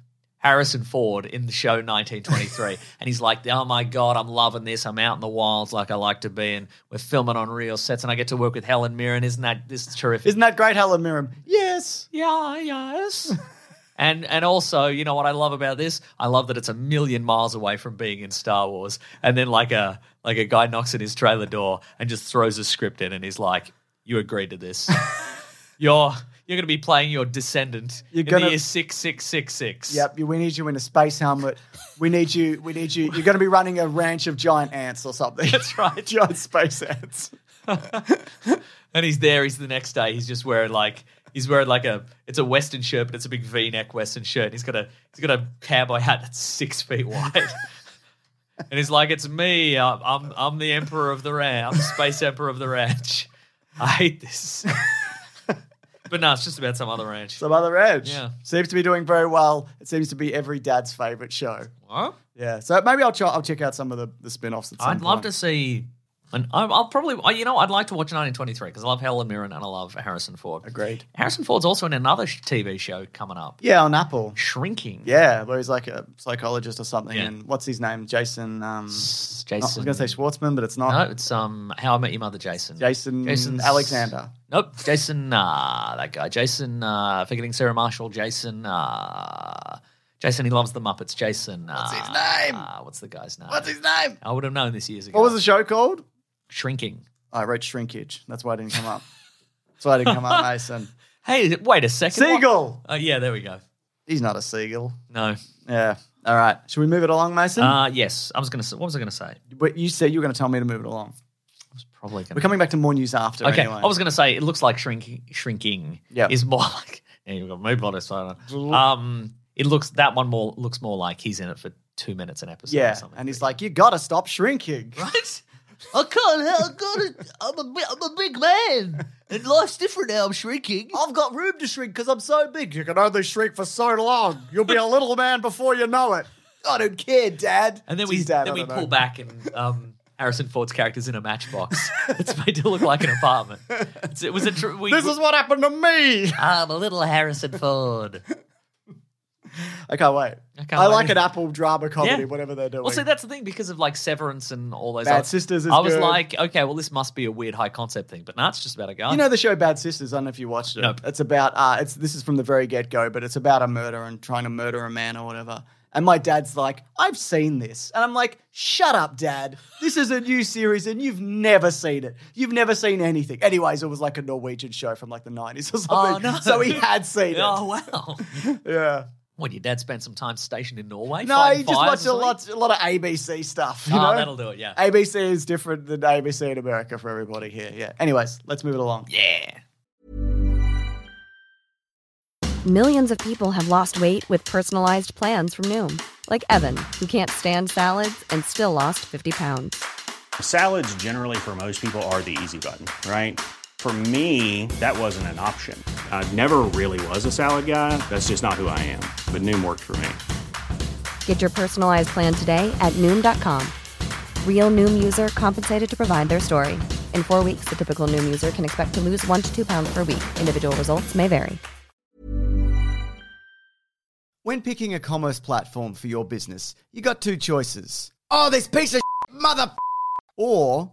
Speaker 3: Harrison Ford in the show 1923, and he's like, "Oh my God, I'm loving this. I'm out in the wilds like I like to be, and we're filming on real sets, and I get to work with Helen Mirren. Isn't that this is terrific?
Speaker 1: Isn't that great, Helen Mirren? Yes.
Speaker 3: Yeah, yes. and and also, you know what I love about this? I love that it's a million miles away from being in Star Wars. And then like a like a guy knocks at his trailer door and just throws a script in and he's like, You agreed to this. you're you're gonna be playing your descendant
Speaker 1: You're
Speaker 3: in
Speaker 1: gonna-
Speaker 3: the year six six six six.
Speaker 1: Yep. you- We need you in a space helmet. We need you. We need you. You're going to be running a ranch of giant ants or something.
Speaker 3: That's right.
Speaker 1: giant space ants.
Speaker 3: And he's there, he's the next day, he's just wearing like He's wearing like a it's a western shirt, but it's a big V-neck western shirt. And he's got a he's got a cowboy hat that's six feet wide. and he's like, "It's me. I'm I'm, I'm the emperor of the ranch. I'm space emperor of the ranch. I hate this." but no, it's just about some other ranch.
Speaker 1: Some other edge.
Speaker 3: Yeah.
Speaker 1: Seems to be doing very well. It seems to be every dad's favorite show.
Speaker 3: What?
Speaker 1: Yeah. So maybe I'll ch- I'll check out some of the, the spin-offs. At some
Speaker 3: I'd love
Speaker 1: point.
Speaker 3: to see. And I'll I'll probably, oh, you know, I'd like to watch 1923 because I love Helen Mirren and I love Harrison Ford.
Speaker 1: Agreed.
Speaker 3: Harrison Ford's also in another sh- TV show coming up,
Speaker 1: Yeah, on Apple.
Speaker 3: Shrinking.
Speaker 1: Yeah, where he's like a psychologist or something.
Speaker 3: Yeah.
Speaker 1: And what's his name? Jason. Um,
Speaker 3: S-
Speaker 1: not- I
Speaker 3: Jason.
Speaker 1: was going to say Schwartzman, but it's not.
Speaker 3: No, it's um, How I Met Your Mother, Jason.
Speaker 1: Jason
Speaker 3: Jason's-
Speaker 1: Alexander.
Speaker 3: Nope, Jason. Uh, that guy, Jason. Uh, forgetting Sarah Marshall. Jason. Uh, Jason. He loves the Muppets. Jason. Uh,
Speaker 1: What's his name?
Speaker 3: Uh, what's the guy's name?
Speaker 1: What's his name?
Speaker 3: I would have known this years ago.
Speaker 1: What was the show called?
Speaker 3: Shrinking.
Speaker 1: I wrote shrinkage. That's why I didn't come up. That's why I didn't come up, Mason.
Speaker 3: Hey, wait a second. what-
Speaker 1: Seagull.
Speaker 3: Uh, yeah, there we go.
Speaker 1: He's not a seagull.
Speaker 3: No.
Speaker 1: Yeah. All right. Should we move it along, Mason?
Speaker 3: Uh, yes, I was gonna. say What was I gonna say? I
Speaker 1: but you said you were going to tell me to move it along.
Speaker 3: was probably
Speaker 1: We're
Speaker 3: gonna.
Speaker 1: coming back to more news after.
Speaker 3: Okay,
Speaker 1: Anyway.
Speaker 3: I was gonna say it looks like shrinking. Shrinking
Speaker 1: Yep.
Speaker 3: is more like. Yeah, you've got mood blotter, so I don't- Um, it looks that one more looks more like he's in it for two minutes an episode. or
Speaker 1: yeah,
Speaker 3: something.
Speaker 1: and he's like, "You gotta stop shrinking."
Speaker 3: right? I can't help. I got it. I'm a, bi- I'm a big man, and life's different now. I'm shrinking.
Speaker 1: I've got room to shrink because I'm so big. You can only shrink for so long. You'll be a little man before you know it. I don't care, Dad.
Speaker 3: And then
Speaker 1: It's
Speaker 3: we
Speaker 1: his dad,
Speaker 3: then
Speaker 1: I
Speaker 3: we
Speaker 1: don't
Speaker 3: pull
Speaker 1: know.
Speaker 3: back, and um, Harrison Ford's character's in a matchbox. it's made to look like an apartment. It's, it was a. Tr- we,
Speaker 1: This is what happened to me.
Speaker 3: I'm a little Harrison Ford.
Speaker 1: I can't wait. I,
Speaker 3: can't wait.
Speaker 1: like an Apple drama comedy,
Speaker 3: Yeah.
Speaker 1: whatever they're doing.
Speaker 3: Well, see, that's the thing because of like Severance and all those.
Speaker 1: Bad
Speaker 3: other-
Speaker 1: Sisters is
Speaker 3: I was
Speaker 1: good.
Speaker 3: like, okay, well, this must be a weird high concept thing, but no, it's just about a guy.
Speaker 1: You know the show Bad Sisters. I don't know if you watched it.
Speaker 3: Nope.
Speaker 1: It's about uh, it's this is from the very get go, but it's about a murder and trying to murder a man or whatever. And my dad's like, I've seen this, and I'm like, shut up, dad. This is a new series, and you've never seen it. You've never seen anything. Anyways, it was like a Norwegian show from like the '90s or
Speaker 3: Oh,
Speaker 1: something.
Speaker 3: no.
Speaker 1: So he had seen
Speaker 3: oh wow!
Speaker 1: it. Yeah.
Speaker 3: what your dad spent some time stationed in Norway?
Speaker 1: No,
Speaker 3: fighting
Speaker 1: he just
Speaker 3: fires or
Speaker 1: watched a
Speaker 3: something?
Speaker 1: lot, a lot of ABC stuff. You
Speaker 3: Oh,
Speaker 1: know?
Speaker 3: that'll do it. Yeah.
Speaker 1: ABC is different than ABC in America for everybody here. Yeah. Anyways, let's move it along.
Speaker 3: Yeah.
Speaker 5: Millions of people have lost weight with personalized plans from Noom, like Evan, who can't stand salads and still lost 50 pounds.
Speaker 6: Salads, generally, for most people, are the easy button, right? For me, that wasn't an option. I never really was a salad guy. That's just not who I am. But Noom worked for me.
Speaker 5: Get your personalized plan today at Noom.com. Real Noom user compensated to provide their story. In four weeks, the typical Noom user can expect to lose one to two pounds per week. Individual results may vary.
Speaker 7: When picking a commerce platform for your business, you got two choices. Oh, this piece of shit, mother f- or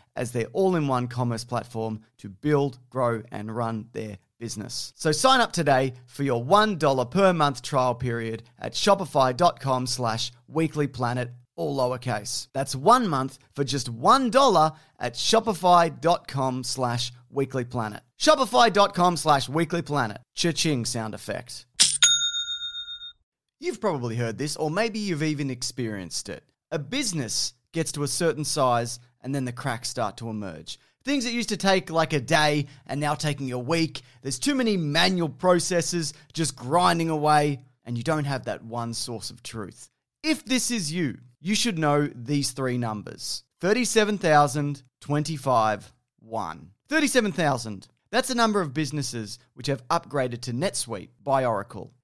Speaker 1: as their all in one commerce platform to build, grow, and run their business. So sign up today for your $1 per month trial period at shopify.com slash weeklyplanet, all lowercase. That's one month for just $1 at shopify.com slash weeklyplanet. Shopify.com slash weeklyplanet. Cha-ching sound effect. You've probably heard this, or maybe you've even experienced it. A business gets to a certain size, and then the cracks start to emerge. Things that used to take like a day and now taking a week. There's too many manual processes just grinding away, and you don't have that one source of truth. If this is you, you should know these three numbers 37,025, 1. 37,000. That's the number of businesses which have upgraded to NetSuite by Oracle.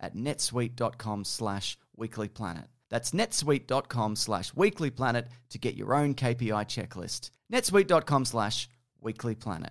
Speaker 1: at netsuite.com slash weeklyplanet. That's netsuite.com slash weeklyplanet to get your own KPI checklist. netsuite.com slash weeklyplanet.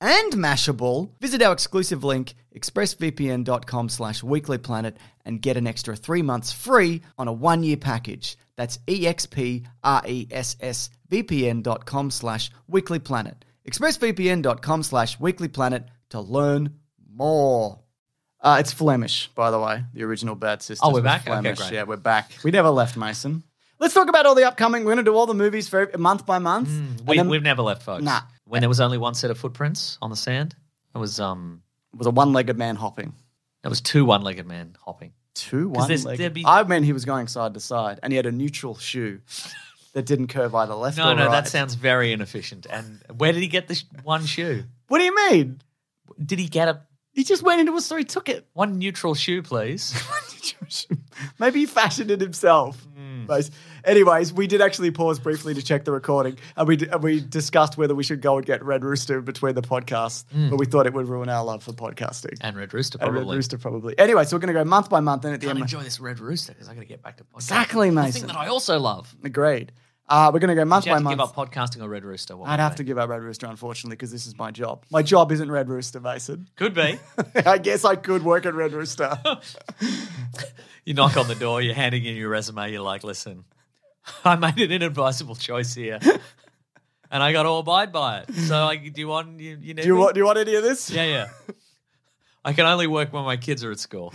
Speaker 1: and Mashable, visit our exclusive link, expressvpn.com slash weeklyplanet, and get an extra three months free on a one-year package. That's E expressvpn.com slash weeklyplanet. expressvpn.com slash weeklyplanet to learn more. Uh, it's Flemish, by the way, the original Bad Sisters.
Speaker 3: Oh, we're
Speaker 1: were
Speaker 3: back? Okay,
Speaker 1: Flemish.
Speaker 3: great.
Speaker 1: Yeah, we're back. We never left Mason. Let's talk about all the upcoming. We're going to do all the movies for month by month.
Speaker 3: Mm,
Speaker 1: And
Speaker 3: We,
Speaker 1: then-
Speaker 3: we've never left, folks.
Speaker 1: Nah.
Speaker 3: When there was only one set of footprints on the sand, it was um,
Speaker 1: was a one-legged man hopping.
Speaker 3: That was two one-legged men hopping.
Speaker 1: Two
Speaker 3: 'Cause
Speaker 1: one
Speaker 3: there's-
Speaker 1: leg.
Speaker 3: there'd be-
Speaker 1: I meant he was going side to side, and he had a neutral shoe that didn't curve either left
Speaker 3: No,
Speaker 1: or
Speaker 3: no,
Speaker 1: right.
Speaker 3: that sounds very inefficient. And where did he get this one shoe?
Speaker 1: What do you mean?
Speaker 3: Did he get a
Speaker 1: He just went into a store. He took it.
Speaker 3: one neutral shoe, please?
Speaker 1: Maybe he fashioned it himself.
Speaker 3: Hmm.
Speaker 1: But Anyways, we did actually pause briefly to check the recording, and we d- and we discussed whether we should go and get Red Rooster in between the podcasts, but we thought it would ruin our love for podcasting.
Speaker 3: Hmm. and Red Rooster,
Speaker 1: And
Speaker 3: probably.
Speaker 1: Red Rooster probably. Anyway, so we're going to go month by month, and at the
Speaker 3: I
Speaker 1: end,
Speaker 3: enjoy this Red Rooster because I got to get back to podcasting.
Speaker 1: Exactly,
Speaker 3: The
Speaker 1: Mason.
Speaker 3: thing that I also love.
Speaker 1: agreed. Uh, we're going to go month
Speaker 3: If you had
Speaker 1: by
Speaker 3: to give
Speaker 1: month.
Speaker 3: up podcasting or Red Rooster, what
Speaker 1: I'd
Speaker 3: would it
Speaker 1: have
Speaker 3: be?
Speaker 1: to give up Red Rooster, unfortunately, because this is my job. My job isn't Red Rooster, Mason.
Speaker 3: Could be.
Speaker 1: I guess I could work at Red Rooster.
Speaker 3: You knock on the door, you're handing in your resume, you're like, listen, I made an inadvisable choice here. And I got to abide by it. So, I, do you want you, you need
Speaker 1: Do you
Speaker 3: me?
Speaker 1: want? Do you want any of this?
Speaker 3: Yeah, yeah. I can only work when my kids are at school.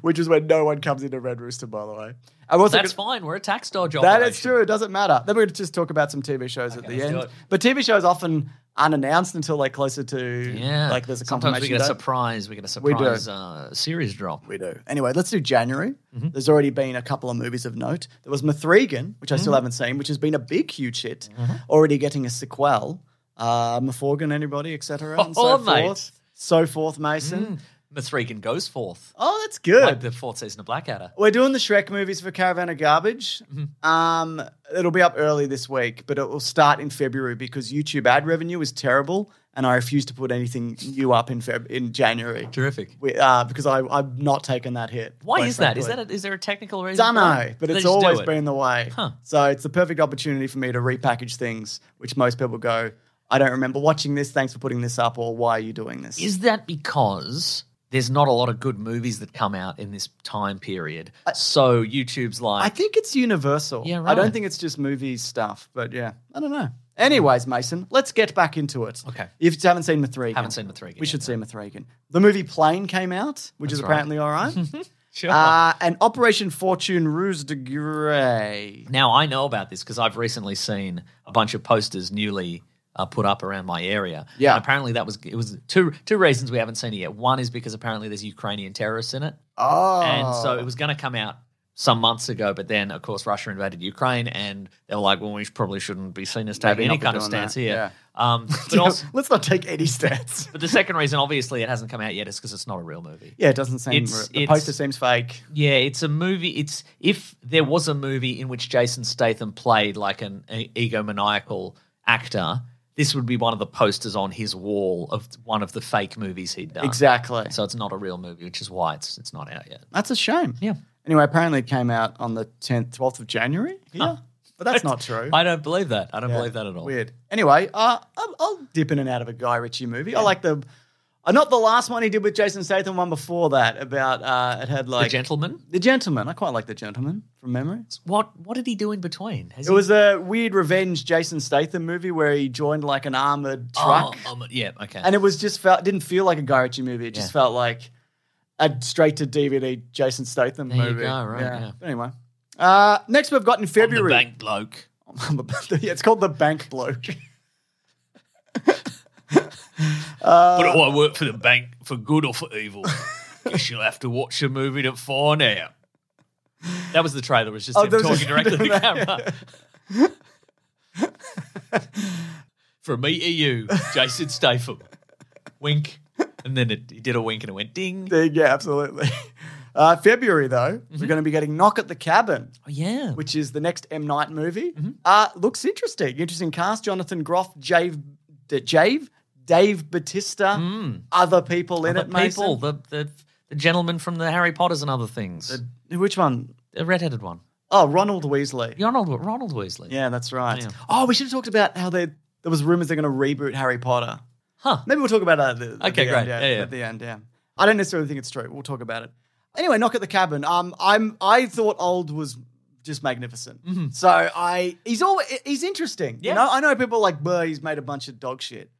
Speaker 1: Which is when no one comes into Red Rooster, by the way. I'm also
Speaker 3: That's
Speaker 1: gonna-
Speaker 3: fine. We're a tax dodge
Speaker 1: That
Speaker 3: operation.
Speaker 1: is true. It doesn't matter. Then we're going to just talk about some TV shows at the
Speaker 3: let's do
Speaker 1: end.
Speaker 3: it.
Speaker 1: But TV shows often unannounced until like closer to
Speaker 3: Yeah.
Speaker 1: like there's a
Speaker 3: Sometimes we
Speaker 1: confirmation
Speaker 3: get a
Speaker 1: date.
Speaker 3: surprise. We get a
Speaker 1: We do.
Speaker 3: surprise uh, series drop.
Speaker 1: We do. Anyway, let's do January.
Speaker 3: Mm-hmm.
Speaker 1: There's already been a couple of movies of note. There was Mithrigan, which I still
Speaker 3: Mm-hmm.
Speaker 1: haven't seen, which has been a big, huge hit, already getting a sequel. Uh, Mithrigan, anybody, etc. and so
Speaker 3: Oh, mate. Mm.
Speaker 1: forth. So forth, Mason.
Speaker 3: Mithrigan goes forth.
Speaker 1: Oh, that's good.
Speaker 3: Like the fourth season of Blackadder.
Speaker 1: We're doing the Shrek movies for Caravan of Garbage.
Speaker 3: Mm-hmm.
Speaker 1: Um, it'll be up early this week, but it will start in February because YouTube ad revenue is terrible, and I refuse to put anything new up in Feb in January
Speaker 3: Terrific.
Speaker 1: we, uh, because I I'm not taking that hit.
Speaker 3: Why
Speaker 1: quite
Speaker 3: is that? Is
Speaker 1: frankly.
Speaker 3: that? A, is there a technical reason? for
Speaker 1: Dunno,
Speaker 3: that?
Speaker 1: but
Speaker 3: They
Speaker 1: it's
Speaker 3: just do
Speaker 1: always
Speaker 3: it.
Speaker 1: been the way.
Speaker 3: Huh.
Speaker 1: So it's the perfect opportunity for me to repackage things, which most people go, I don't remember watching this. Thanks for putting this up, or why are you doing this?
Speaker 3: Is that because there's not a lot of good movies that come out in this time period? so YouTube's
Speaker 1: I
Speaker 3: like,
Speaker 1: think it's universal.
Speaker 3: Yeah,
Speaker 1: I don't
Speaker 3: right.
Speaker 1: think it's just movie stuff, but yeah, I don't know. Anyways, Mason, let's get back into it.
Speaker 3: Okay.
Speaker 1: If you haven't seen Mithrigan,
Speaker 3: Haven't seen Mithrigan
Speaker 1: we
Speaker 3: yet,
Speaker 1: should see Mithrigan. The movie Plane came out, which is
Speaker 3: right.
Speaker 1: apparently all right.
Speaker 3: sure.
Speaker 1: uh, and Operation Fortune Ruse de Guerre.
Speaker 3: now I know about this because I've recently seen a bunch of posters newly uh, put up around my area.
Speaker 1: Yeah.
Speaker 3: And apparently that was it was two two reasons we haven't seen it yet. One is because apparently there's Ukrainian terrorists in it,
Speaker 1: Oh,
Speaker 3: and so it was going to come out some months ago, but then of course Russia invaded Ukraine, and they were like, well, we probably shouldn't be seen as to have
Speaker 1: Maybe
Speaker 3: any
Speaker 1: not be
Speaker 3: kind of
Speaker 1: doing
Speaker 3: stance
Speaker 1: that,
Speaker 3: here.
Speaker 1: yeah.
Speaker 3: Um, but also.
Speaker 1: let's not take any stats.
Speaker 3: But the second reason, obviously, it hasn't come out yet is because it's not a real movie.
Speaker 1: yeah, it doesn't seem.
Speaker 3: It's-
Speaker 1: the
Speaker 3: it's-
Speaker 1: poster seems fake.
Speaker 3: Yeah, it's a movie. It's if there was a movie in which Jason Statham played like an e- egomaniacal actor, this would be one of the posters on his wall of one of the fake movies he'd done.
Speaker 1: Exactly.
Speaker 3: Uh, So it's not a real movie, which is why it's it's not out yet.
Speaker 1: That's a shame.
Speaker 3: Yeah.
Speaker 1: Anyway, apparently it came out on the 10th, 12th of January. Yeah. But that's not true.
Speaker 3: I don't believe that. I don't
Speaker 1: Yeah.
Speaker 3: believe that at all.
Speaker 1: Weird. Anyway, uh, I'll, I'll dip in and out of a Guy Ritchie movie. I like the, uh, not the last one he did with Jason Statham, one before that about uh, it had
Speaker 3: The
Speaker 1: like
Speaker 3: Gentleman.
Speaker 1: The Gentleman. I quite like the Gentleman from memory.
Speaker 3: What what did he do in between? Has
Speaker 1: It
Speaker 3: he-
Speaker 1: was a weird revenge Jason Statham movie where he joined like an armored
Speaker 3: Oh,
Speaker 1: truck,
Speaker 3: um, yeah. Okay.
Speaker 1: and it was just felt didn't feel like a Guy Ritchie movie. It just
Speaker 3: Yeah.
Speaker 1: felt like a straight to DVD Jason Statham
Speaker 3: There you
Speaker 1: movie.
Speaker 3: go, right, yeah.
Speaker 1: But anyway, uh, next we've got in
Speaker 3: I'm the
Speaker 1: February.
Speaker 3: bank bloke.
Speaker 1: I'm about to- yeah, it's called the bank bloke. Uh,
Speaker 3: But do I work for the bank for good or for evil? Guess you'll have to watch a movie at four now. That was the trailer. It was just
Speaker 1: Oh,
Speaker 3: him
Speaker 1: there was
Speaker 3: talking
Speaker 1: a-
Speaker 3: directly to the camera. From me to you, Jason Statham. Wink. And then it, he did a wink and it went ding.
Speaker 1: there you go, absolutely. Uh, February though, we're going to be getting Knock at the Cabin,
Speaker 3: Oh, yeah.
Speaker 1: which is the next M Night movie. Uh, looks interesting. Interesting cast: Jonathan Groff, Jave, D- Jave, Dave Batista, other people in
Speaker 3: Other
Speaker 1: it. Mason.
Speaker 3: people, the, the, the gentleman from the Harry Potters and other things. The,
Speaker 1: Which one?
Speaker 3: redheaded one.
Speaker 1: Oh, Ronald Weasley.
Speaker 3: Ronald, Ronald Weasley.
Speaker 1: Yeah, that's right.
Speaker 3: Yeah.
Speaker 1: Oh, we should have talked about how they, there was rumors they're going to reboot Harry Potter.
Speaker 3: Huh.
Speaker 1: Maybe we'll talk about that. At the, at
Speaker 3: Okay,
Speaker 1: the End,
Speaker 3: great.
Speaker 1: yeah,
Speaker 3: Yeah, yeah.
Speaker 1: At the end, yeah. I don't necessarily think it's true. We'll talk about it. Anyway, knock at the cabin. Um, I'm. I thought old was just magnificent.
Speaker 3: Mm-hmm.
Speaker 1: So I. He's all. He's interesting. You
Speaker 3: Yeah.
Speaker 1: know. I know people are like. Bah, he's made a bunch of dog shit.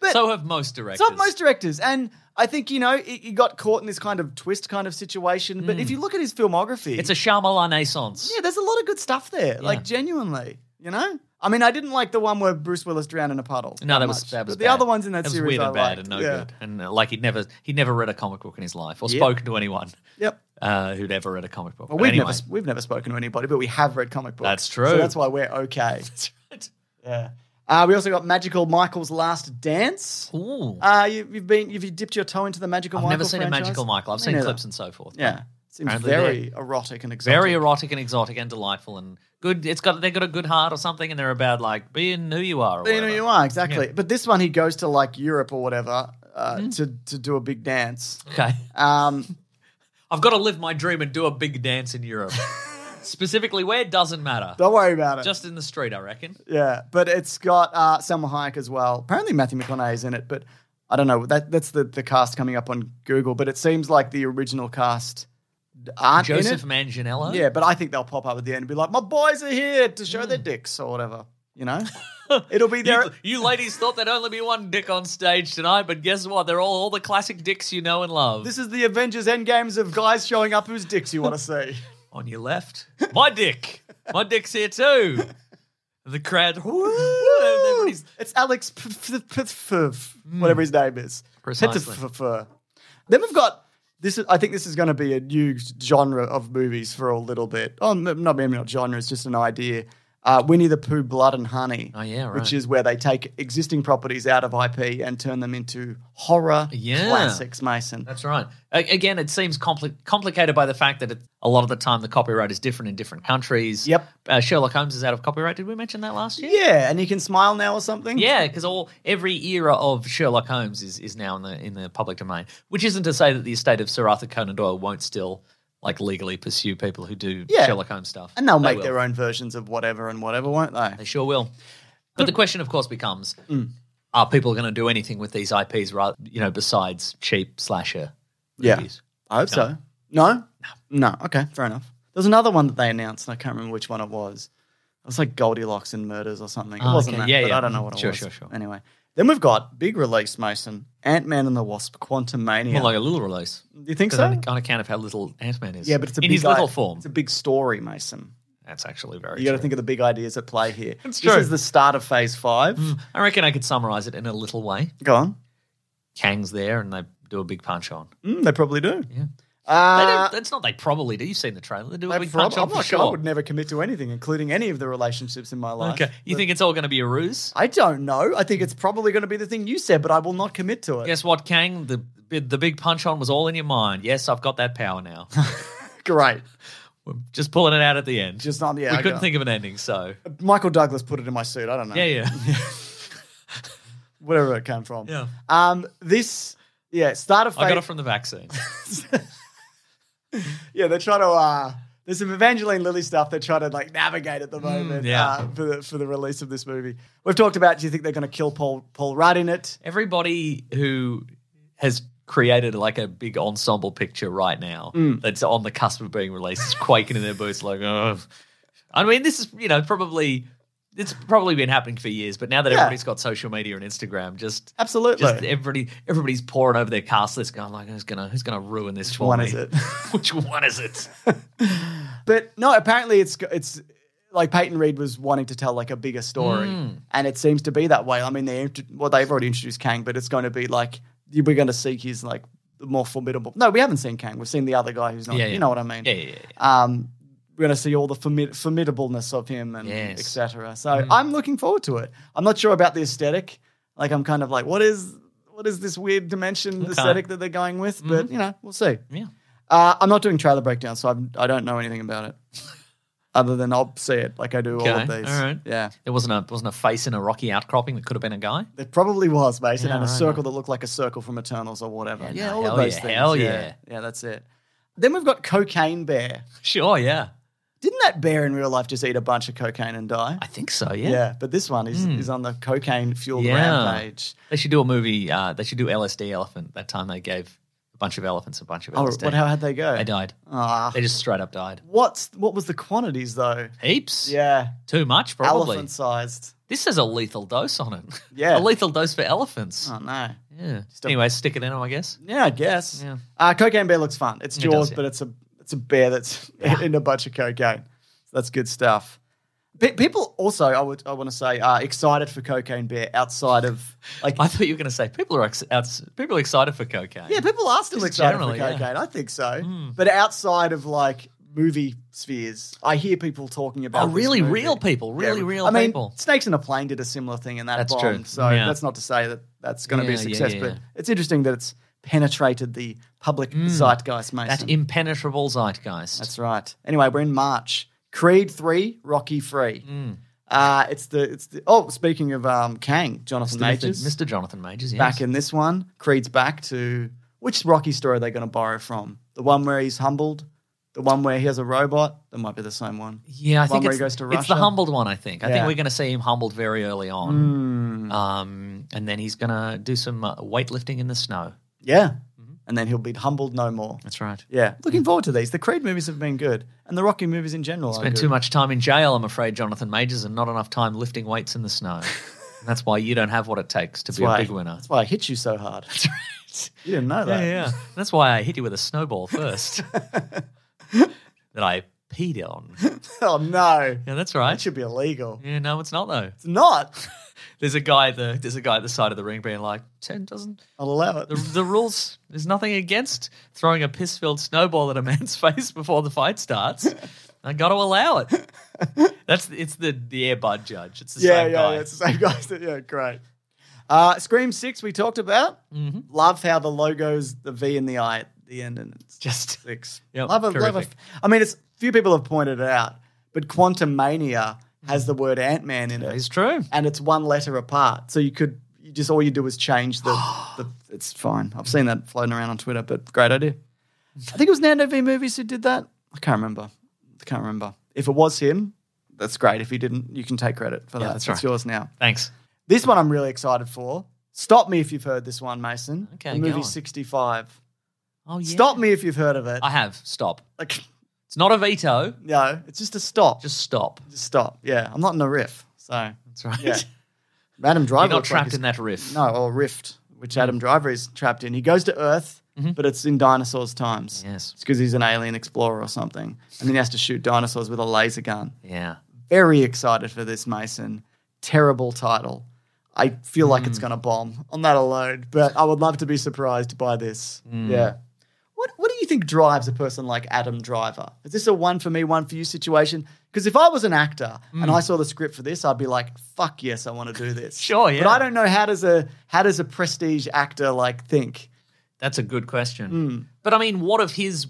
Speaker 1: But
Speaker 3: So have most directors.
Speaker 1: it's not most directors, and I think you know he he got caught in this kind of twist kind of situation. But
Speaker 3: Mm.
Speaker 1: if you look at his filmography,
Speaker 3: It's a Shyamalan essence.
Speaker 1: yeah. There's a lot of good stuff there.
Speaker 3: Yeah.
Speaker 1: Like genuinely, you know. I mean, I didn't like the one where Bruce Willis drowned in a puddle.
Speaker 3: No,
Speaker 1: that
Speaker 3: that was
Speaker 1: much.
Speaker 3: that was
Speaker 1: But the
Speaker 3: bad.
Speaker 1: other ones in that,
Speaker 3: was
Speaker 1: series
Speaker 3: weird
Speaker 1: I
Speaker 3: and bad
Speaker 1: liked.
Speaker 3: and no
Speaker 1: Yeah.
Speaker 3: good. And uh, like he'd never he would never read a comic book in his life or
Speaker 1: Yeah.
Speaker 3: spoken to anyone
Speaker 1: Yep.
Speaker 3: uh, who'd ever read a comic book.
Speaker 1: Well,
Speaker 3: But
Speaker 1: we've
Speaker 3: anyway,
Speaker 1: never we've never spoken to anybody, but we have read comic books.
Speaker 3: That's
Speaker 1: So
Speaker 3: true.
Speaker 1: that's why we're okay.
Speaker 3: That's right.
Speaker 1: yeah. Uh, we also got Magical Michael's Last Dance.
Speaker 3: Ooh.
Speaker 1: Uh, you, you've been you've dipped your toe into the Magical
Speaker 3: I've
Speaker 1: Michael.
Speaker 3: never seen
Speaker 1: franchise?
Speaker 3: a magical Michael. I've
Speaker 1: Me
Speaker 3: seen
Speaker 1: neither.
Speaker 3: clips and so forth.
Speaker 1: Yeah. Seems
Speaker 3: Apparently
Speaker 1: very erotic and exotic.
Speaker 3: very erotic and exotic and delightful and good. It's got they've got a good heart or something, and they're about like being who you are. Or
Speaker 1: But you know
Speaker 3: whatever.
Speaker 1: you are exactly.
Speaker 3: Yeah. Mm.
Speaker 1: But this one he goes to like Europe or whatever uh, to to do a big dance.
Speaker 3: Okay,
Speaker 1: Um,
Speaker 3: I've got to live my dream and do a big dance in Europe. Specifically, where doesn't matter.
Speaker 1: don't worry about it.
Speaker 3: Just in the street, I reckon.
Speaker 1: yeah, but it's got uh, Selma Hayek as well. Apparently Matthew McConaughey is in it, but I don't know. That that's the the cast coming up on Google. But it seems like the original cast aren't
Speaker 3: Joseph
Speaker 1: in
Speaker 3: Manganiello.
Speaker 1: it. Yeah, but I think they'll pop up at the end and be like, "My boys are here to show their dicks or whatever." You know, it'll be there.
Speaker 3: Hmm. You, you ladies thought there'd only be one dick on stage tonight, but guess what? They're all, all the classic dicks you know and love.
Speaker 1: This is the Avengers Endgames of guys showing up whose dicks you want to see.
Speaker 3: on your left, my dick. My dick's here too. The crowd.
Speaker 1: Woo!
Speaker 3: Everybody's
Speaker 1: It's Alex, P- P- P- P- whatever his name is.
Speaker 3: Mm. Precisely.
Speaker 1: Pettifer. Then we've got this. Is, I think this is going to be a new genre of movies for a little bit. Oh, m- not maybe not genre. It's just an idea. Uh, Winnie the Pooh, Blood and Honey.
Speaker 3: Oh, yeah,
Speaker 1: Which
Speaker 3: right.
Speaker 1: is where they take existing properties out of IP and turn them into horror
Speaker 3: Yeah.
Speaker 1: classics. Mason.
Speaker 3: That's right. A- Again, it seems compli complicated by the fact that it, a lot of the time the copyright is different in different countries.
Speaker 1: Yep.
Speaker 3: Uh, Sherlock Holmes is out of copyright. Did we mention that last year?
Speaker 1: yeah, and you can smile now or something.
Speaker 3: Yeah, because all every era of Sherlock Holmes is, is now in the in the public domain. Which isn't to say that the estate of Sir Arthur Conan Doyle won't still like legally pursue people who do
Speaker 1: Yeah.
Speaker 3: Sherlock Holmes stuff.
Speaker 1: and they'll
Speaker 3: They
Speaker 1: make
Speaker 3: will.
Speaker 1: their own versions of whatever and whatever, won't
Speaker 3: They
Speaker 1: they?
Speaker 3: sure will. But the question, of course, becomes:
Speaker 1: Mm.
Speaker 3: Are people going to do anything with these IPs, rather, you know, besides cheap slasher
Speaker 1: Yeah.
Speaker 3: movies?
Speaker 1: I hope so. No? No. Okay, fair enough. There's another one that they announced, and I can't remember which one it was. It was like Goldilocks and Murders or something.
Speaker 3: Ah,
Speaker 1: it wasn't
Speaker 3: okay.
Speaker 1: that,
Speaker 3: Yeah,
Speaker 1: but
Speaker 3: yeah.
Speaker 1: I don't know what it
Speaker 3: Sure,
Speaker 1: was.
Speaker 3: sure, sure.
Speaker 1: Anyway, then we've got big release, Mason. Ant Man and the Wasp, Quantum Mania.
Speaker 3: More like a little release.
Speaker 1: Do you think
Speaker 3: 'Cause
Speaker 1: so?
Speaker 3: on, on account of how little Ant Man is.
Speaker 1: yeah, but it's a
Speaker 3: in
Speaker 1: big
Speaker 3: his little
Speaker 1: i-
Speaker 3: form.
Speaker 1: It's a big story, Mason.
Speaker 3: That's actually very.
Speaker 1: You got to
Speaker 3: true.
Speaker 1: think of the big ideas at play here.
Speaker 3: It's
Speaker 1: this
Speaker 3: true. Hmm.
Speaker 1: is the start of Phase Five.
Speaker 3: Mm, I reckon I could summarize it in a little way.
Speaker 1: Go on.
Speaker 3: Kang's there, and they do a big punch on.
Speaker 1: Mm, they probably do.
Speaker 3: Yeah. They don't-
Speaker 1: Uh,
Speaker 3: that's not they probably do. You've seen the trailer. They do a
Speaker 1: they
Speaker 3: big
Speaker 1: prob-
Speaker 3: punch on
Speaker 1: I'm
Speaker 3: for
Speaker 1: not
Speaker 3: sure.
Speaker 1: sure. I would never commit to anything, including any of the relationships in my life.
Speaker 3: okay, you
Speaker 1: But-
Speaker 3: think it's all going to be a ruse?
Speaker 1: I don't know. I think it's probably going to be the thing you said, but I will not commit to it.
Speaker 3: Guess what, Kang? The bi- the big punch on was all in your mind. Yes, I've got that power now.
Speaker 1: Great.
Speaker 3: We're just pulling it out at the end.
Speaker 1: Just not the
Speaker 3: we couldn't think of an ending, so
Speaker 1: Michael Douglas put it in my suit. I don't know.
Speaker 3: yeah, yeah,
Speaker 1: Whatever it came from.
Speaker 3: yeah.
Speaker 1: Um, this, yeah, start of
Speaker 3: I got it
Speaker 1: phase.
Speaker 3: from the vaccine.
Speaker 1: yeah, they're trying to. Uh, there's some Evangeline Lilly stuff they're trying to like navigate at the moment
Speaker 3: Mm, yeah.
Speaker 1: uh, for, the, for the release of this movie. We've talked about do you think they're going to kill Paul Paul Rudd in it?
Speaker 3: everybody who has created like a big ensemble picture right now
Speaker 1: Mm.
Speaker 3: that's on the cusp of being released is quaking in their boots like oh i mean this is you know probably it's probably been happening for years but now that
Speaker 1: Yeah.
Speaker 3: everybody's got social media and instagram just
Speaker 1: Absolutely.
Speaker 3: just everybody everybody's pouring over their cast list going like who's gonna who's gonna ruin this for
Speaker 1: one
Speaker 3: me
Speaker 1: is it?
Speaker 3: which one is it
Speaker 1: But no, apparently it's it's like Peyton Reed was wanting to tell like a bigger story,
Speaker 3: Hmm.
Speaker 1: and it seems to be that way. I mean, they int- well they've already introduced Kang, but it's going to be like you- we're going to see his like more formidable. No, we haven't seen Kang. We've seen the other guy who's not.
Speaker 3: Yeah, yeah.
Speaker 1: You know what I mean?
Speaker 3: yeah yeah, yeah, yeah.
Speaker 1: Um, we're going to see all the formid- formidableness of him and
Speaker 3: Yes. Hmm.
Speaker 1: etc. So I'm looking forward to it. I'm not sure about the aesthetic. Like I'm kind of like, what is what is this weird dimension aesthetic that they're going with?
Speaker 3: Mm-hmm.
Speaker 1: But you know, we'll see.
Speaker 3: Yeah.
Speaker 1: Uh, I'm not doing trailer breakdown, so I'm, I don't know anything about it. Other than I'll see it like I do all
Speaker 3: Okay,
Speaker 1: of these.
Speaker 3: all right.
Speaker 1: Yeah.
Speaker 3: there wasn't a wasn't a face in a rocky outcropping that could have been a guy
Speaker 1: There probably was, Mason,
Speaker 3: Yeah,
Speaker 1: and a
Speaker 3: right,
Speaker 1: circle that looked like a circle from Eternals or whatever. Yeah,
Speaker 3: no,
Speaker 1: all
Speaker 3: hell
Speaker 1: of those
Speaker 3: yeah,
Speaker 1: things.
Speaker 3: hell
Speaker 1: yeah.
Speaker 3: yeah.
Speaker 1: Yeah, that's it. Then we've got Cocaine Bear.
Speaker 3: sure yeah
Speaker 1: Didn't that bear in real life just eat a bunch of cocaine and die?
Speaker 3: i think so
Speaker 1: but this one is, is on the cocaine fueled
Speaker 3: Yeah.
Speaker 1: rampage.
Speaker 3: They should do a movie. Uh, they should do LSD elephant. That time they gave a bunch of elephants a bunch of
Speaker 1: Oh,
Speaker 3: LSD.
Speaker 1: what, how had they go?
Speaker 3: They died.
Speaker 1: Ah.
Speaker 3: They just straight up died.
Speaker 1: What's what was the quantities though?
Speaker 3: Heaps.
Speaker 1: Yeah,
Speaker 3: Too much, probably.
Speaker 1: elephant sized.
Speaker 3: This has a lethal dose on it.
Speaker 1: Yeah.
Speaker 3: a lethal dose for elephants.
Speaker 1: Oh no.
Speaker 3: Yeah. Anyway, stick it in 'em, I guess.
Speaker 1: Yeah, I guess.
Speaker 3: Yeah.
Speaker 1: Uh, cocaine bear looks fun. It's
Speaker 3: It
Speaker 1: Jaws,
Speaker 3: does, yeah.
Speaker 1: but it's a it's a bear that's in a bunch of cocaine. So that's good stuff. Pe- people also, I would, I want to say, are excited for Cocaine Bear outside of like.
Speaker 3: I thought you were going to say people are ex- outs- people are excited for cocaine.
Speaker 1: yeah, people are still
Speaker 3: Just
Speaker 1: excited for
Speaker 3: generally, yeah. Hmm.
Speaker 1: cocaine. I think so, but outside of like movie spheres, I hear people talking about.
Speaker 3: Oh,
Speaker 1: this
Speaker 3: really
Speaker 1: movie.
Speaker 3: real people, really real
Speaker 1: I mean,
Speaker 3: people.
Speaker 1: Snakes in a Plane did a similar thing, and that
Speaker 3: That's
Speaker 1: bombed.
Speaker 3: true.
Speaker 1: So
Speaker 3: Yeah.
Speaker 1: that's not to say that that's going to be a
Speaker 3: Yeah, yeah,
Speaker 1: success,
Speaker 3: yeah, yeah. Mm.
Speaker 1: but it's interesting that it's penetrated the public zeitgeist, Mason.
Speaker 3: That impenetrable zeitgeist.
Speaker 1: That's right. Anyway, we're in March. Creed three, Rocky three.
Speaker 3: Mm.
Speaker 1: Uh, it's the it's the oh. Speaking of um, Kang, Jonathan
Speaker 3: Mr.
Speaker 1: Majors
Speaker 3: Mr. Jonathan Majors. Yes.
Speaker 1: back in this one. Creed's back to which Rocky story are they going to borrow from? The one where he's humbled, the one where he has a robot. That might be the same one.
Speaker 3: yeah, I
Speaker 1: one
Speaker 3: think
Speaker 1: where
Speaker 3: it's,
Speaker 1: he goes to
Speaker 3: it's
Speaker 1: Russia.
Speaker 3: the humbled one. I think. I
Speaker 1: Yeah. Hmm.
Speaker 3: think we're going to see him humbled very early on, um, and then he's going to do some uh, weightlifting in the snow.
Speaker 1: Yeah,
Speaker 3: Mm-hmm.
Speaker 1: and then he'll be humbled no more.
Speaker 3: That's right.
Speaker 1: Yeah, looking forward to these. The Creed movies have been good, and the Rocky movies in general. are
Speaker 3: Spent
Speaker 1: good.
Speaker 3: too much time in jail, I'm afraid, Jonathan Majors, and not enough time lifting weights in the snow. And that's why you don't have what it takes to
Speaker 1: That's
Speaker 3: be
Speaker 1: why,
Speaker 3: a big winner.
Speaker 1: That's why I hit you so hard. You didn't know that.
Speaker 3: Yeah, yeah. That's why I hit you with a snowball first that I peed on.
Speaker 1: oh no,
Speaker 3: Yeah, that's right.
Speaker 1: that should be illegal.
Speaker 3: Yeah, no, it's not though.
Speaker 1: It's not.
Speaker 3: There's a guy at the there's a guy at the side of the ring being like, ten doesn't
Speaker 1: I'll allow it.
Speaker 3: the, the rules. There's nothing against throwing a piss filled snowball at a man's face before the fight starts. I got to allow it. That's it's the the Air Bud judge. It's the
Speaker 1: yeah,
Speaker 3: same
Speaker 1: yeah,
Speaker 3: guy.
Speaker 1: yeah, it's the same guy. yeah, great. Uh, Scream Six, we talked about.
Speaker 3: Mm-hmm.
Speaker 1: Love how the logos, the V and the I at the end, and it's
Speaker 3: Just
Speaker 1: six.
Speaker 3: Yep,
Speaker 1: love a, love a,
Speaker 3: terrific.
Speaker 1: I mean, it's few people have pointed it out, but Quantum Mania has the word Ant Man in it,
Speaker 3: it's true.
Speaker 1: and it's one letter apart. So you could you just all you do is change the, the. It's fine. I've seen that floating around on Twitter, but great idea. I think it was Nando V Movies who did that. I can't remember. I can't remember. If it was him, that's great. If he didn't, you can take credit for that. It's
Speaker 3: that's right.
Speaker 1: yours now.
Speaker 3: Thanks.
Speaker 1: This one I'm really excited for. Stop me if you've heard this one, Mason.
Speaker 3: Okay,
Speaker 1: the
Speaker 3: go
Speaker 1: movie
Speaker 3: on.
Speaker 1: 65.
Speaker 3: Oh yeah.
Speaker 1: Stop me if you've heard of it.
Speaker 3: I have stop.
Speaker 1: like,
Speaker 3: It's not a veto.
Speaker 1: no, it's just a stop. Just,
Speaker 3: Just stop.
Speaker 1: stop. Yeah, I'm not in a riff. So,
Speaker 3: That's right.
Speaker 1: yeah. Adam Driver.
Speaker 3: You're not
Speaker 1: looks like
Speaker 3: trapped
Speaker 1: he's-
Speaker 3: in that riff.
Speaker 1: No, or Rift, which Adam Driver is trapped in. He goes to Earth, but it's in dinosaurs' times.
Speaker 3: Yes.
Speaker 1: It's because he's an alien explorer or something. And then he has to shoot dinosaurs with a laser gun.
Speaker 3: Yeah.
Speaker 1: Very excited for this, Mason. Terrible title. I feel like
Speaker 3: Mm.
Speaker 1: it's going to bomb on that alone, but I would love to be surprised by this.
Speaker 3: Mm.
Speaker 1: Yeah. What, what do you think drives a person like Adam Driver? Is this a one for me, one for you situation? Because if I was an actor
Speaker 3: Mm.
Speaker 1: and I saw the script for this, I'd be like, "Fuck yes, I want to do this."
Speaker 3: Sure, yeah.
Speaker 1: But I don't know how does a how does a prestige actor like think?
Speaker 3: That's a good question. But I mean, what of his?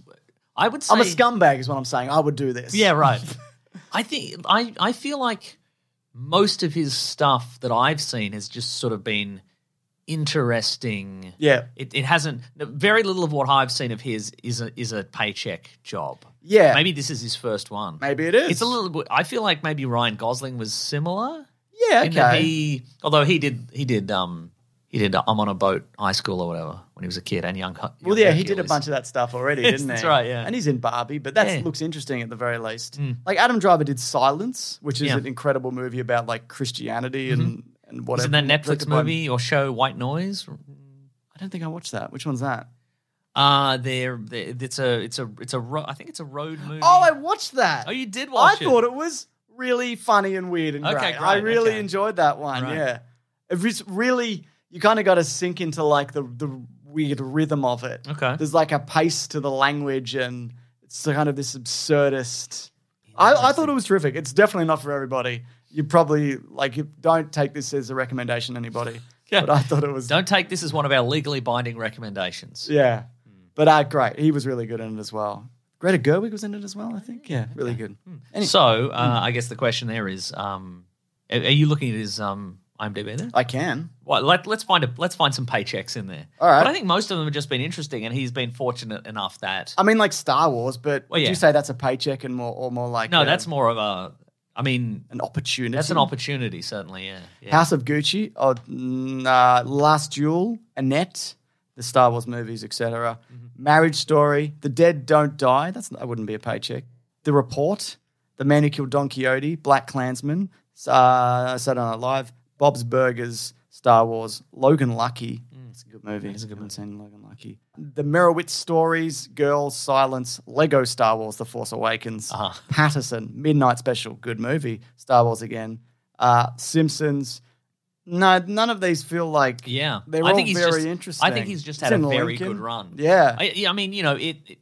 Speaker 3: I would say
Speaker 1: Hmm. I'm a scumbag, is what I'm saying. I would do this.
Speaker 3: Yeah, right. I think I I feel like most of his stuff that I've seen has just sort of been interesting.
Speaker 1: yeah,
Speaker 3: It, it hasn't. Very little of what I've seen of his is a, is a paycheck job.
Speaker 1: yeah. Maybe,
Speaker 3: Maybe this is his first one.
Speaker 1: it is.
Speaker 3: It's a little bit. I feel like maybe Ryan Gosling was similar.
Speaker 1: yeah.
Speaker 3: in that
Speaker 1: Okay.
Speaker 3: he, although he did, he did, um, he did. uh, I'm on a boat, high school or whatever, when he was a kid and young. Hu-
Speaker 1: Well,
Speaker 3: Young
Speaker 1: yeah, he did a
Speaker 3: Hercules.
Speaker 1: bunch of that stuff already,
Speaker 3: Yes,
Speaker 1: didn't he?
Speaker 3: that's right, yeah.
Speaker 1: And he's in Barbie, but that
Speaker 3: Yeah. Hmm.
Speaker 1: looks interesting at the very least. Like Adam Driver did Silence, which is
Speaker 3: Yeah. Mm-hmm.
Speaker 1: an incredible movie about like Christianity and and
Speaker 3: Was
Speaker 1: whatever.
Speaker 3: in that Netflix
Speaker 1: Directed by-
Speaker 3: movie or show White Noise?
Speaker 1: I don't think I watched that. Which one's that?
Speaker 3: Uh there, there- it's a, it's a, it's a. Ro- I think it's a road movie.
Speaker 1: Oh, I watched that.
Speaker 3: Oh, you did watch
Speaker 1: I
Speaker 3: it.
Speaker 1: thought it was really funny and weird and
Speaker 3: Okay,
Speaker 1: great.
Speaker 3: great,
Speaker 1: I really
Speaker 3: okay.
Speaker 1: enjoyed that one.
Speaker 3: Right.
Speaker 1: Yeah, it was really you kind of got to sink into like the the weird rhythm of it.
Speaker 3: Okay.
Speaker 1: there's like a pace to the language, and it's kind of this absurdist. I, I thought it was terrific. It's definitely not for everybody. You probably like you don't take this as a recommendation, anybody.
Speaker 3: Yeah.
Speaker 1: But I thought it was
Speaker 3: Don't take this as one of our legally binding recommendations.
Speaker 1: yeah.
Speaker 3: Hmm.
Speaker 1: But uh, great. He was really good in it as well. Greta Gerwig was in it as well, I think. Yeah, really good.
Speaker 3: Hmm.
Speaker 1: Any- Hmm.
Speaker 3: So uh, I guess the question there is, um, are, are you looking at his um, IMDb there?
Speaker 1: I can.
Speaker 3: Well, let, let's find a, let's find some paychecks in there.
Speaker 1: All right.
Speaker 3: But I think most of them have just been interesting, and he's been fortunate enough that
Speaker 1: I mean, like Star Wars, but
Speaker 3: Well,
Speaker 1: would
Speaker 3: yeah.
Speaker 1: you say that's a paycheck and more or more like
Speaker 3: No,
Speaker 1: a-
Speaker 3: that's more of a. I mean,
Speaker 1: an opportunity.
Speaker 3: that's an opportunity, certainly. Yeah. yeah.
Speaker 1: House of Gucci, oh, mm, uh, Last Duel, Annette, the Star Wars movies, etc. Marriage Story, The Dead Don't Die. That's that wouldn't be a paycheck. The Report, The Man Who Killed Don Quixote, Black Klansman, uh, Saturday Night Live, Bob's Burgers, Star Wars, Logan Lucky, It's a good movie. It's a good one. Seen Logan Lucky. The Merowitz stories, Girls, Silence, Lego Star Wars: The Force Awakens,
Speaker 3: Uh-huh.
Speaker 1: Patterson, Midnight Special, good movie. Star Wars again. Uh, Simpsons. No, none of these feel like
Speaker 3: Yeah,
Speaker 1: They're
Speaker 3: I
Speaker 1: all
Speaker 3: think he's
Speaker 1: very
Speaker 3: just,
Speaker 1: interesting.
Speaker 3: I think he's just had
Speaker 1: It's
Speaker 3: a
Speaker 1: in
Speaker 3: very
Speaker 1: Lincoln.
Speaker 3: good run.
Speaker 1: Yeah.
Speaker 3: I, yeah, I mean, you know, it, it-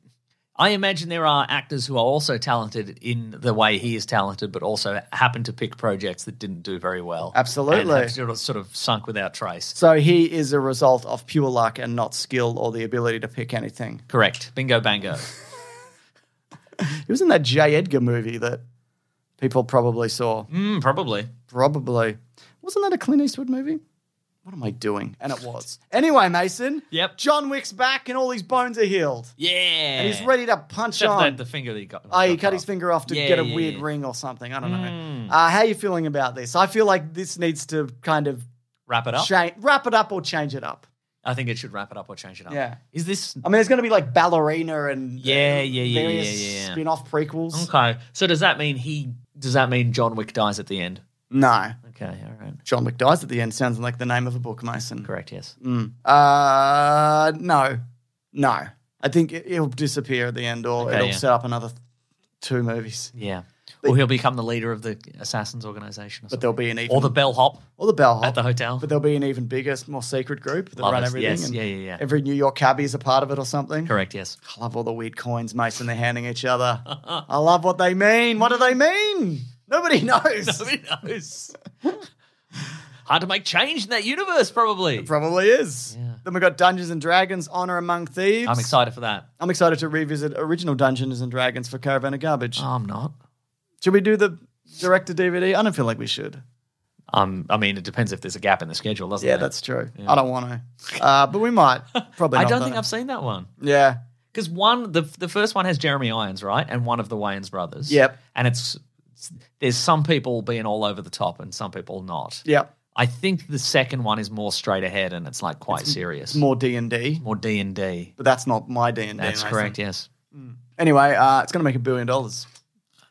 Speaker 3: I imagine there are actors who are also talented in the way he is talented, but also happen to pick projects that didn't do very well. and have
Speaker 1: Absolutely.
Speaker 3: sort of- sort of sunk without trace.
Speaker 1: So he is a result of pure luck and not skill or the ability to pick anything.
Speaker 3: Correct. Bingo, bango.
Speaker 1: He was in that J. Edgar movie that people probably saw.
Speaker 3: mm, probably.
Speaker 1: Hmm, Probably. Wasn't that a Clint Eastwood movie? What am I doing? And it was. Anyway, Mason.
Speaker 3: Yep.
Speaker 1: John Wick's back and all his bones are healed.
Speaker 3: Yeah.
Speaker 1: And he's ready to punch
Speaker 3: Except
Speaker 1: on.
Speaker 3: that the finger that he got.
Speaker 1: Oh, he
Speaker 3: got
Speaker 1: cut his finger off to
Speaker 3: Yeah,
Speaker 1: get a
Speaker 3: yeah,
Speaker 1: weird
Speaker 3: yeah. Hmm.
Speaker 1: ring or something. I don't know. Uh, how are you feeling about this? I feel like this needs to kind of
Speaker 3: Wrap it up.
Speaker 1: cha- wrap it up or change it up.
Speaker 3: I think it should wrap it up or change it up.
Speaker 1: Yeah.
Speaker 3: Is this
Speaker 1: I mean, there's going to be like Ballerina and
Speaker 3: Yeah, yeah, yeah, yeah,
Speaker 1: various
Speaker 3: yeah, yeah.
Speaker 1: spin-off prequels.
Speaker 3: okay? So does that mean he? Does that mean John Wick dies at the end?
Speaker 1: No,
Speaker 3: Okay. All right.
Speaker 1: John Wick dies at the end. Sounds like the name of a book, Mason.
Speaker 3: Correct. Yes.
Speaker 1: Mm. Uh, no, no. I think it, it'll disappear at the end, or
Speaker 3: Okay,
Speaker 1: it'll
Speaker 3: yeah.
Speaker 1: set up another th- two movies.
Speaker 3: Yeah. Or he'll become the leader of the assassins organization, or,
Speaker 1: But
Speaker 3: something.
Speaker 1: there'll be an even
Speaker 3: or the bellhop
Speaker 1: or the bellhop
Speaker 3: at the hotel.
Speaker 1: But there'll be an even bigger, more secret group that
Speaker 3: Love
Speaker 1: run
Speaker 3: it.
Speaker 1: everything.
Speaker 3: Yes,
Speaker 1: and
Speaker 3: yeah, yeah, yeah.
Speaker 1: Every New York cabbie is a part of it or something.
Speaker 3: Correct. Yes.
Speaker 1: I love all the weird coins, Mason. They're handing each other. I love what they mean. What do they mean? Nobody knows.
Speaker 3: Who knows? Hard to make change in that universe, probably.
Speaker 1: Probably is.
Speaker 3: Yeah.
Speaker 1: Then we got Dungeons and Dragons: Honor Among Thieves.
Speaker 3: I'm excited for that.
Speaker 1: I'm excited to revisit original Dungeons and Dragons for Caravan of Garbage.
Speaker 3: I'm not.
Speaker 1: Should we do the director DVD? I don't feel like we should.
Speaker 3: Um, I mean, it depends if there's a gap in the schedule, doesn't
Speaker 1: Yeah,
Speaker 3: it?
Speaker 1: that's true. I don't want to, uh, but we might. Probably.
Speaker 3: I
Speaker 1: not,
Speaker 3: don't
Speaker 1: though.
Speaker 3: think I've seen that one.
Speaker 1: Yeah.
Speaker 3: Because one, the the first one has Jeremy Irons, right, and one of the Wayans brothers.
Speaker 1: Yep.
Speaker 3: And it's, it's- there's some people being all over the top and some people not.
Speaker 1: Yeah.
Speaker 3: I think the second one is more straight ahead and it's like quite serious,
Speaker 1: More D and D,
Speaker 3: more D and D.
Speaker 1: but that's not my D and D.
Speaker 3: That's correct. Yes.
Speaker 1: Anyway, uh, it's going to make a billion dollars,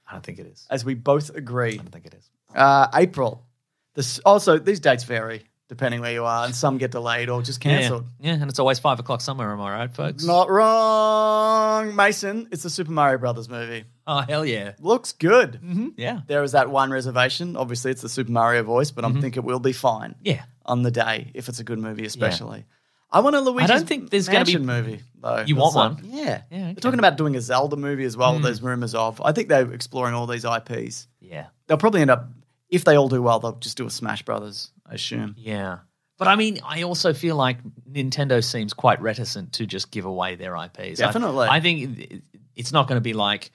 Speaker 3: I don't think it is.
Speaker 1: as we both agree.
Speaker 3: I don't think it is.
Speaker 1: Uh, April. This also these dates vary depending where you are, and some get delayed or just
Speaker 3: Yeah.
Speaker 1: cancelled.
Speaker 3: Yeah, and it's always five o'clock somewhere. Am I right, folks?
Speaker 1: Not wrong, Mason. It's the Super Mario Brothers movie.
Speaker 3: Oh hell yeah.
Speaker 1: Looks good.
Speaker 3: Yeah.
Speaker 1: There is that one reservation. Obviously, it's the Super Mario voice, but I think it will be fine.
Speaker 3: Mm-hmm. Yeah.
Speaker 1: on the day if it's a good movie, especially. I want a Luigi's.
Speaker 3: I don't think there's gonna be-
Speaker 1: Mansion movie though.
Speaker 3: You want
Speaker 1: That's
Speaker 3: one?
Speaker 1: like- yeah.
Speaker 3: Yeah,
Speaker 1: They're
Speaker 3: okay. Hmm.
Speaker 1: talking about doing a Zelda movie as well. There's rumors of. I think they're exploring all these IPs.
Speaker 3: Yeah.
Speaker 1: They'll probably end up if they all do well. They'll just do a Smash Brothers. I assume.
Speaker 3: Yeah. But I mean, I also feel like Nintendo seems quite reticent to just give away their IPs. I-
Speaker 1: Definitely.
Speaker 3: I, think it- it's not going to be like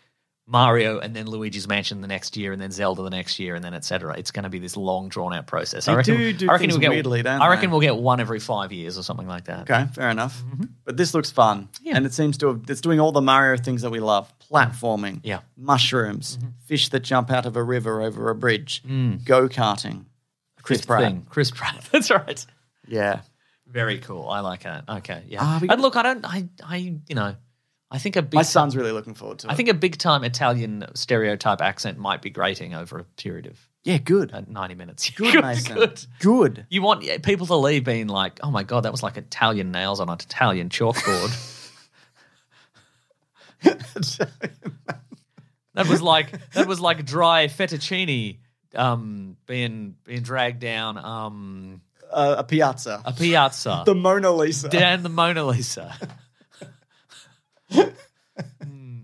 Speaker 3: Mario and then Luigi's Mansion the next year and then Zelda the next year and then et cetera. It's going to be this long drawn out process. I
Speaker 1: They
Speaker 3: reckon,
Speaker 1: do do
Speaker 3: I reckon
Speaker 1: things
Speaker 3: we'll get,
Speaker 1: weirdly, don't
Speaker 3: I reckon
Speaker 1: they?
Speaker 3: we'll get one every five years or something like that.
Speaker 1: Okay, fair enough. But this looks fun,
Speaker 3: Mm-hmm. Yeah. Mm-hmm.
Speaker 1: and it seems to have, it's doing all the Mario things that we love: platforming,
Speaker 3: Yeah. Mm-hmm.
Speaker 1: mushrooms, fish that jump out of a river over a bridge, go karting. Chris
Speaker 3: Mm. Fifth
Speaker 1: Pratt.
Speaker 3: thing. Chris Pratt. That's right.
Speaker 1: Yeah,
Speaker 3: Very cool. I like that. Okay.
Speaker 1: Ah,
Speaker 3: Yeah.
Speaker 1: we-
Speaker 3: and look, I don't, I, I, you know, I think a big,
Speaker 1: my son's really looking forward to it.
Speaker 3: I think a big time Italian stereotype accent might be grating over a period of
Speaker 1: yeah, good.
Speaker 3: uh, 90 minutes.
Speaker 1: Good, Mason.
Speaker 3: good.
Speaker 1: Good.
Speaker 3: You want yeah, people to leave being like, oh my God, that was like Italian nails on an Italian chalkboard. that was like that was like dry fettuccine um, being being dragged down um,
Speaker 1: Uh, a piazza.
Speaker 3: a piazza
Speaker 1: the Mona Lisa.
Speaker 3: down the Mona Lisa. Mm,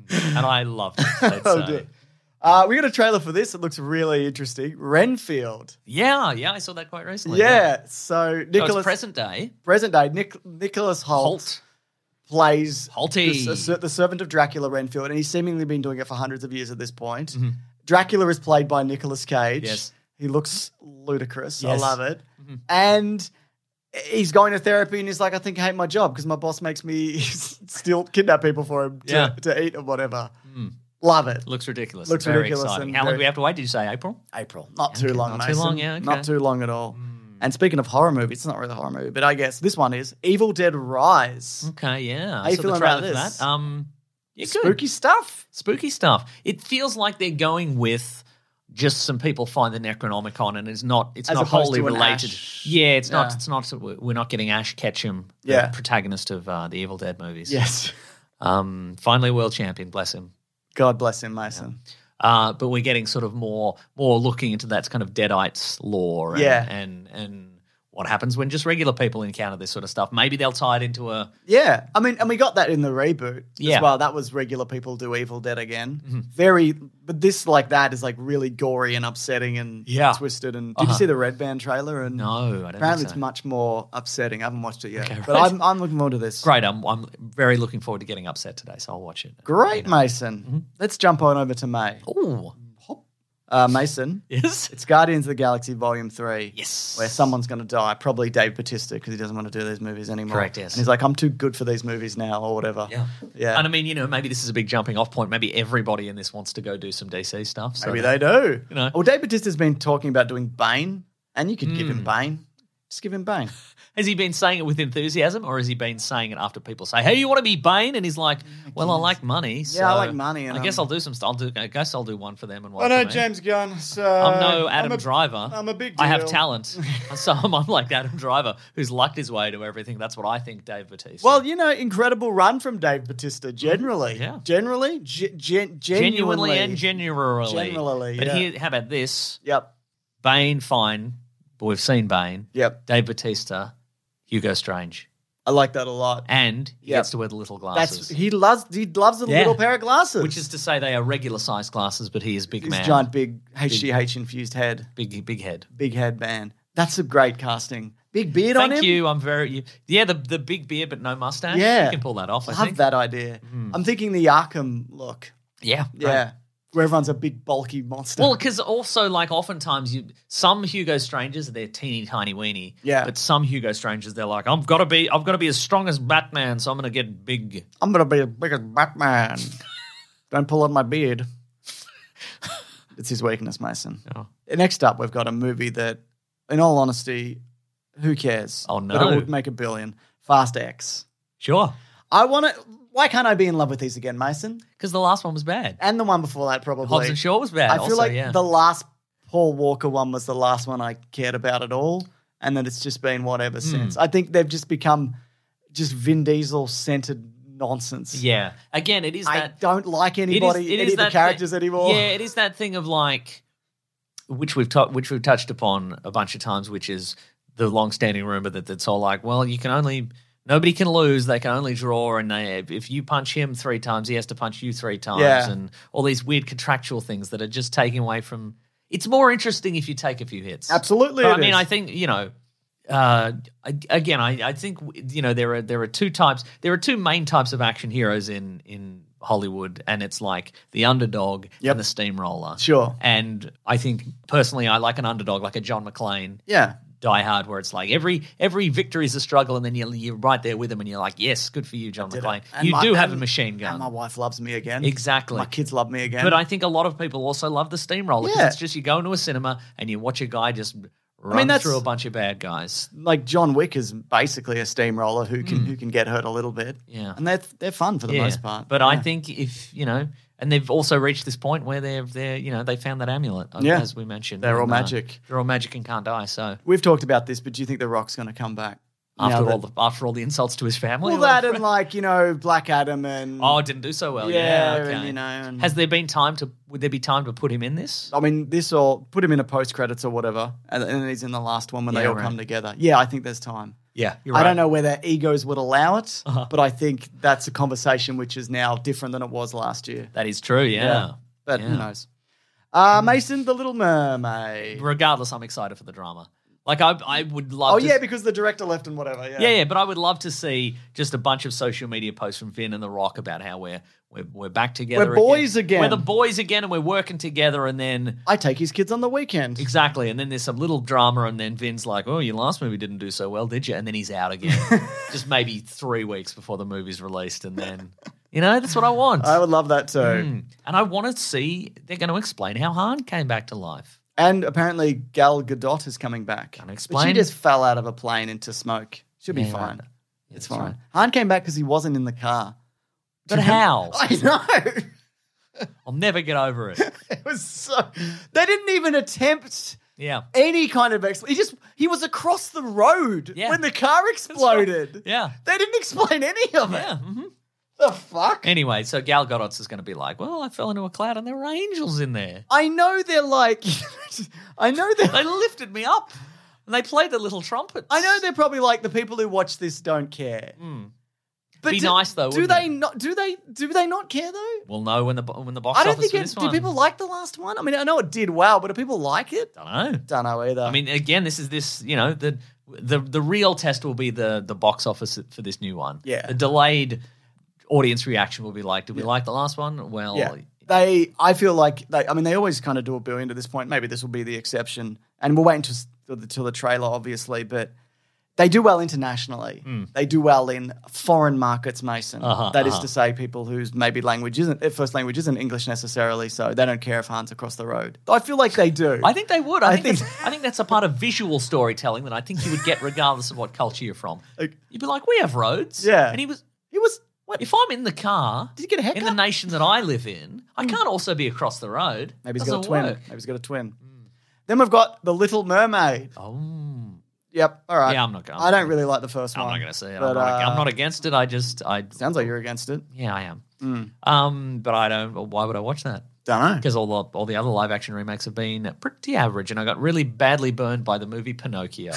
Speaker 3: and I loved it. I'd
Speaker 1: Oh,
Speaker 3: say.
Speaker 1: dear. Uh, we got a trailer for this. It looks really interesting. Renfield.
Speaker 3: Yeah, yeah, I saw that quite recently.
Speaker 1: Yeah. So
Speaker 3: So it's
Speaker 1: Nicholas
Speaker 3: present day.
Speaker 1: present day Nic- Nicholas Holt,
Speaker 3: Holt.
Speaker 1: plays
Speaker 3: Holty.
Speaker 1: the, ser- the servant of Dracula Renfield, and he's seemingly been doing it for hundreds of years at this point. Dracula is played by Nicolas Cage.
Speaker 3: Mm-hmm. Yes.
Speaker 1: He looks ludicrous.
Speaker 3: Yes. Mm-hmm.
Speaker 1: I love it. And he's going to therapy and he's like, I think I hate my job because my boss makes me still kidnap people for him to,
Speaker 3: Yeah. Mm.
Speaker 1: to eat or whatever. Love it.
Speaker 3: Looks ridiculous.
Speaker 1: Looks
Speaker 3: Very
Speaker 1: ridiculous
Speaker 3: Exciting.
Speaker 1: and
Speaker 3: How long
Speaker 1: very-
Speaker 3: do we have to wait? Did you say April?
Speaker 1: April. Not too
Speaker 3: Okay,
Speaker 1: long,
Speaker 3: not too
Speaker 1: Mason.
Speaker 3: long, yeah, okay. Mm.
Speaker 1: Not too long at all. And speaking of horror movies, it's not really a horror movie, but I guess this one is Evil Dead Rise.
Speaker 3: Okay, yeah.
Speaker 1: How you
Speaker 3: I saw the
Speaker 1: feeling about
Speaker 3: trailer for
Speaker 1: this?
Speaker 3: That. Um, yeah, good.
Speaker 1: Spooky stuff.
Speaker 3: Spooky stuff. It feels like they're going with just some people find the Necronomicon and it's not it's
Speaker 1: As
Speaker 3: not
Speaker 1: opposed
Speaker 3: wholly
Speaker 1: to an
Speaker 3: related.
Speaker 1: Ash.
Speaker 3: Yeah, it's not.
Speaker 1: Yeah.
Speaker 3: It's not. We're not getting Ash Ketchum, the
Speaker 1: Yeah.
Speaker 3: protagonist of uh, the Evil Dead movies.
Speaker 1: Yes.
Speaker 3: Um, finally, world champion, bless him.
Speaker 1: God bless him, Mason.
Speaker 3: Uh, but we're getting sort of more more looking into that kind of Deadites lore and,
Speaker 1: Yeah.
Speaker 3: and and what happens when just regular people encounter this sort of stuff. Maybe they'll tie it into a
Speaker 1: Yeah. I mean, and we got that in the reboot
Speaker 3: Yeah. Mm-hmm.
Speaker 1: as well. That was regular people do Evil Dead again. Very, but this like that is like really gory and upsetting and
Speaker 3: Yeah. Uh-huh.
Speaker 1: twisted. And did you see the Red Band trailer? And
Speaker 3: no, I don't think
Speaker 1: apparently
Speaker 3: so.
Speaker 1: it's much more upsetting. I haven't watched it yet, but
Speaker 3: right.
Speaker 1: I'm I'm looking forward to this.
Speaker 3: Great. I'm, I'm very looking forward to getting upset today, so I'll watch it.
Speaker 1: Great, Mason.
Speaker 3: Mm-hmm.
Speaker 1: Let's jump on over to May.
Speaker 3: Ooh.
Speaker 1: Uh, Mason,
Speaker 3: Yes.
Speaker 1: it's Guardians of the Galaxy Volume 3.
Speaker 3: Yes.
Speaker 1: Where someone's going to die, probably Dave Bautista, because he doesn't want to do these movies anymore.
Speaker 3: Correct, yes.
Speaker 1: And he's like, I'm too good for these movies now, or whatever.
Speaker 3: Yeah.
Speaker 1: Yeah.
Speaker 3: And I mean, you know, maybe this is a big jumping off point. Maybe everybody in this wants to go do some DC stuff. So
Speaker 1: Maybe they do.
Speaker 3: You know.
Speaker 1: Well, Dave Bautista's been talking about doing Bane, and you could give
Speaker 3: Hmm.
Speaker 1: him Bane. Just give him Bane.
Speaker 3: Has he been saying it with enthusiasm or has he been saying it after people say, hey, you want to be Bane? And he's like, well, I like money. So
Speaker 1: Mm, I like money and
Speaker 3: I guess
Speaker 1: I'm-
Speaker 3: I'll do some stuff. I'll do, I guess I'll do one for them and one
Speaker 7: I know
Speaker 3: for me.
Speaker 7: James Gunn. So
Speaker 3: eh? I'm no Adam
Speaker 7: a-
Speaker 3: Driver.
Speaker 7: I'm a big
Speaker 3: I have
Speaker 7: deal.
Speaker 3: talent. so I'm unlike Adam Driver, who's lucked his way to everything. That's what I think, Dave Batista.
Speaker 1: Well, you know, incredible run from Dave Bautista, generally.
Speaker 3: Hmm. Yeah.
Speaker 1: Generally? Ge- gen-
Speaker 3: genuinely,
Speaker 1: genuinely.
Speaker 3: and genuinely.
Speaker 1: Generally,
Speaker 3: But
Speaker 1: yeah.
Speaker 3: here, how about this?
Speaker 1: Yep.
Speaker 3: Bane, fine. But we've seen Bane.
Speaker 1: Yep.
Speaker 3: Dave Batista, Hugo Strange.
Speaker 1: I like that a lot.
Speaker 3: And he
Speaker 1: Yeah.
Speaker 3: gets to wear the little
Speaker 1: That's
Speaker 3: glasses.
Speaker 1: he loves he loves a
Speaker 3: Yeah.
Speaker 1: little pair of glasses.
Speaker 3: which is to say they are regular sized glasses, but he is big
Speaker 1: his
Speaker 3: man.
Speaker 1: giant big HGH infused head,
Speaker 3: Big, big head.
Speaker 1: big head man. That's a great casting. Big beard on him.
Speaker 3: Thank you. I'm very. You, yeah, the, the big beard, but no mustache.
Speaker 1: Yeah.
Speaker 3: You can pull that off, I
Speaker 1: Love
Speaker 3: think. Hmm.
Speaker 1: that idea. I'm thinking the Arkham look.
Speaker 3: Yeah.
Speaker 1: Yeah. Where everyone's a big bulky monster.
Speaker 3: Well, because also like oftentimes you some Hugo Strangers they're teeny tiny weeny,
Speaker 1: Yeah.
Speaker 3: But some Hugo Strangers they're like I've got to be I've got to be as strong as Batman, so I'm gonna get big.
Speaker 1: I'm gonna be as big as Batman. Don't pull on my beard. it's his weakness, Mason.
Speaker 3: Oh.
Speaker 1: Next up, we've got a movie that, in all honesty, who cares?
Speaker 3: Oh,
Speaker 1: But
Speaker 3: no.
Speaker 1: it would make a billion. Fast X.
Speaker 3: Sure,
Speaker 1: I want to. Why can't I be in love with these again, Mason?
Speaker 3: because the last one was bad.
Speaker 1: And the one before that, probably.
Speaker 3: Hobbs and Shaw was bad.
Speaker 1: I feel
Speaker 3: also,
Speaker 1: like
Speaker 3: yeah.
Speaker 1: the last Paul Walker one was the last one I cared about at all, and that it's just been whatever
Speaker 3: Hmm.
Speaker 1: since. I think they've just become just Vin Diesel centered nonsense.
Speaker 3: yeah. Again, it is
Speaker 1: I
Speaker 3: that
Speaker 1: don't like
Speaker 3: it is-
Speaker 1: anybody,
Speaker 3: it
Speaker 1: any
Speaker 3: is
Speaker 1: of the
Speaker 3: that
Speaker 1: characters
Speaker 3: thing-
Speaker 1: anymore.
Speaker 3: Yeah, it is that thing of like which we've ta- which we've touched upon a bunch of times, which is the long-standing rumor that it's all like, well, you can only nobody can lose; they can only draw, and they if you punch him three times, he has to punch you three times,
Speaker 1: Yeah.
Speaker 3: and all these weird contractual things that are just taking away from. It's more interesting if you take a few hits.
Speaker 1: Absolutely,
Speaker 3: But I
Speaker 1: it
Speaker 3: mean,
Speaker 1: is.
Speaker 3: I think you know. Uh, I- again, I, I think you know there are there are two types. There are two main types of action heroes in in Hollywood, and it's like the underdog
Speaker 1: Yep.
Speaker 3: and the steamroller.
Speaker 1: Sure.
Speaker 3: And I think personally, I like an underdog, like a John McClane.
Speaker 1: Yeah.
Speaker 3: Die Hard, where it's like every every victory is a struggle, and then you're, you're right there with him, and you're like, yes, good for you, John McClane.
Speaker 1: And
Speaker 3: You
Speaker 1: my-
Speaker 3: do have a
Speaker 1: and-
Speaker 3: machine
Speaker 1: And my
Speaker 3: gun.
Speaker 1: wife loves me again.
Speaker 3: Exactly.
Speaker 1: My kids love me again.
Speaker 3: But I think a lot of people also love the steamroller. 'cause
Speaker 1: Yeah.
Speaker 3: It's just you go into a cinema and you watch a guy just run
Speaker 1: that's-
Speaker 3: through a bunch of bad guys.
Speaker 1: like John Wick is basically a steamroller who can who can get hurt a little bit.
Speaker 3: Hmm. Yeah.
Speaker 1: And they're they're fun for the most part.
Speaker 3: But I think if you know, and they've also reached this point where they're they're you know they found that amulet uh,
Speaker 1: Yeah.
Speaker 3: as we mentioned.
Speaker 1: They're all
Speaker 3: uh,
Speaker 1: magic.
Speaker 3: they're all magic and can't die. So
Speaker 1: We've talked about this, but do you think The Rock's going to come back?
Speaker 3: after
Speaker 1: Now
Speaker 3: all
Speaker 1: that-
Speaker 3: the after all the insults to his family,
Speaker 1: all
Speaker 3: or
Speaker 1: that
Speaker 3: whatever-
Speaker 1: and like you know Black Adam and
Speaker 3: oh, it didn't do so well.
Speaker 1: Yeah,
Speaker 3: Yeah,
Speaker 1: and,
Speaker 3: okay.
Speaker 1: you know, and-
Speaker 3: has there been time to? Would there be time to put him in this?
Speaker 1: I mean this all put him in a post credits or whatever, and, and then he's in the last one when they
Speaker 3: Yeah,
Speaker 1: all
Speaker 3: right.
Speaker 1: come together. Yeah, I think there's time.
Speaker 3: Yeah,
Speaker 1: I don't know whether egos would allow it,
Speaker 3: Uh-huh.
Speaker 1: but I think that's a conversation which is now different than it was last year.
Speaker 3: That is true. Yeah.
Speaker 1: But who
Speaker 3: Yeah.
Speaker 1: knows? Uh, Mason, The Little Mermaid.
Speaker 3: Regardless, I'm excited for the drama. Like I, I would love.
Speaker 1: Oh
Speaker 3: to
Speaker 1: yeah, because the director left and whatever. Yeah.
Speaker 3: Yeah, yeah, but I would love to see just a bunch of social media posts from Vin and The Rock about how we're we're, we're back together.
Speaker 1: We're boys again.
Speaker 3: We're the boys again, and we're working together. And then
Speaker 1: I take his kids on the weekend.
Speaker 3: exactly, and then there's some little drama, and then Vin's like, "Oh, your last movie didn't do so well, did you?" And then he's out again, just maybe three weeks before the movie's released, and then you know that's what I want.
Speaker 1: I would love that too.
Speaker 3: Mm. And I want to see they're going to explain how Han came back to life.
Speaker 1: And apparently Gal Gadot is coming back. But She
Speaker 3: Unexplained.
Speaker 1: just fell out of a plane into smoke. She'll be
Speaker 3: Yeah,
Speaker 1: fine.
Speaker 3: right.
Speaker 1: It's
Speaker 3: that's
Speaker 1: fine.
Speaker 3: right.
Speaker 1: Han came back because he wasn't in the car.
Speaker 3: But how?
Speaker 1: I know.
Speaker 3: I'll never get over it.
Speaker 1: It was so. They didn't even attempt
Speaker 3: Yeah.
Speaker 1: any kind of explanation. He just he was across the road
Speaker 3: Yeah.
Speaker 1: when the car exploded.
Speaker 3: Yeah.
Speaker 1: They didn't explain any of it.
Speaker 3: Yeah. mhm.
Speaker 1: The fuck?
Speaker 3: Anyway, so Gal Gadot's is going to be like, well, I fell into a cloud and there were angels in there.
Speaker 1: I know they're like, I know they're
Speaker 3: They lifted me up and they played the little trumpets.
Speaker 1: I know they're probably like the people who watch this don't care. But
Speaker 3: Hmm. Be
Speaker 1: do-
Speaker 3: nice, though,
Speaker 1: Do
Speaker 3: wouldn't
Speaker 1: they
Speaker 3: it?
Speaker 1: not? Do they? Do they not care though?
Speaker 3: We'll know when the bo- when the box
Speaker 1: I don't
Speaker 3: office
Speaker 1: think
Speaker 3: for
Speaker 1: it.
Speaker 3: this
Speaker 1: Do
Speaker 3: one.
Speaker 1: people like the last one? I mean, I know it did well, but do people like it?
Speaker 3: don't know.
Speaker 1: Don't know either.
Speaker 3: I mean, again, this is this. You know, the the the real test will be the the box office for this new one.
Speaker 1: Yeah.
Speaker 3: the delayed audience reaction will be like, did we like the last one? Well,
Speaker 1: yeah, they. I feel like they. I mean, they always kind of do a billion to this point. Maybe this will be the exception, and we'll wait until s- till the, till the trailer, obviously. But they do well internationally. They do well in foreign markets, Mason.
Speaker 3: Hmm. Uh-huh,
Speaker 1: That is
Speaker 3: uh-huh.
Speaker 1: to say, people whose maybe language isn't their first language isn't English necessarily, so they don't care if Hans across the road. I feel like they do.
Speaker 3: I think they would.
Speaker 1: I
Speaker 3: I,
Speaker 1: think-
Speaker 3: think, that's- I think that's a part of visual storytelling that I think you would get regardless of what culture you're from.
Speaker 1: Like-
Speaker 3: You'd be like, we have roads.
Speaker 1: Yeah.
Speaker 3: and he was.
Speaker 1: He was what?
Speaker 3: If I'm in the car,
Speaker 1: Did he get a haircut? Hmm.
Speaker 3: in the nation that I live in, I can't also be across the road.
Speaker 1: Maybe he's
Speaker 3: Doesn't
Speaker 1: got a twin.
Speaker 3: work. Hmm.
Speaker 1: Maybe he's got a twin. Then we've got the Little Mermaid.
Speaker 3: Oh,
Speaker 1: Yep. All right.
Speaker 3: Yeah, I'm not gonna-
Speaker 1: I don't really like the first
Speaker 3: I'm
Speaker 1: one.
Speaker 3: not going to say it.
Speaker 1: But,
Speaker 3: I'm, not,
Speaker 1: uh,
Speaker 3: I'm not against it. I just, I
Speaker 1: Sounds Hmm. like you're against it.
Speaker 3: yeah, I am. Um, but I don't. Well, why would I watch that?
Speaker 1: Don't know.
Speaker 3: Because all the all the other live action remakes have been pretty average, and I got really badly burned by the movie Pinocchio,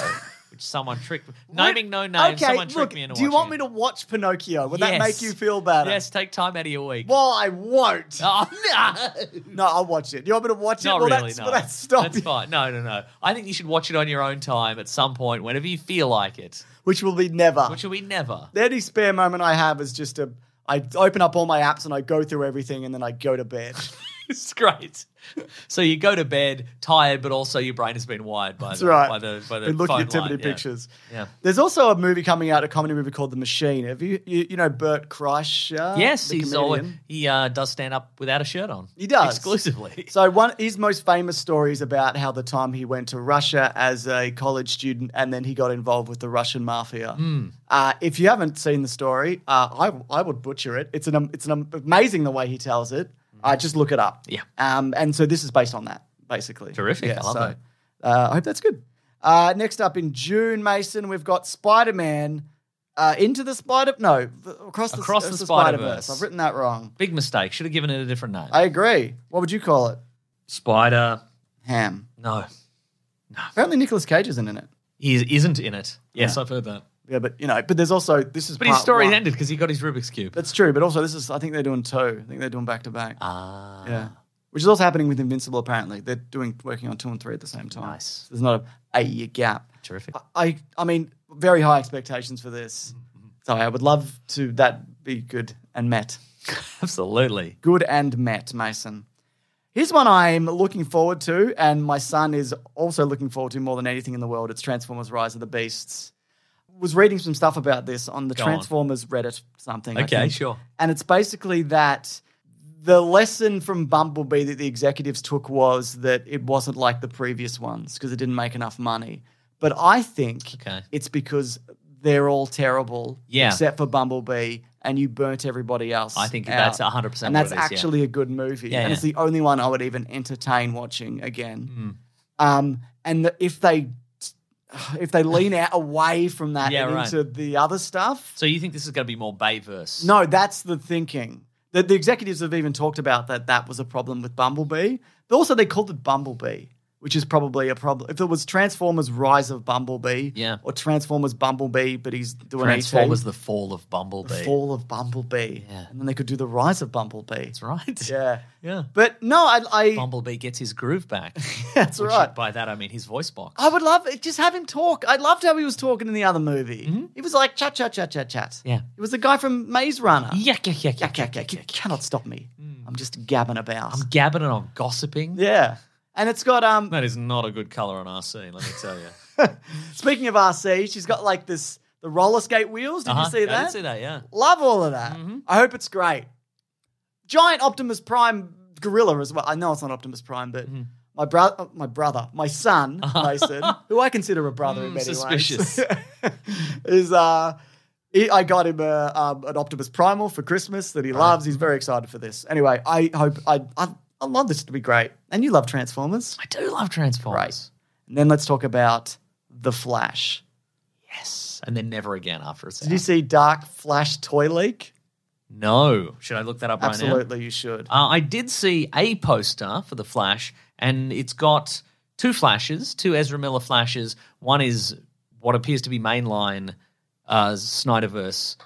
Speaker 3: which someone tricked. Naming no names,
Speaker 1: okay,
Speaker 3: someone tricked
Speaker 1: look,
Speaker 3: me into
Speaker 1: do you
Speaker 3: watching
Speaker 1: want
Speaker 3: it.
Speaker 1: me to watch Pinocchio? Would that
Speaker 3: Yes.
Speaker 1: make you feel better?
Speaker 3: Yes, take time out of your week.
Speaker 1: Well, I won't.
Speaker 3: Oh no,
Speaker 1: No, I'll watch it. You want me to watch it?
Speaker 3: not
Speaker 1: well,
Speaker 3: really.
Speaker 1: that's,
Speaker 3: no,
Speaker 1: Well, that's stop.
Speaker 3: That's fine. No, no, no. I think you should watch it on your own time at some point, whenever you feel like it.
Speaker 1: Which will be never.
Speaker 3: Which we never.
Speaker 1: the only spare moment I have is just a. I open up all my apps and I go through everything and then I go to bed.
Speaker 3: It's great. So you go to bed tired, but also your brain has been wired by
Speaker 1: That's
Speaker 3: the
Speaker 1: right.
Speaker 3: by the by the
Speaker 1: Been looking
Speaker 3: phone
Speaker 1: at too many
Speaker 3: line. Yeah.
Speaker 1: pictures.
Speaker 3: Yeah.
Speaker 1: There's also a movie coming out, a comedy movie called The Machine. Have you you, you know Bert Kreischer? Uh,
Speaker 3: Yes,
Speaker 1: the
Speaker 3: he's
Speaker 1: comedian?
Speaker 3: always, he uh, does stand up without a shirt on.
Speaker 1: He does.
Speaker 3: exclusively.
Speaker 1: So one his most famous story is about how the time he went to Russia as a college student and then he got involved with the Russian mafia.
Speaker 3: Hmm.
Speaker 1: Uh, if you haven't seen the story, uh, I I would butcher it. It's an am- it's an am- amazing the way he tells it. Uh, just look it up.
Speaker 3: Yeah.
Speaker 1: Um, and so this is based on that basically.
Speaker 3: Terrific. I love that.
Speaker 1: Uh, I hope that's good. Uh, next up in June, Mason, we've got Spider Man uh, into the Spider no th- across the
Speaker 3: Across the
Speaker 1: Spider-Verse.
Speaker 3: Spider-Verse.
Speaker 1: I've written that wrong.
Speaker 3: Big mistake. Should have given it a different name.
Speaker 1: I agree. What would you call it?
Speaker 3: Spider.
Speaker 1: Ham.
Speaker 3: No,
Speaker 1: Apparently, Nicolas Cage isn't in it.
Speaker 3: he isn't in it. Yes, I've heard that.
Speaker 1: Yeah, but you know, but there's also this is.
Speaker 3: But his
Speaker 1: part
Speaker 3: story
Speaker 1: one.
Speaker 3: ended because he got his Rubik's cube.
Speaker 1: That's true, but also this is. I think they're doing two. I think they're doing back to back.
Speaker 3: Ah,
Speaker 1: Yeah, which is also happening with Invincible. Apparently, they're doing working on two and three at the same time.
Speaker 3: Nice.
Speaker 1: there's not a eight year gap.
Speaker 3: terrific.
Speaker 1: I, I mean, very high expectations for this.
Speaker 3: Mm-hmm.
Speaker 1: So I would love to that be good and met.
Speaker 3: Absolutely.
Speaker 1: Good and met, Mason. Here's one I'm looking forward to, and my son is also looking forward to more than anything in the world. It's Transformers: Rise of the Beasts. Was reading some stuff about this on the
Speaker 3: Go on.
Speaker 1: Transformers Reddit something. I
Speaker 3: Okay,
Speaker 1: think.
Speaker 3: sure.
Speaker 1: And it's basically that the lesson from Bumblebee that the executives took was that it wasn't like the previous ones because it didn't make enough money. But I think
Speaker 3: Okay.
Speaker 1: it's because they're all terrible,
Speaker 3: Yeah.
Speaker 1: except for Bumblebee, and you burnt everybody else.
Speaker 3: I think
Speaker 1: out.
Speaker 3: that's 100%
Speaker 1: and
Speaker 3: what
Speaker 1: that's
Speaker 3: it is, yeah.
Speaker 1: actually a good movie,
Speaker 3: Yeah,
Speaker 1: and
Speaker 3: yeah. Hmm.
Speaker 1: it's the only one I would even entertain watching again. Um, and the- if they if they lean out away from that
Speaker 3: Yeah,
Speaker 1: and
Speaker 3: right.
Speaker 1: into the other stuff,
Speaker 3: So you think this is going to be more Bayverse?
Speaker 1: no, that's the thinking. The, the executives have even talked about that that was a problem with Bumblebee. But also, they called it Bumblebee, which is probably a problem. If it was Transformers Rise of Bumblebee
Speaker 3: Yeah.
Speaker 1: or Transformers Bumblebee, but he's doing
Speaker 3: Transformers:
Speaker 1: ET,
Speaker 3: The Fall of Bumblebee.
Speaker 1: Fall of Bumblebee.
Speaker 3: Yeah.
Speaker 1: And then they could do the Rise of Bumblebee.
Speaker 3: That's right.
Speaker 1: Yeah.
Speaker 3: yeah.
Speaker 1: But no, I. I
Speaker 3: Bumblebee gets his groove back.
Speaker 1: that's
Speaker 3: Which,
Speaker 1: right.
Speaker 3: By that I mean his voice box.
Speaker 1: I would love it. Just have him talk. I loved how he was talking in the other movie. He was like chat, chat, chat, chat, chat.
Speaker 3: Mm-hmm. Yeah.
Speaker 1: He was the guy from Maze Runner.
Speaker 3: Yuck, yuck, yuck,
Speaker 1: Yuck, yuck, yuck. You cannot stop me. I'm just gabbing about.
Speaker 3: Mm. I'm gabbing and I'm gossiping.
Speaker 1: Yeah. And it's got um
Speaker 3: That is not a good color on our scene, let me tell you.
Speaker 1: speaking of RC, she's got like this the roller skate wheels. Did
Speaker 3: Uh-huh.
Speaker 1: you see
Speaker 3: I
Speaker 1: that?
Speaker 3: did see that, yeah.
Speaker 1: Love all of that.
Speaker 3: Mm-hmm.
Speaker 1: I hope it's great. Giant Optimus Prime gorilla as well. I know it's not Optimus Prime, but
Speaker 3: Mm-hmm.
Speaker 1: my brother, my brother, my
Speaker 3: Mm,
Speaker 1: son Mason, who I consider a brother in many
Speaker 3: suspicious.
Speaker 1: ways, is uh He, I got him a, um, an Optimus Primal for Christmas that he
Speaker 3: Uh-huh.
Speaker 1: loves. He's very excited for this. Anyway, I hope I I, I love this to be great, and you love Transformers.
Speaker 3: I do love Transformers.
Speaker 1: And then let's talk about the Flash.
Speaker 3: Yes. And then never again after it's
Speaker 1: Did
Speaker 3: out.
Speaker 1: you see Dark Flash toy leak?
Speaker 3: no. Should I look that up right now?
Speaker 1: Absolutely, you should.
Speaker 3: Uh, I did see a poster for the Flash, and it's got two flashes, two Ezra Miller flashes. One is what appears to be mainline uh, Snyderverse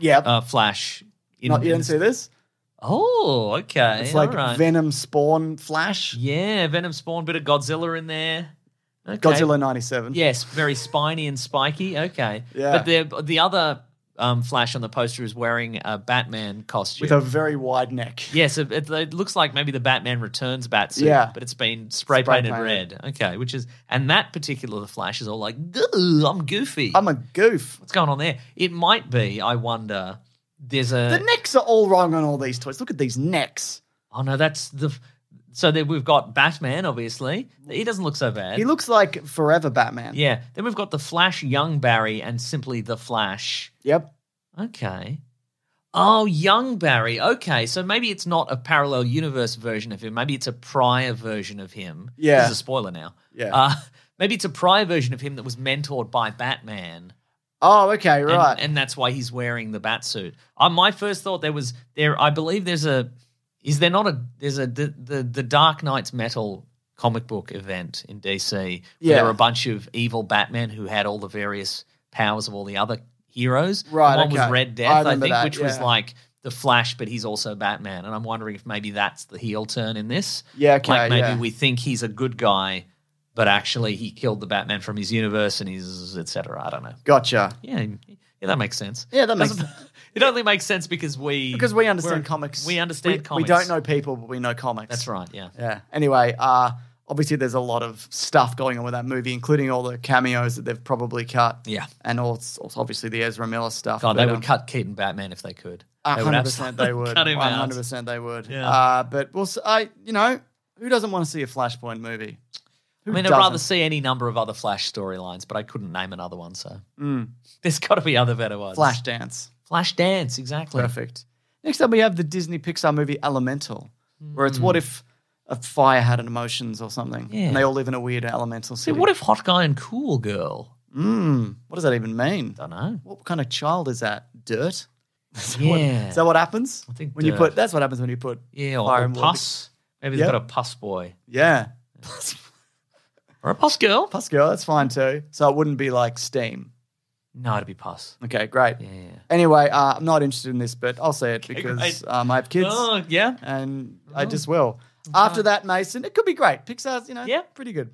Speaker 1: Yep.
Speaker 3: uh, Flash. In,
Speaker 1: Not, you didn't see this?
Speaker 3: Oh, okay.
Speaker 1: It's like
Speaker 3: all right.
Speaker 1: Venom Spawn Flash.
Speaker 3: yeah, Venom Spawn, bit of Godzilla in there. Okay.
Speaker 1: Godzilla 97.
Speaker 3: Yes, very spiny and spiky. Okay.
Speaker 1: Yeah.
Speaker 3: But the the other um, Flash on the poster is wearing a Batman costume.
Speaker 1: With a very wide neck.
Speaker 3: Yes, it, it, it looks like maybe the Batman Returns bat suit,
Speaker 1: Yeah.
Speaker 3: but it's been spray,
Speaker 1: Spray
Speaker 3: painted
Speaker 1: painted.
Speaker 3: red. Okay, which is and that particular the Flash is all like, "Goo, I'm goofy.
Speaker 1: I'm a goof.
Speaker 3: What's going on there? It might be. I wonder. There's a
Speaker 1: The necks are all wrong on all these toys. Look at these necks.
Speaker 3: oh no, that's the so then we've got Batman. Obviously, he doesn't look so bad.
Speaker 1: He looks like forever Batman.
Speaker 3: yeah. Then we've got the Flash, young Barry, and simply the Flash.
Speaker 1: Yep.
Speaker 3: Okay. Oh, young Barry. Okay, so maybe it's not a parallel universe version of him. Maybe it's a prior version of him.
Speaker 1: Yeah.
Speaker 3: this is a spoiler now.
Speaker 1: Yeah.
Speaker 3: Uh, maybe it's a prior version of him that was mentored by Batman.
Speaker 1: oh, okay,
Speaker 3: And,
Speaker 1: right.
Speaker 3: and that's why he's wearing the bat suit. Uh, my first thought there was there. I believe there's a. Is there not a there's a the the, the Dark Knight's Metal comic book event in DC? Where
Speaker 1: Yeah.
Speaker 3: there were a bunch of evil Batman who had all the various powers of all the other heroes.
Speaker 1: Right,
Speaker 3: One was
Speaker 1: okay.
Speaker 3: Red
Speaker 1: I
Speaker 3: Death, I,
Speaker 1: remember
Speaker 3: think,
Speaker 1: that,
Speaker 3: which was
Speaker 1: yeah.
Speaker 3: like the Flash, but he's also Batman. And I'm wondering if maybe that's the heel turn in this.
Speaker 1: Yeah, okay,
Speaker 3: Like maybe
Speaker 1: yeah.
Speaker 3: we think he's a good guy, but actually he killed the Batman from his universe and he's etc. I don't know.
Speaker 1: gotcha.
Speaker 3: Yeah, yeah, that makes sense.
Speaker 1: Yeah, that makes
Speaker 3: Doesn't- It only makes sense because we
Speaker 1: Because we understand
Speaker 3: we're-
Speaker 1: comics.
Speaker 3: We understand
Speaker 1: We
Speaker 3: comics.
Speaker 1: don't know people, but we know comics.
Speaker 3: That's right. Yeah.
Speaker 1: Yeah. Anyway, uh, obviously there's a lot of stuff going on with that movie, including all the cameos that they've probably cut.
Speaker 3: Yeah.
Speaker 1: And also, also obviously the Ezra Miller stuff.
Speaker 3: God, they
Speaker 1: but,
Speaker 3: would
Speaker 1: um,
Speaker 3: cut Keaton Batman if they could. They
Speaker 1: A
Speaker 3: would
Speaker 1: hundred percent, they
Speaker 3: absolutely
Speaker 1: would.
Speaker 3: Cut him
Speaker 1: One
Speaker 3: out.
Speaker 1: hundred percent, they would.
Speaker 3: Yeah.
Speaker 1: Uh, but well, s I you know, who doesn't want to see a Flashpoint movie?
Speaker 3: I
Speaker 1: Who
Speaker 3: mean, I'd
Speaker 1: doesn't?
Speaker 3: rather see any number of other Flash storylines, but I couldn't name another one. So
Speaker 1: Mm.
Speaker 3: there's got to be other better ones.
Speaker 1: Flashdance.
Speaker 3: Flash Dance, exactly.
Speaker 1: Perfect. Next up, we have the Disney Pixar movie Elemental, where it's what if a fire had an emotions or something,
Speaker 3: Yeah.
Speaker 1: and they all live in a weird elemental
Speaker 3: See,
Speaker 1: city.
Speaker 3: what if Hot Guy and Cool Girl?
Speaker 1: Mm, what does that even mean?
Speaker 3: I don't know.
Speaker 1: What kind of child is that? Dirt. Is that what-
Speaker 3: Yeah.
Speaker 1: is that what happens?
Speaker 3: I think
Speaker 1: when you
Speaker 3: dirt.
Speaker 1: put that's what happens when you put
Speaker 3: yeah, or,
Speaker 1: fire
Speaker 3: or
Speaker 1: and water-
Speaker 3: Puss. Maybe they've
Speaker 1: Yeah.
Speaker 3: got a Puss boy
Speaker 1: Yeah.
Speaker 3: or a Puss girl.
Speaker 1: Puss girl, that's fine too. So it wouldn't be like steam.
Speaker 3: No, it'd be Puss.
Speaker 1: Okay, great.
Speaker 3: Yeah.
Speaker 1: Anyway, uh, I'm not interested in this, but I'll say it because
Speaker 3: great.
Speaker 1: um, I have kids
Speaker 3: Oh, yeah.
Speaker 1: and I just will. After that, Mason, it could be great. Pixar's, you know,
Speaker 3: Yeah.
Speaker 1: pretty good.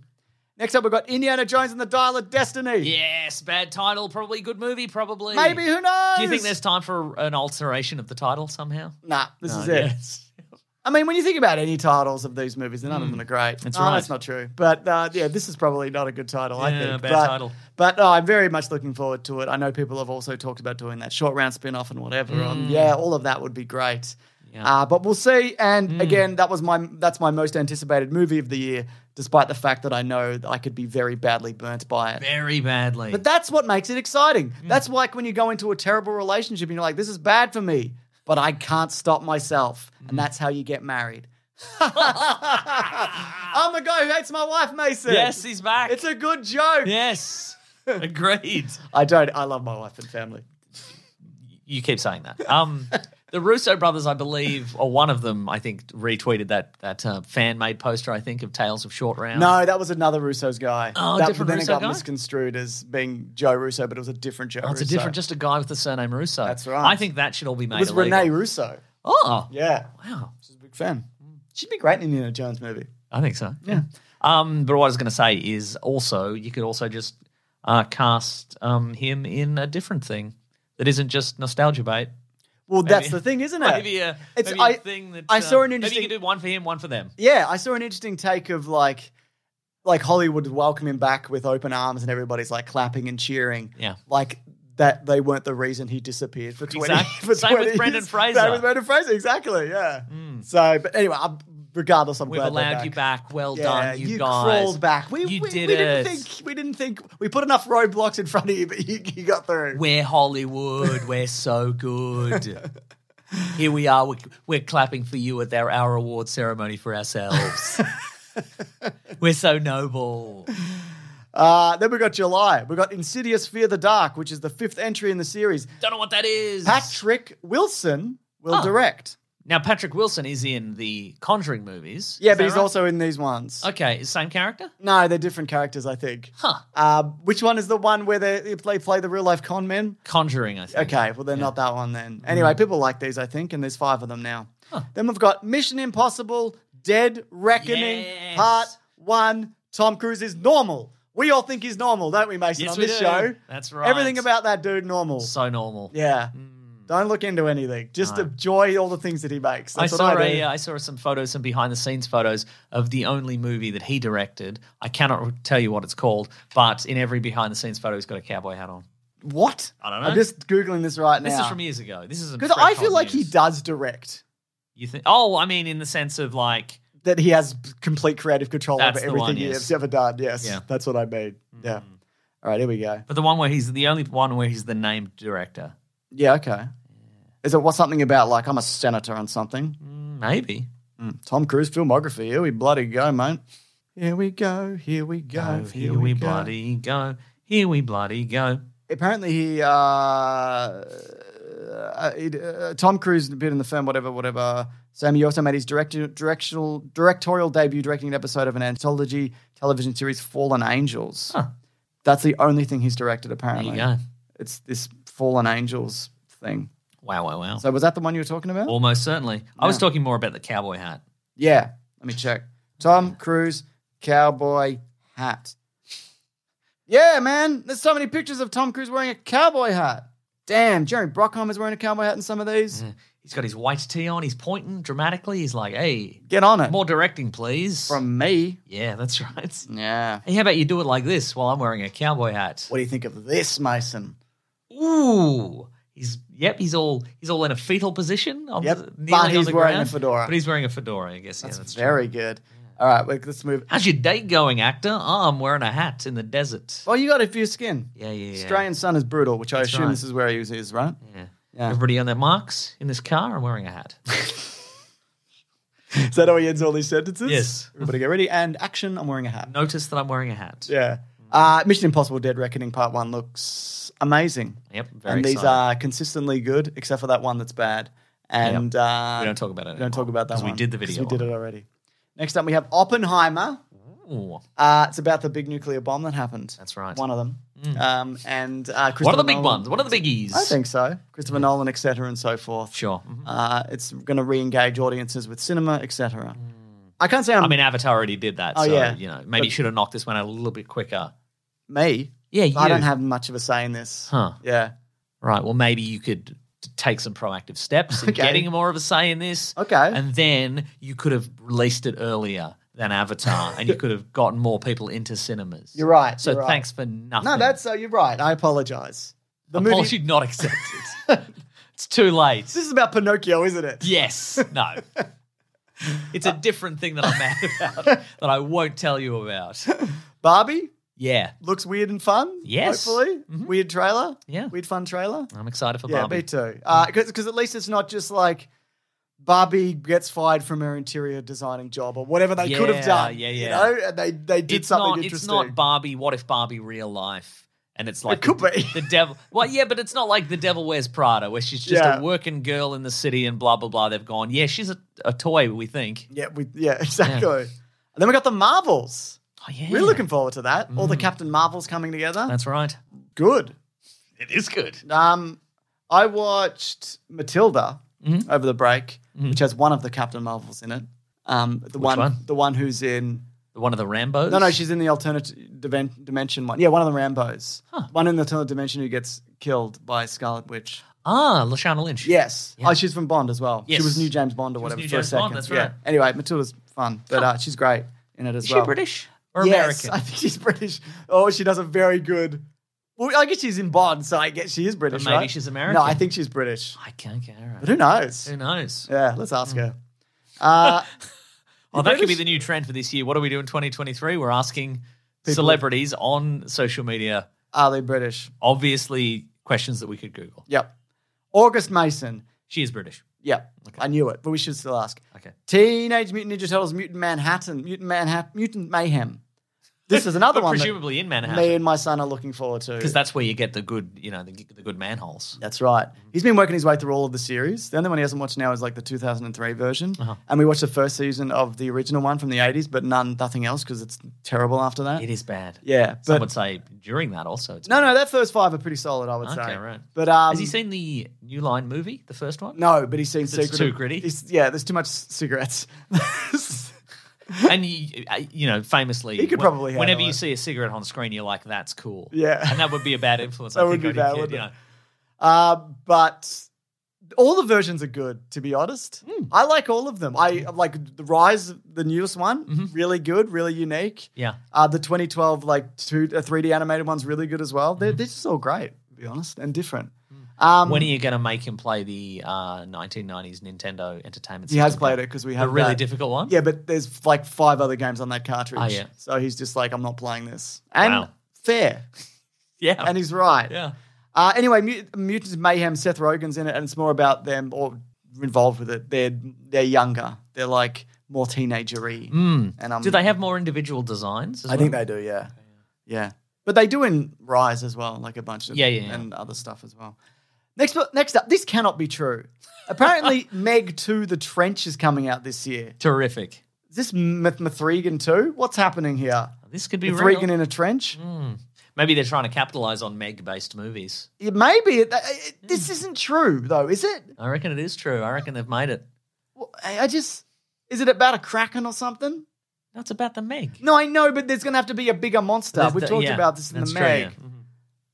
Speaker 1: Next up, we've got Indiana Jones and the Dial of Destiny.
Speaker 3: Yes, bad title. Probably good movie. Probably.
Speaker 1: Maybe, who knows?
Speaker 3: Do you think there's time for an alteration of the title somehow?
Speaker 1: Nah, this
Speaker 3: No,
Speaker 1: is it.
Speaker 3: yes.
Speaker 1: I mean, when you think about any titles of these movies, none of them are great.
Speaker 3: Mm. That's
Speaker 1: Oh,
Speaker 3: right.
Speaker 1: That's not true. But uh, yeah, this is probably not a good title, I
Speaker 3: Yeah,
Speaker 1: think.
Speaker 3: bad
Speaker 1: but,
Speaker 3: title.
Speaker 1: But oh, I'm very much looking forward to it. I know people have also talked about doing that short round spin off and whatever.
Speaker 3: Mm.
Speaker 1: And yeah, all of that would be great. Uh, but we'll see. And
Speaker 3: Mm.
Speaker 1: again, that was my that's my most anticipated movie of the year, despite the fact that I know that I could be very badly burnt by it.
Speaker 3: Very badly.
Speaker 1: But that's what makes it exciting.
Speaker 3: Mm.
Speaker 1: That's like when you go into a terrible relationship and you're like, this is bad for me, but I can't stop myself.
Speaker 3: Mm-hmm.
Speaker 1: And that's how you get married. I'm the guy who hates my wife, Mason.
Speaker 3: yes, he's back.
Speaker 1: It's a good joke.
Speaker 3: yes. Agreed.
Speaker 1: I don't. I love my wife and family.
Speaker 3: You keep saying that. Um, the Russo brothers, I believe, or one of them, I think, retweeted that that uh, fan made poster. I think of Tales of Short Round.
Speaker 1: No, that was another Russo's guy.
Speaker 3: Oh,
Speaker 1: that,
Speaker 3: different
Speaker 1: then
Speaker 3: Russo
Speaker 1: it got
Speaker 3: guy?
Speaker 1: misconstrued as being Joe Russo, but it was a different Joe
Speaker 3: Oh, it's
Speaker 1: Russo.
Speaker 3: a different, just a guy with the surname Russo.
Speaker 1: That's right.
Speaker 3: I think that should all be made.
Speaker 1: It was
Speaker 3: illegal.
Speaker 1: Renee Russo.
Speaker 3: Oh,
Speaker 1: Yeah.
Speaker 3: wow.
Speaker 1: She's a big fan.
Speaker 3: Mm.
Speaker 1: She'd be great in Indiana Jones movie.
Speaker 3: I think so. Yeah. Um, but what I was going to say is also you could also just uh, cast um, him in a different thing that isn't just nostalgia bait.
Speaker 1: Well, that's the thing, isn't it?
Speaker 3: Maybe a,
Speaker 1: It's-
Speaker 3: maybe a
Speaker 1: I-
Speaker 3: thing that
Speaker 1: I
Speaker 3: uh,
Speaker 1: saw an
Speaker 3: Maybe you
Speaker 1: interesting-
Speaker 3: can do one for him, one for them.
Speaker 1: Yeah, I saw an interesting take of like like Hollywood would welcome him back with open arms and everybody's like clapping and cheering.
Speaker 3: Yeah.
Speaker 1: Like that they weren't the reason he disappeared for 20,
Speaker 3: Exact-
Speaker 1: for
Speaker 3: Same with
Speaker 1: 20
Speaker 3: Brendan
Speaker 1: years.
Speaker 3: Fraser. Mm.
Speaker 1: Same with Brendan Fraser, exactly, yeah. So, but anyway, I'm regardless, I'm
Speaker 3: We've
Speaker 1: glad they're
Speaker 3: allowed
Speaker 1: back.
Speaker 3: you back. Well
Speaker 1: Yeah,
Speaker 3: done, you,
Speaker 1: you
Speaker 3: guys.
Speaker 1: crawled back. We,
Speaker 3: you
Speaker 1: we,
Speaker 3: did
Speaker 1: we
Speaker 3: it.
Speaker 1: didn't think we didn't think we put enough roadblocks in front of you, but you, you got through.
Speaker 3: We're Hollywood. We're so good. Here we are. We're, we're clapping for you at our, our award ceremony for ourselves. we're so noble.
Speaker 1: Uh, then we got July. We got Insidious: Fear the Dark, which is the fifth entry in the series.
Speaker 3: Don't know what that is.
Speaker 1: Patrick Wilson will
Speaker 3: Oh.
Speaker 1: direct.
Speaker 3: now, Patrick Wilson is in the Conjuring movies.
Speaker 1: Yeah,
Speaker 3: Is
Speaker 1: but
Speaker 3: that
Speaker 1: he's
Speaker 3: right?
Speaker 1: also in these ones.
Speaker 3: Okay, same character?
Speaker 1: No, they're different characters, I think.
Speaker 3: Huh.
Speaker 1: Uh, which one is the one where they, they play the real life con men?
Speaker 3: Conjuring, I think.
Speaker 1: Okay, well, they're not that one then. Anyway,
Speaker 3: Mm-hmm.
Speaker 1: people like these, I think, and there's five of them now. Then we've got Mission Impossible Dead Reckoning
Speaker 3: Yes.
Speaker 1: Part 1. Tom Cruise is normal. We all think he's normal, don't we, Mason,
Speaker 3: Yes,
Speaker 1: on
Speaker 3: we
Speaker 1: this
Speaker 3: do.
Speaker 1: show?
Speaker 3: That's right.
Speaker 1: Everything about that dude, normal.
Speaker 3: So Hmm. normal.
Speaker 1: yeah. Don't look into anything. Just enjoy all the things that he makes.
Speaker 3: I
Speaker 1: That's
Speaker 3: saw,
Speaker 1: what I
Speaker 3: a,
Speaker 1: do.
Speaker 3: uh, I saw some photos, some behind the scenes photos of the only movie that he directed. I cannot tell you what it's called, but in every behind the scenes photo, he's got a cowboy hat on.
Speaker 1: what?
Speaker 3: I don't know.
Speaker 1: I'm just Googling this right now.
Speaker 3: This is from years ago. This is
Speaker 1: Because I feel like he
Speaker 3: does.
Speaker 1: does direct.
Speaker 3: You think? Oh, I mean, in the sense of like,
Speaker 1: that he has complete creative control
Speaker 3: That's
Speaker 1: over
Speaker 3: the
Speaker 1: everything
Speaker 3: one,
Speaker 1: he
Speaker 3: yes.
Speaker 1: has ever done. Yes,
Speaker 3: Yeah. Mm.
Speaker 1: that's what I mean. Yeah. All right, here we go.
Speaker 3: but the one where he's the only one where he's the named director.
Speaker 1: Yeah, okay. Is it what something about like I'm a senator on something?
Speaker 3: Maybe.
Speaker 1: Mm, Tom Cruise filmography. Here we bloody go, mate. Here we go. Here we go.
Speaker 3: Oh, here we
Speaker 1: go.
Speaker 3: bloody go. Here we bloody go.
Speaker 1: Apparently, he. Uh, uh, it, uh, Tom Cruise appeared in the film, whatever, whatever. Sammy also made his director, directional, directorial debut directing an episode of an anthology television series, Fallen Angels. That's the only thing he's directed,
Speaker 3: There
Speaker 1: apparently.
Speaker 3: you go.
Speaker 1: It's this Fallen Angels thing.
Speaker 3: Wow, wow, wow.
Speaker 1: So, was that the one you were talking about?
Speaker 3: Almost certainly. I was talking more about the cowboy hat.
Speaker 1: Yeah. Let me check. Tom Cruise cowboy hat. Yeah, man. There's so many pictures of Tom Cruise wearing a cowboy hat. Damn, Jerry Brockham is wearing a cowboy hat in some of these.
Speaker 3: He's got his white tee on. He's pointing dramatically. He's like, "Hey,
Speaker 1: Get on it.
Speaker 3: more directing, please."
Speaker 1: From me.
Speaker 3: yeah, that's right.
Speaker 1: Yeah.
Speaker 3: Hey, how about you do it like this while I'm wearing a cowboy hat?
Speaker 1: What do you think of this, Mason?
Speaker 3: Ooh, he's yep. He's all he's all in a fetal position. on
Speaker 1: Yep,
Speaker 3: the-
Speaker 1: but
Speaker 3: kneeling on
Speaker 1: he's
Speaker 3: the
Speaker 1: wearing a
Speaker 3: ground.
Speaker 1: fedora.
Speaker 3: But he's wearing a fedora. I guess. yeah, that's true.
Speaker 1: Very good. All right, wait, let's move.
Speaker 3: How's your date going, actor? Oh, I'm wearing a hat in the desert.
Speaker 1: Oh, you got a few skin.
Speaker 3: Yeah, yeah, yeah.
Speaker 1: Australian sun is brutal, which I assume
Speaker 3: right.
Speaker 1: this is where he is, right?
Speaker 3: Yeah.
Speaker 1: Yeah.
Speaker 3: Everybody on their marks in this car. I'm wearing a hat.
Speaker 1: Is that how he ends all these sentences?
Speaker 3: Yes.
Speaker 1: Everybody get ready. And action, I'm wearing a hat.
Speaker 3: Notice that I'm wearing a hat.
Speaker 1: Yeah. Uh, Mission Impossible Dead Reckoning Part 1 looks amazing.
Speaker 3: Yep, very
Speaker 1: And these
Speaker 3: excited.
Speaker 1: are consistently good, except for that one that's bad. And uh,
Speaker 3: We don't talk about it.
Speaker 1: we don't talk about that
Speaker 3: because
Speaker 1: one.
Speaker 3: we did the
Speaker 1: 'cause
Speaker 3: video.
Speaker 1: We did
Speaker 3: on
Speaker 1: it already. Next up, we have Oppenheimer.
Speaker 3: Ooh.
Speaker 1: Uh, it's about the big nuclear bomb that happened.
Speaker 3: That's right.
Speaker 1: One of them. Um, and uh,
Speaker 3: What are the
Speaker 1: Christopher
Speaker 3: big
Speaker 1: Nolan-
Speaker 3: ones? What are the biggies?
Speaker 1: I think so. Christopher Nolan, etc., and so forth.
Speaker 3: Sure. Mhm.
Speaker 1: Uh, it's going to re-engage audiences with cinema, etc. I can't say I'm
Speaker 3: Mm. I mean, Avatar already did that.
Speaker 1: Oh,
Speaker 3: so,
Speaker 1: yeah.
Speaker 3: you know, maybe you should have knocked this one out a little bit quicker.
Speaker 1: me.
Speaker 3: Yeah, you.
Speaker 1: I don't have much of a say in this.
Speaker 3: Huh.
Speaker 1: Yeah.
Speaker 3: Right. Well, maybe you could t- take some proactive steps in
Speaker 1: Okay.
Speaker 3: getting more of a say in this.
Speaker 1: Okay.
Speaker 3: And then you could have released it earlier than Avatar and you could have gotten more people into cinemas.
Speaker 1: You're right,
Speaker 3: So
Speaker 1: you're right.
Speaker 3: thanks for nothing.
Speaker 1: No, that's uh, you're right. I apologize. The movie.
Speaker 3: Apology not accepted. it's too late.
Speaker 1: This is about Pinocchio, isn't it?
Speaker 3: Yes. No. It's a different thing that I'm mad about that I won't tell you about.
Speaker 1: Barbie
Speaker 3: Yeah.
Speaker 1: looks weird and fun.
Speaker 3: Yes. Mm-hmm.
Speaker 1: Hopefully, weird trailer.
Speaker 3: Yeah.
Speaker 1: Weird fun trailer.
Speaker 3: I'm excited for
Speaker 1: Yeah,
Speaker 3: Barbie.
Speaker 1: me too. Because at least it's not just like Barbie gets fired from her interior designing job or whatever they could have
Speaker 3: Yeah,
Speaker 1: done.
Speaker 3: yeah,
Speaker 1: You
Speaker 3: yeah.
Speaker 1: know, and they they did
Speaker 3: it's
Speaker 1: something
Speaker 3: not,
Speaker 1: interesting.
Speaker 3: It's not Barbie. What if Barbie real life? And it's like
Speaker 1: could
Speaker 3: the,
Speaker 1: be.
Speaker 3: the devil. Well, yeah, but it's not like the devil wears Prada, where she's just
Speaker 1: Yeah.
Speaker 3: a working girl in the city and blah blah blah. They've gone, yeah, she's a, a toy. We think.
Speaker 1: yeah, we, yeah, exactly. And then we got the Marvels.
Speaker 3: Oh yeah, Mm.
Speaker 1: We're looking forward to that. All the Captain Marvels coming together.
Speaker 3: That's right.
Speaker 1: good.
Speaker 3: It is good.
Speaker 1: Um, I watched Matilda
Speaker 3: Mm-hmm.
Speaker 1: over the break, which has one of the Captain Marvels in it. Um, the one,
Speaker 3: one?
Speaker 1: the one who's in
Speaker 3: One of the Rambo's.
Speaker 1: no, no, she's in the alternate diven- dimension one. Yeah, one of the Rambo's. One in the alternate dimension who gets killed by Scarlet Witch.
Speaker 3: ah, Lashana Lynch.
Speaker 1: Yes. Oh, she's from Bond as well. She
Speaker 3: Yes.
Speaker 1: was new James Bond or
Speaker 3: was
Speaker 1: whatever
Speaker 3: new
Speaker 1: for a
Speaker 3: James
Speaker 1: second.
Speaker 3: Bond, that's
Speaker 1: Yeah.
Speaker 3: right.
Speaker 1: Anyway, Matilda's fun, but uh, she's great in it as
Speaker 3: Is she
Speaker 1: well.
Speaker 3: British or
Speaker 1: Yes,
Speaker 3: American?
Speaker 1: I think she's British. Oh, she does a very good. Well, I guess she's in Bond, so I guess she is British.
Speaker 3: maybe
Speaker 1: right?
Speaker 3: she's
Speaker 1: No,
Speaker 3: American.
Speaker 1: I think she's British.
Speaker 3: I can't get her.
Speaker 1: But who knows?
Speaker 3: Who knows?
Speaker 1: Yeah, let's ask her. Uh,
Speaker 3: Well, Oh, that could be the new trend for this year. What do we do in 2023? We're asking celebrities on social media,
Speaker 1: Are they British?
Speaker 3: obviously, questions that we could Google.
Speaker 1: Yep. August Mason.
Speaker 3: She is British.
Speaker 1: Yep. I knew it, but we should still ask.
Speaker 3: Okay.
Speaker 1: Teenage Mutant Ninja Turtles, Mutant Manhattan, Mutant Manhattan, Mutant Mayhem. This is another
Speaker 3: But
Speaker 1: one that
Speaker 3: presumably in
Speaker 1: me
Speaker 3: Manhattan.
Speaker 1: and my son are looking forward to.
Speaker 3: Because that's where you get the good, you know, the, the good manholes.
Speaker 1: That's right.
Speaker 3: Mm-hmm.
Speaker 1: He's been working his way through all of the series. The only one he hasn't watched now is like the 2003 version.
Speaker 3: Uh-huh.
Speaker 1: And we watched the first season of the original one from the 80s, but none, nothing else because it's terrible after that.
Speaker 3: It is bad.
Speaker 1: Yeah,
Speaker 3: Some
Speaker 1: but-
Speaker 3: would say during that also. It's
Speaker 1: No, no, that first five are pretty solid, I would
Speaker 3: Okay,
Speaker 1: say.
Speaker 3: right.
Speaker 1: But um,
Speaker 3: Has he seen the New Line movie, the first one?
Speaker 1: No, but he's seen
Speaker 3: It's too gritty?
Speaker 1: He's, yeah, there's too much cigarettes.
Speaker 3: And you, I- you know, famously,
Speaker 1: He could
Speaker 3: when-
Speaker 1: probably handle
Speaker 3: whenever
Speaker 1: it.
Speaker 3: you see a cigarette on screen, you're like, "That's cool."
Speaker 1: Yeah.
Speaker 3: and that would be a bad influence.
Speaker 1: That
Speaker 3: I
Speaker 1: would
Speaker 3: think,
Speaker 1: be
Speaker 3: on
Speaker 1: bad,
Speaker 3: your kid,
Speaker 1: wouldn't
Speaker 3: you
Speaker 1: it?
Speaker 3: know.
Speaker 1: Uh, but all the versions are good, to be honest.
Speaker 3: Hmm.
Speaker 1: I like all of them. I like the Rise, the newest one, really good, really unique.
Speaker 3: Mm-hmm. Yeah.
Speaker 1: Uh, the 2012 like two uh, 3D animated one's really good as well. They're, they're just all great, to be honest, and different. Um,
Speaker 3: Mm-hmm. Hmm. When are you going to make him play the uh, 1990s Nintendo Entertainment?
Speaker 1: he has
Speaker 3: System
Speaker 1: played
Speaker 3: game?
Speaker 1: it because we
Speaker 3: The
Speaker 1: have
Speaker 3: really
Speaker 1: that.
Speaker 3: difficult one.
Speaker 1: Yeah, but there's like five other games on that cartridge.
Speaker 3: Oh, yeah.
Speaker 1: So he's just like, I'm not playing this. And
Speaker 3: Wow.
Speaker 1: fair.
Speaker 3: yeah,
Speaker 1: And he's right.
Speaker 3: yeah.
Speaker 1: Uh, anyway, Mut- Mutant Mayhem, Seth Rogen's in it, and it's more about them or involved with it. They're they're younger. They're like more teenagery. Mm. And um,
Speaker 3: Hmm. Do they have more individual designs? As
Speaker 1: I think
Speaker 3: well?
Speaker 1: they do. Yeah, yeah. But they do in Rise as well, like a bunch of
Speaker 3: Yeah, yeah, yeah.
Speaker 1: and other stuff as well. Next, up- next up, this cannot be true. Apparently, Meg Two: The Trench is coming out this year.
Speaker 3: terrific.
Speaker 1: Is this Mith- Mithrigan Two? What's happening here?
Speaker 3: This could be real. Hmm.
Speaker 1: Mithrigan in a trench?
Speaker 3: Maybe they're trying to capitalize on Meg-based movies.
Speaker 1: It Maybe it- it-
Speaker 3: Hmm.
Speaker 1: this isn't true though, is it?
Speaker 3: I reckon it is true. I reckon they've made it.
Speaker 1: Well, I I just is it about a kraken or something?
Speaker 3: That's about the Meg.
Speaker 1: No, I know, but there's going to have to be a bigger monster.
Speaker 3: There's
Speaker 1: we
Speaker 3: the-
Speaker 1: talked
Speaker 3: yeah,
Speaker 1: about this in the
Speaker 3: that's true,
Speaker 1: Meg.
Speaker 3: yeah. Mhm.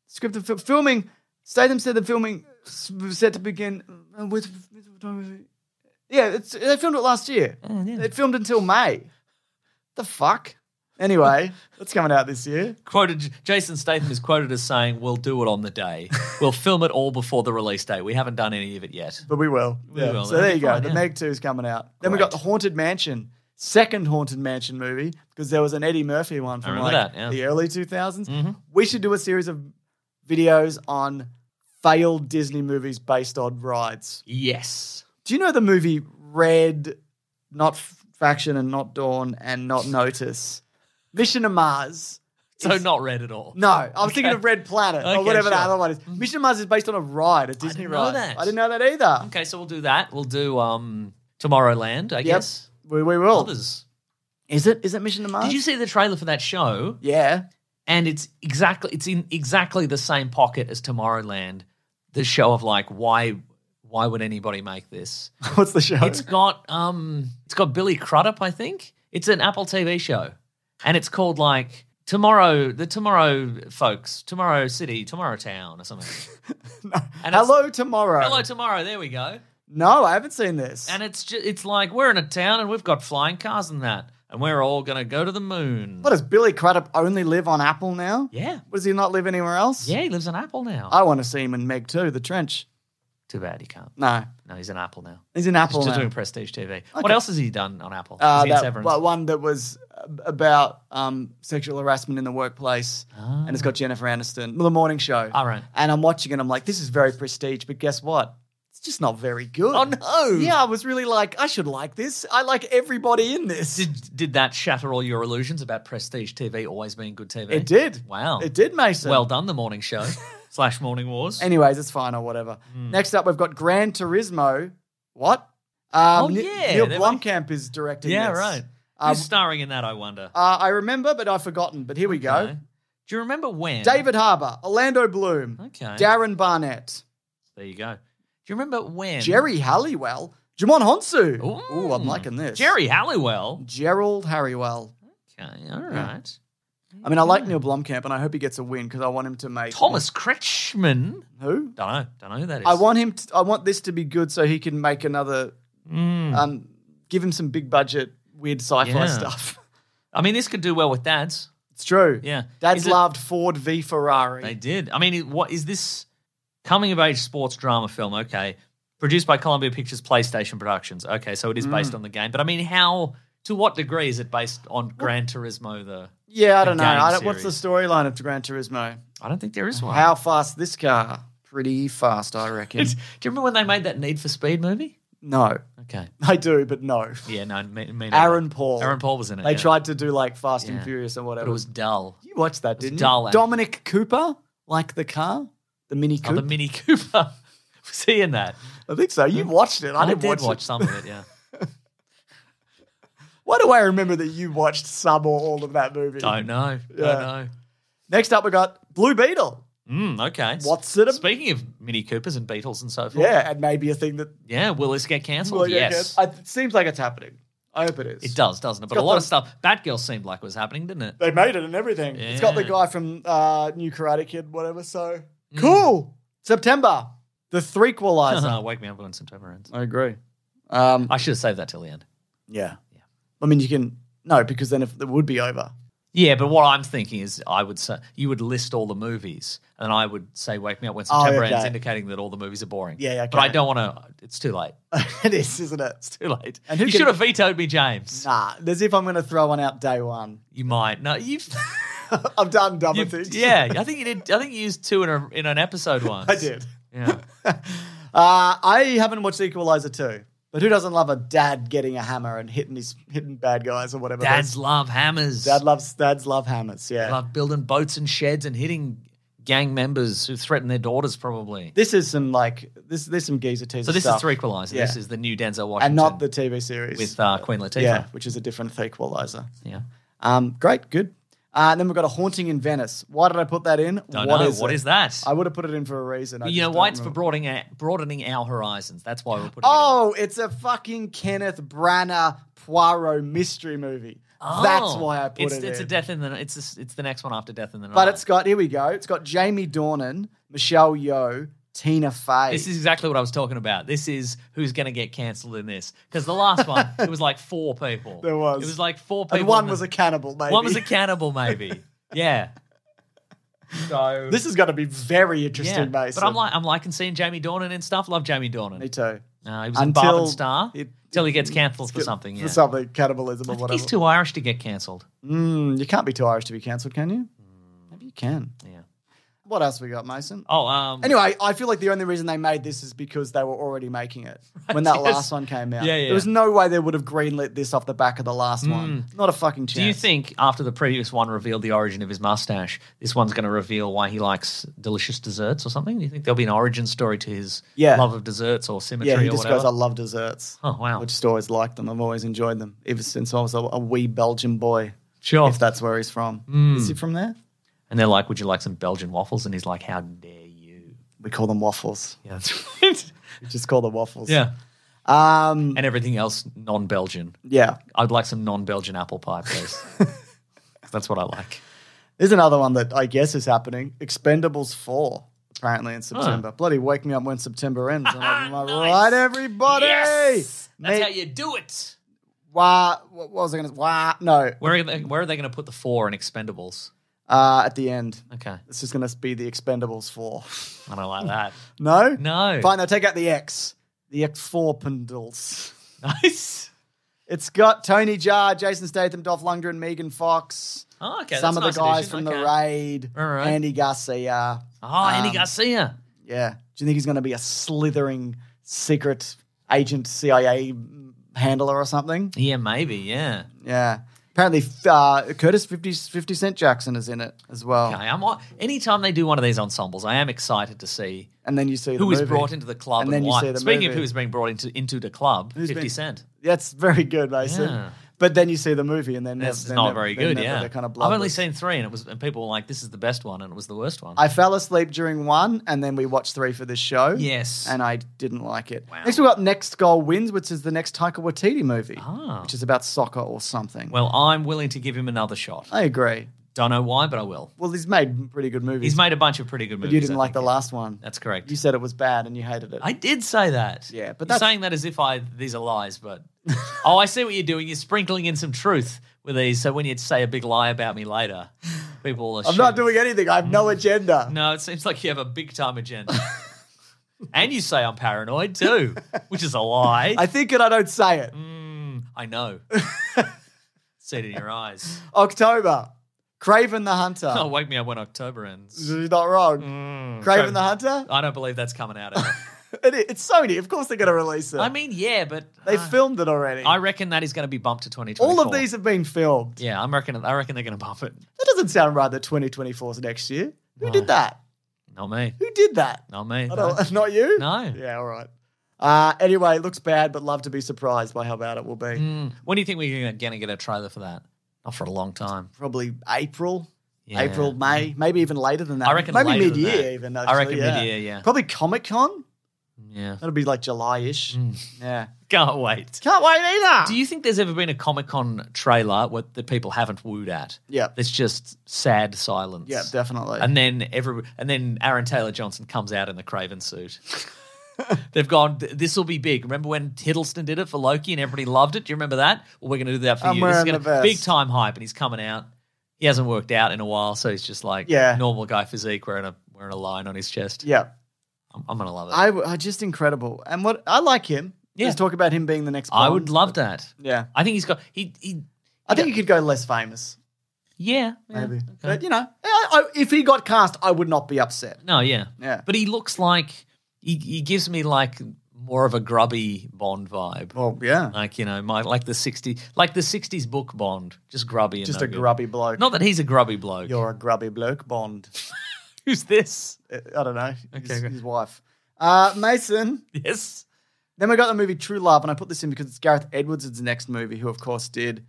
Speaker 1: Script and fil- filming. Statham said the filming s- was set to begin uh, with. with- Yeah, it's, they filmed it last year.
Speaker 3: Oh,
Speaker 1: They filmed until May. The fuck. Anyway, that's coming out this year.
Speaker 3: quoted Jason Statham is quoted as saying, "We'll do it on the day. We'll film it all before the release date. We haven't done any of it yet."
Speaker 1: But we will. yeah.
Speaker 3: will.
Speaker 1: So
Speaker 3: That'd
Speaker 1: there
Speaker 3: be
Speaker 1: you go.
Speaker 3: fine,
Speaker 1: the
Speaker 3: yeah.
Speaker 1: Meg 2 is coming out. Then we got The Haunted Mansion, second Haunted Mansion movie, because there was an Eddie Murphy one from
Speaker 3: remember
Speaker 1: like
Speaker 3: that, yeah. Mm-hmm.
Speaker 1: the early 2000s. We should do a series of videos on failed Disney movies based on rides.
Speaker 3: Yes.
Speaker 1: Do you know the movie Red, not F- Faction and not Dawn and not Notice? Mission to Mars.
Speaker 3: So not red at all.
Speaker 1: No, I was thinking of Red Planet or
Speaker 3: Okay,
Speaker 1: whatever the
Speaker 3: sure. Mm-hmm.
Speaker 1: other one is. Mission to Mars is based on a ride, a Disney
Speaker 3: didn't know
Speaker 1: ride.
Speaker 3: that.
Speaker 1: I didn't know that either.
Speaker 3: Okay, so we'll do that. We'll do um Tomorrowland, I guess.
Speaker 1: We, we will.
Speaker 3: Others.
Speaker 1: Is it? Is it Mission to Mars?
Speaker 3: Did you see the trailer for that show?
Speaker 1: Yeah.
Speaker 3: And it's exactly it's in exactly the same pocket as Tomorrowland. The show of like why why would anybody make this?
Speaker 1: What's the show?
Speaker 3: It's got um, it's got Billy Crudup, I think. It's an Apple TV show, and it's called like Tomorrow, the Tomorrow Folks, Tomorrow City, Tomorrow Town, or something. and it's-
Speaker 1: Hello Tomorrow.
Speaker 3: Hello Tomorrow. There we go.
Speaker 1: No, I haven't seen this.
Speaker 3: And it's just, it's like we're in a town and we've got flying cars and that, and we're all gonna go to the moon.
Speaker 1: what does Billy Crudup only live on Apple now?
Speaker 3: yeah,
Speaker 1: What, Does he not live anywhere else?
Speaker 3: yeah. He lives on Apple now.
Speaker 1: I want to see him in Meg 2, The Trench.
Speaker 3: Too bad he can't.
Speaker 1: No,
Speaker 3: No, he's an Apple now.
Speaker 1: he's in Apple
Speaker 3: He's just
Speaker 1: now.
Speaker 3: doing Prestige TV. What else has he done on Apple? Is
Speaker 1: uh,
Speaker 3: he in
Speaker 1: that,
Speaker 3: Severance?
Speaker 1: well, one that was uh, about um, sexual harassment in the workplace, and it's got Jennifer Aniston, the morning show.
Speaker 3: Ah. All right.
Speaker 1: And I'm watching it. I'm like, this is very prestige, but guess what? It's just not very good.
Speaker 3: Oh, no.
Speaker 1: Yeah, I was really like, I should like this. I like everybody in this.
Speaker 3: Did did that shatter all your illusions about prestige TV always being good TV?
Speaker 1: It did.
Speaker 3: Wow.
Speaker 1: It did, Mason.
Speaker 3: Well done, the morning show slash morning wars.
Speaker 1: Anyways, it's fine or whatever.
Speaker 3: Hmm.
Speaker 1: Next up, we've got Gran Turismo. What? Um,
Speaker 3: Oh,
Speaker 1: Ni-
Speaker 3: yeah,
Speaker 1: Neil
Speaker 3: they're like-
Speaker 1: Blomkamp is directing
Speaker 3: yeah,
Speaker 1: this.
Speaker 3: right.
Speaker 1: Um,
Speaker 3: Who's starring in that? I wonder.
Speaker 1: uh, I remember, but I've forgotten. But here we go.
Speaker 3: Okay. Do you remember when
Speaker 1: David Harbour, Orlando Bloom,
Speaker 3: Okay.
Speaker 1: Darren Barnett,
Speaker 3: There you go. Do you remember when
Speaker 1: Jerry Halliwell, Jamon Honsu.
Speaker 3: Ooh.
Speaker 1: Ooh, I'm liking this.
Speaker 3: Mm. Jerry Halliwell?
Speaker 1: Gerald Harriwell.
Speaker 3: Okay, all right.
Speaker 1: I mean, I like Neil Blomkamp, and I hope he gets a win because I want him to make
Speaker 3: Thomas Kretschmann.
Speaker 1: who
Speaker 3: Don't know. Don't know who that is.
Speaker 1: I want him. To, I want this to be good, so he can make another. Um, give him some big budget, weird sci-fi
Speaker 3: Mm. Yeah.
Speaker 1: stuff.
Speaker 3: I mean, this could do well with dads.
Speaker 1: It's true.
Speaker 3: Yeah.
Speaker 1: Dad's
Speaker 3: Is it-
Speaker 1: loved Ford v Ferrari.
Speaker 3: They did. I mean, what is this coming of age sports drama film?
Speaker 1: Mm.
Speaker 3: Okay. Produced by Columbia Pictures PlayStation Productions. Okay, so it is based on the game. But I mean, how to what degree is it based on Gran Turismo? The
Speaker 1: Yeah, I don't
Speaker 3: the
Speaker 1: know. I
Speaker 3: game
Speaker 1: don't, what's the
Speaker 3: series?
Speaker 1: storyline of Gran Turismo?
Speaker 3: I don't think there is one.
Speaker 1: How fast this car? Pretty fast, I reckon.
Speaker 3: do you remember when they made that Need for Speed movie?
Speaker 1: no,
Speaker 3: Okay.
Speaker 1: I do, but no.
Speaker 3: Yeah, no, me, me neither.
Speaker 1: Aaron Paul.
Speaker 3: Aaron Paul was in it.
Speaker 1: They
Speaker 3: yeah.
Speaker 1: tried to do like Fast
Speaker 3: Yeah.
Speaker 1: and Furious and
Speaker 3: but
Speaker 1: whatever.
Speaker 3: it was dull.
Speaker 1: you watched that, didn't
Speaker 3: dull
Speaker 1: you?
Speaker 3: and-
Speaker 1: Dominic Cooper, like the car, the Mini
Speaker 3: Oh,
Speaker 1: Cooper.
Speaker 3: the Mini Cooper. was he in that?
Speaker 1: I think so. You watched it. I,
Speaker 3: Hmm. I,
Speaker 1: didn't
Speaker 3: did
Speaker 1: watch,
Speaker 3: watch,
Speaker 1: it.
Speaker 3: some of it. Yeah,
Speaker 1: Why do I remember that you watched some or all of that movie?
Speaker 3: don't know.
Speaker 1: Yeah.
Speaker 3: Don't know.
Speaker 1: Next up, we got Blue Beetle.
Speaker 3: Mm, okay.
Speaker 1: What's it ab-
Speaker 3: Speaking of Mini Coopers and Beatles and so forth.
Speaker 1: Yeah, and maybe a thing that.
Speaker 3: Yeah. Will this get cancelled?
Speaker 1: Well, yeah,
Speaker 3: yes.
Speaker 1: I guess- It seems like it's happening. I hope it is.
Speaker 3: It does, doesn't it? But a
Speaker 1: got
Speaker 3: lot of
Speaker 1: the-
Speaker 3: stuff. Batgirl seemed like was happening, didn't it?
Speaker 1: They made it and everything. It's got the
Speaker 3: Yeah. Mm.
Speaker 1: guy from uh, New Karate Kid, whatever. So cool. September, the Threequalizer.
Speaker 3: Uh, Wake me up when September ends.
Speaker 1: I agree. Um,
Speaker 3: I should have saved that till the end.
Speaker 1: yeah. I mean, you can no, because then if it would be over.
Speaker 3: Yeah, but what I'm thinking is, I would say you would list all the movies, and I would say "Wake Me Up When
Speaker 1: Oh,
Speaker 3: September
Speaker 1: okay.
Speaker 3: Ends," indicating that all the movies are boring.
Speaker 1: Yeah, yeah,
Speaker 3: but I
Speaker 1: okay.
Speaker 3: don't want to. It's too late.
Speaker 1: it is, isn't it?
Speaker 3: Too late.
Speaker 1: And who
Speaker 3: you
Speaker 1: can-
Speaker 3: should have vetoed me, James.
Speaker 1: Nah, as if I'm going to throw one out day one.
Speaker 3: You might. No, you've.
Speaker 1: I've done dumber
Speaker 3: you've-
Speaker 1: things.
Speaker 3: yeah, I think you did. I think you used two in a, in an episode once.
Speaker 1: I did.
Speaker 3: Yeah.
Speaker 1: Uh, I haven't watched Equalizer 2, but who doesn't love a dad getting a hammer and hitting his hitting bad guys or whatever?
Speaker 3: Dads
Speaker 1: those-
Speaker 3: love hammers.
Speaker 1: dad loves dads love hammers. Yeah,
Speaker 3: love building boats and sheds and hitting gang members who threaten their daughters. Probably.
Speaker 1: this is some like this. There's some geezer teaser.
Speaker 3: So this
Speaker 1: stuff.
Speaker 3: is three equalizer. This
Speaker 1: Yeah.
Speaker 3: is the new Denzel Washington,
Speaker 1: and not the TV series
Speaker 3: with uh, Queen Latifah.
Speaker 1: yeah, which is a different Equalizer.
Speaker 3: Yeah.
Speaker 1: Um, great, good. Uh, and then we've got a haunting in Venice. Why did I put that in?
Speaker 3: Don't know what
Speaker 1: it?
Speaker 3: is that.
Speaker 1: I would have put it in for a reason. I
Speaker 3: you know
Speaker 1: just
Speaker 3: why
Speaker 1: don't
Speaker 3: it's for
Speaker 1: remember.
Speaker 3: broadening our, broadening our horizons. That's why we're putting. it
Speaker 1: Oh, it's a fucking Kenneth Branagh Poirot mystery movie.
Speaker 3: in. Oh,
Speaker 1: That's why I put
Speaker 3: it's,
Speaker 1: it
Speaker 3: It's
Speaker 1: in.
Speaker 3: a death in the. It's a, it's the next one after death in the night.
Speaker 1: But it's got here we go. It's got Jamie Dornan, Michelle Yeoh, Tina Fey.
Speaker 3: This is exactly what I was talking about. This is who's going to get cancelled in this because the last one it was like four people.
Speaker 1: There was.
Speaker 3: It was like four people.
Speaker 1: and one
Speaker 3: in
Speaker 1: was
Speaker 3: the-
Speaker 1: a cannibal. Maybe
Speaker 3: one was a cannibal maybe. yeah. So
Speaker 1: This is going to be very interesting,
Speaker 3: yeah.
Speaker 1: Mason.
Speaker 3: But I'm like I'm liking seeing Jamie Dornan and stuff. Love Jamie Dornan.
Speaker 1: me too.
Speaker 3: Uh, he was in
Speaker 1: Until
Speaker 3: Barb and Star
Speaker 1: it-
Speaker 3: until he gets cancelled for something. Yeah.
Speaker 1: For something cannibalism or
Speaker 3: I think
Speaker 1: whatever.
Speaker 3: he's too Irish to get cancelled.
Speaker 1: Mm, you can't be too Irish to be cancelled, can you? Maybe you can.
Speaker 3: Hmm. Yeah.
Speaker 1: What else we got, Mason?
Speaker 3: Oh, um,
Speaker 1: Anyway, I feel like the only reason they made this is because they were already making it when that
Speaker 3: yes.
Speaker 1: last one came out.
Speaker 3: Yeah, yeah.
Speaker 1: There was no way they would have greenlit this off the back of the last one. Not a fucking chance.
Speaker 3: Do you think after the previous one revealed the origin of his mustache, this one's going to reveal why he likes delicious desserts or something? Do you think there'll be an origin story to his
Speaker 1: Yeah.
Speaker 3: love of desserts or symmetry
Speaker 1: Yeah, he
Speaker 3: or
Speaker 1: just
Speaker 3: whatever?
Speaker 1: goes, I love desserts.
Speaker 3: oh wow,
Speaker 1: I just always liked them. I've always enjoyed them ever since I was a, a wee Belgian boy.
Speaker 3: sure.
Speaker 1: If that's where he's from,
Speaker 3: Mm.
Speaker 1: is he from there?
Speaker 3: and they're like, "Would you like some Belgian waffles?" And he's like, "How dare you?"
Speaker 1: We call them waffles.
Speaker 3: Yeah, that's right.
Speaker 1: We just call them waffles.
Speaker 3: yeah,
Speaker 1: Um.
Speaker 3: and everything else non-Belgian.
Speaker 1: Yeah.
Speaker 3: I'd like some non-Belgian apple pie, please. that's what I like.
Speaker 1: There's another one that I guess is happening. Expendables four apparently in September. Bloody wake me up when September ends. And I'm like,
Speaker 3: Nice.
Speaker 1: right, everybody.
Speaker 3: Yes, that's
Speaker 1: Mate,
Speaker 3: how you do it.
Speaker 1: wah, what was I going to? Wah. No.
Speaker 3: Where are they, where are they going to put the four in Expendables?
Speaker 1: Uh, at the end,
Speaker 3: Okay,
Speaker 1: it's just going to be the Expendables four.
Speaker 3: I don't like that.
Speaker 1: No.
Speaker 3: No,
Speaker 1: Fine. I'll take out the X. The X four pendles.
Speaker 3: nice.
Speaker 1: It's got Tony Jaa, Jason Statham, Dolph Lundgren, Megan Fox,
Speaker 3: Oh, okay.
Speaker 1: some of
Speaker 3: that's
Speaker 1: the
Speaker 3: a nice
Speaker 1: guys
Speaker 3: addition.
Speaker 1: from
Speaker 3: Okay.
Speaker 1: The Raid,
Speaker 3: All right.
Speaker 1: Andy Garcia.
Speaker 3: Oh, Andy
Speaker 1: Um,
Speaker 3: Garcia.
Speaker 1: Yeah. Do you think he's going to be a slithering secret agent, CIA handler or something?
Speaker 3: Yeah, maybe. Yeah.
Speaker 1: Yeah. Apparently, f- uh, Curtis 50, 50 Cent Jackson is in it as well.
Speaker 3: Okay. I'm. on- Anytime they do one of these ensembles, I am excited to see
Speaker 1: And then you see
Speaker 3: who
Speaker 1: the
Speaker 3: was
Speaker 1: movie.
Speaker 3: brought into the club and,
Speaker 1: And then you
Speaker 3: why.
Speaker 1: see the
Speaker 3: Speaking of
Speaker 1: movie.
Speaker 3: who was being brought into into the club,
Speaker 1: Who's
Speaker 3: Fifty
Speaker 1: been-
Speaker 3: Cent.
Speaker 1: That's very good, Mason.
Speaker 3: Yeah.
Speaker 1: But then you see the movie, and then
Speaker 3: That's
Speaker 1: then
Speaker 3: not
Speaker 1: they're-
Speaker 3: very
Speaker 1: then
Speaker 3: good.
Speaker 1: they're-
Speaker 3: Yeah.
Speaker 1: they're kind of
Speaker 3: I've only
Speaker 1: bloodless.
Speaker 3: seen three, and it was and people were like, "This is the best one," and it was the worst one.
Speaker 1: I fell asleep during one, and then we watched three for this show.
Speaker 3: Yes.
Speaker 1: and I didn't like it.
Speaker 3: Wow.
Speaker 1: Next, we got Next Goal Wins, which is the next Taika Waititi movie,
Speaker 3: Ah.
Speaker 1: which is about soccer or something.
Speaker 3: well, I'm willing to give him another shot.
Speaker 1: I agree.
Speaker 3: Don't know why, but I will.
Speaker 1: Well, he's made pretty good movies.
Speaker 3: He's made a bunch of pretty good
Speaker 1: but
Speaker 3: movies.
Speaker 1: you didn't
Speaker 3: I
Speaker 1: like the
Speaker 3: think.
Speaker 1: last one.
Speaker 3: That's correct.
Speaker 1: You said it was bad and you hated it.
Speaker 3: I did say that.
Speaker 1: Yeah, but
Speaker 3: you're
Speaker 1: that's-
Speaker 3: saying that as if I these are lies. But oh, I see what you're doing. You're sprinkling in some truth with these. So when you say a big lie about me later, people. Assume,
Speaker 1: I'm not doing anything. I have no agenda.
Speaker 3: Mm. No, it seems like you have a big time agenda. and you say I'm paranoid too, which is a lie.
Speaker 1: I think it. I don't say it.
Speaker 3: Mm, I know. See it in your eyes.
Speaker 1: October. Craven the Hunter.
Speaker 3: Oh, Mm. wake me up when October ends.
Speaker 1: You're not wrong. Craven
Speaker 3: Craven-
Speaker 1: the Hunter?
Speaker 3: I don't believe that's coming out. Ever.
Speaker 1: It is, it's Sony. Of course they're going to release it.
Speaker 3: I mean, yeah, but
Speaker 1: they
Speaker 3: uh,
Speaker 1: filmed it already.
Speaker 3: I reckon that is going to be bumped to 2024.
Speaker 1: All of these have been filmed.
Speaker 3: Yeah, I'm reckon. I reckon they're going to bump it.
Speaker 1: That doesn't sound right that 2024 is next year. Who did that?
Speaker 3: Not me.
Speaker 1: Who did that?
Speaker 3: Not me.
Speaker 1: I
Speaker 3: No.
Speaker 1: don't- not you?
Speaker 3: No.
Speaker 1: Yeah, all right. Uh, anyway, it looks bad, but love to be surprised by how bad it will be.
Speaker 3: Mm. When do you think we're going to get a trailer for that? Not for a long time.
Speaker 1: Probably April,
Speaker 3: Yeah.
Speaker 1: April, May, maybe even later than that.
Speaker 3: I reckon
Speaker 1: maybe
Speaker 3: later than
Speaker 1: mid-year
Speaker 3: that.
Speaker 1: even.
Speaker 3: I
Speaker 1: Actually,
Speaker 3: reckon
Speaker 1: yeah.
Speaker 3: mid-year, yeah.
Speaker 1: Probably Comic Con.
Speaker 3: Yeah.
Speaker 1: That'll be like July-ish. Yeah.
Speaker 3: Can't wait.
Speaker 1: Can't wait either.
Speaker 3: Mm. Do you think there's ever been a Comic Con trailer what that people haven't wooed at?
Speaker 1: Yeah.
Speaker 3: There's just sad silence.
Speaker 1: yeah, definitely.
Speaker 3: And then every and then Aaron Taylor Johnson comes out in the Craven suit. They've gone. This will be big. Remember when Hiddleston did it for Loki and everybody loved it? Do you remember that? Well, we're going to do that for
Speaker 1: I'm
Speaker 3: you. This is
Speaker 1: wearing
Speaker 3: gonna,
Speaker 1: the vest.
Speaker 3: Big time hype, and he's coming out. He hasn't worked out in a while, so he's just like
Speaker 1: Yeah.
Speaker 3: normal guy physique, wearing a wearing a line on his chest.
Speaker 1: yeah.
Speaker 3: I'm, I'm gonna love it. I,
Speaker 1: I, w- I just incredible. And what I like him.
Speaker 3: Yeah.
Speaker 1: Let's talk about him being the next.
Speaker 3: would
Speaker 1: Bond.
Speaker 3: love that.
Speaker 1: Yeah.
Speaker 3: I think he's got he he.
Speaker 1: I think he could go less famous,
Speaker 3: Yeah, yeah,
Speaker 1: maybe.
Speaker 3: okay.
Speaker 1: But you know, I, I, if he got cast, I would not be upset.
Speaker 3: No, yeah.
Speaker 1: Yeah.
Speaker 3: But he looks like he, he gives me like more of a grubby Bond vibe.
Speaker 1: Well, yeah,
Speaker 3: Like, you know, my like the 60 like the 60s book Bond, just grubby and
Speaker 1: just
Speaker 3: no
Speaker 1: a
Speaker 3: good.
Speaker 1: grubby bloke.
Speaker 3: Not that he's a grubby bloke.
Speaker 1: You're a grubby bloke, Bond.
Speaker 3: Who's this?
Speaker 1: I I don't know.
Speaker 3: Okay,
Speaker 1: his,
Speaker 3: great.
Speaker 1: his wife, uh, Mason.
Speaker 3: Yes.
Speaker 1: Then we got the movie True Love, and I put this in because it's Gareth Edwards' next movie, who of course did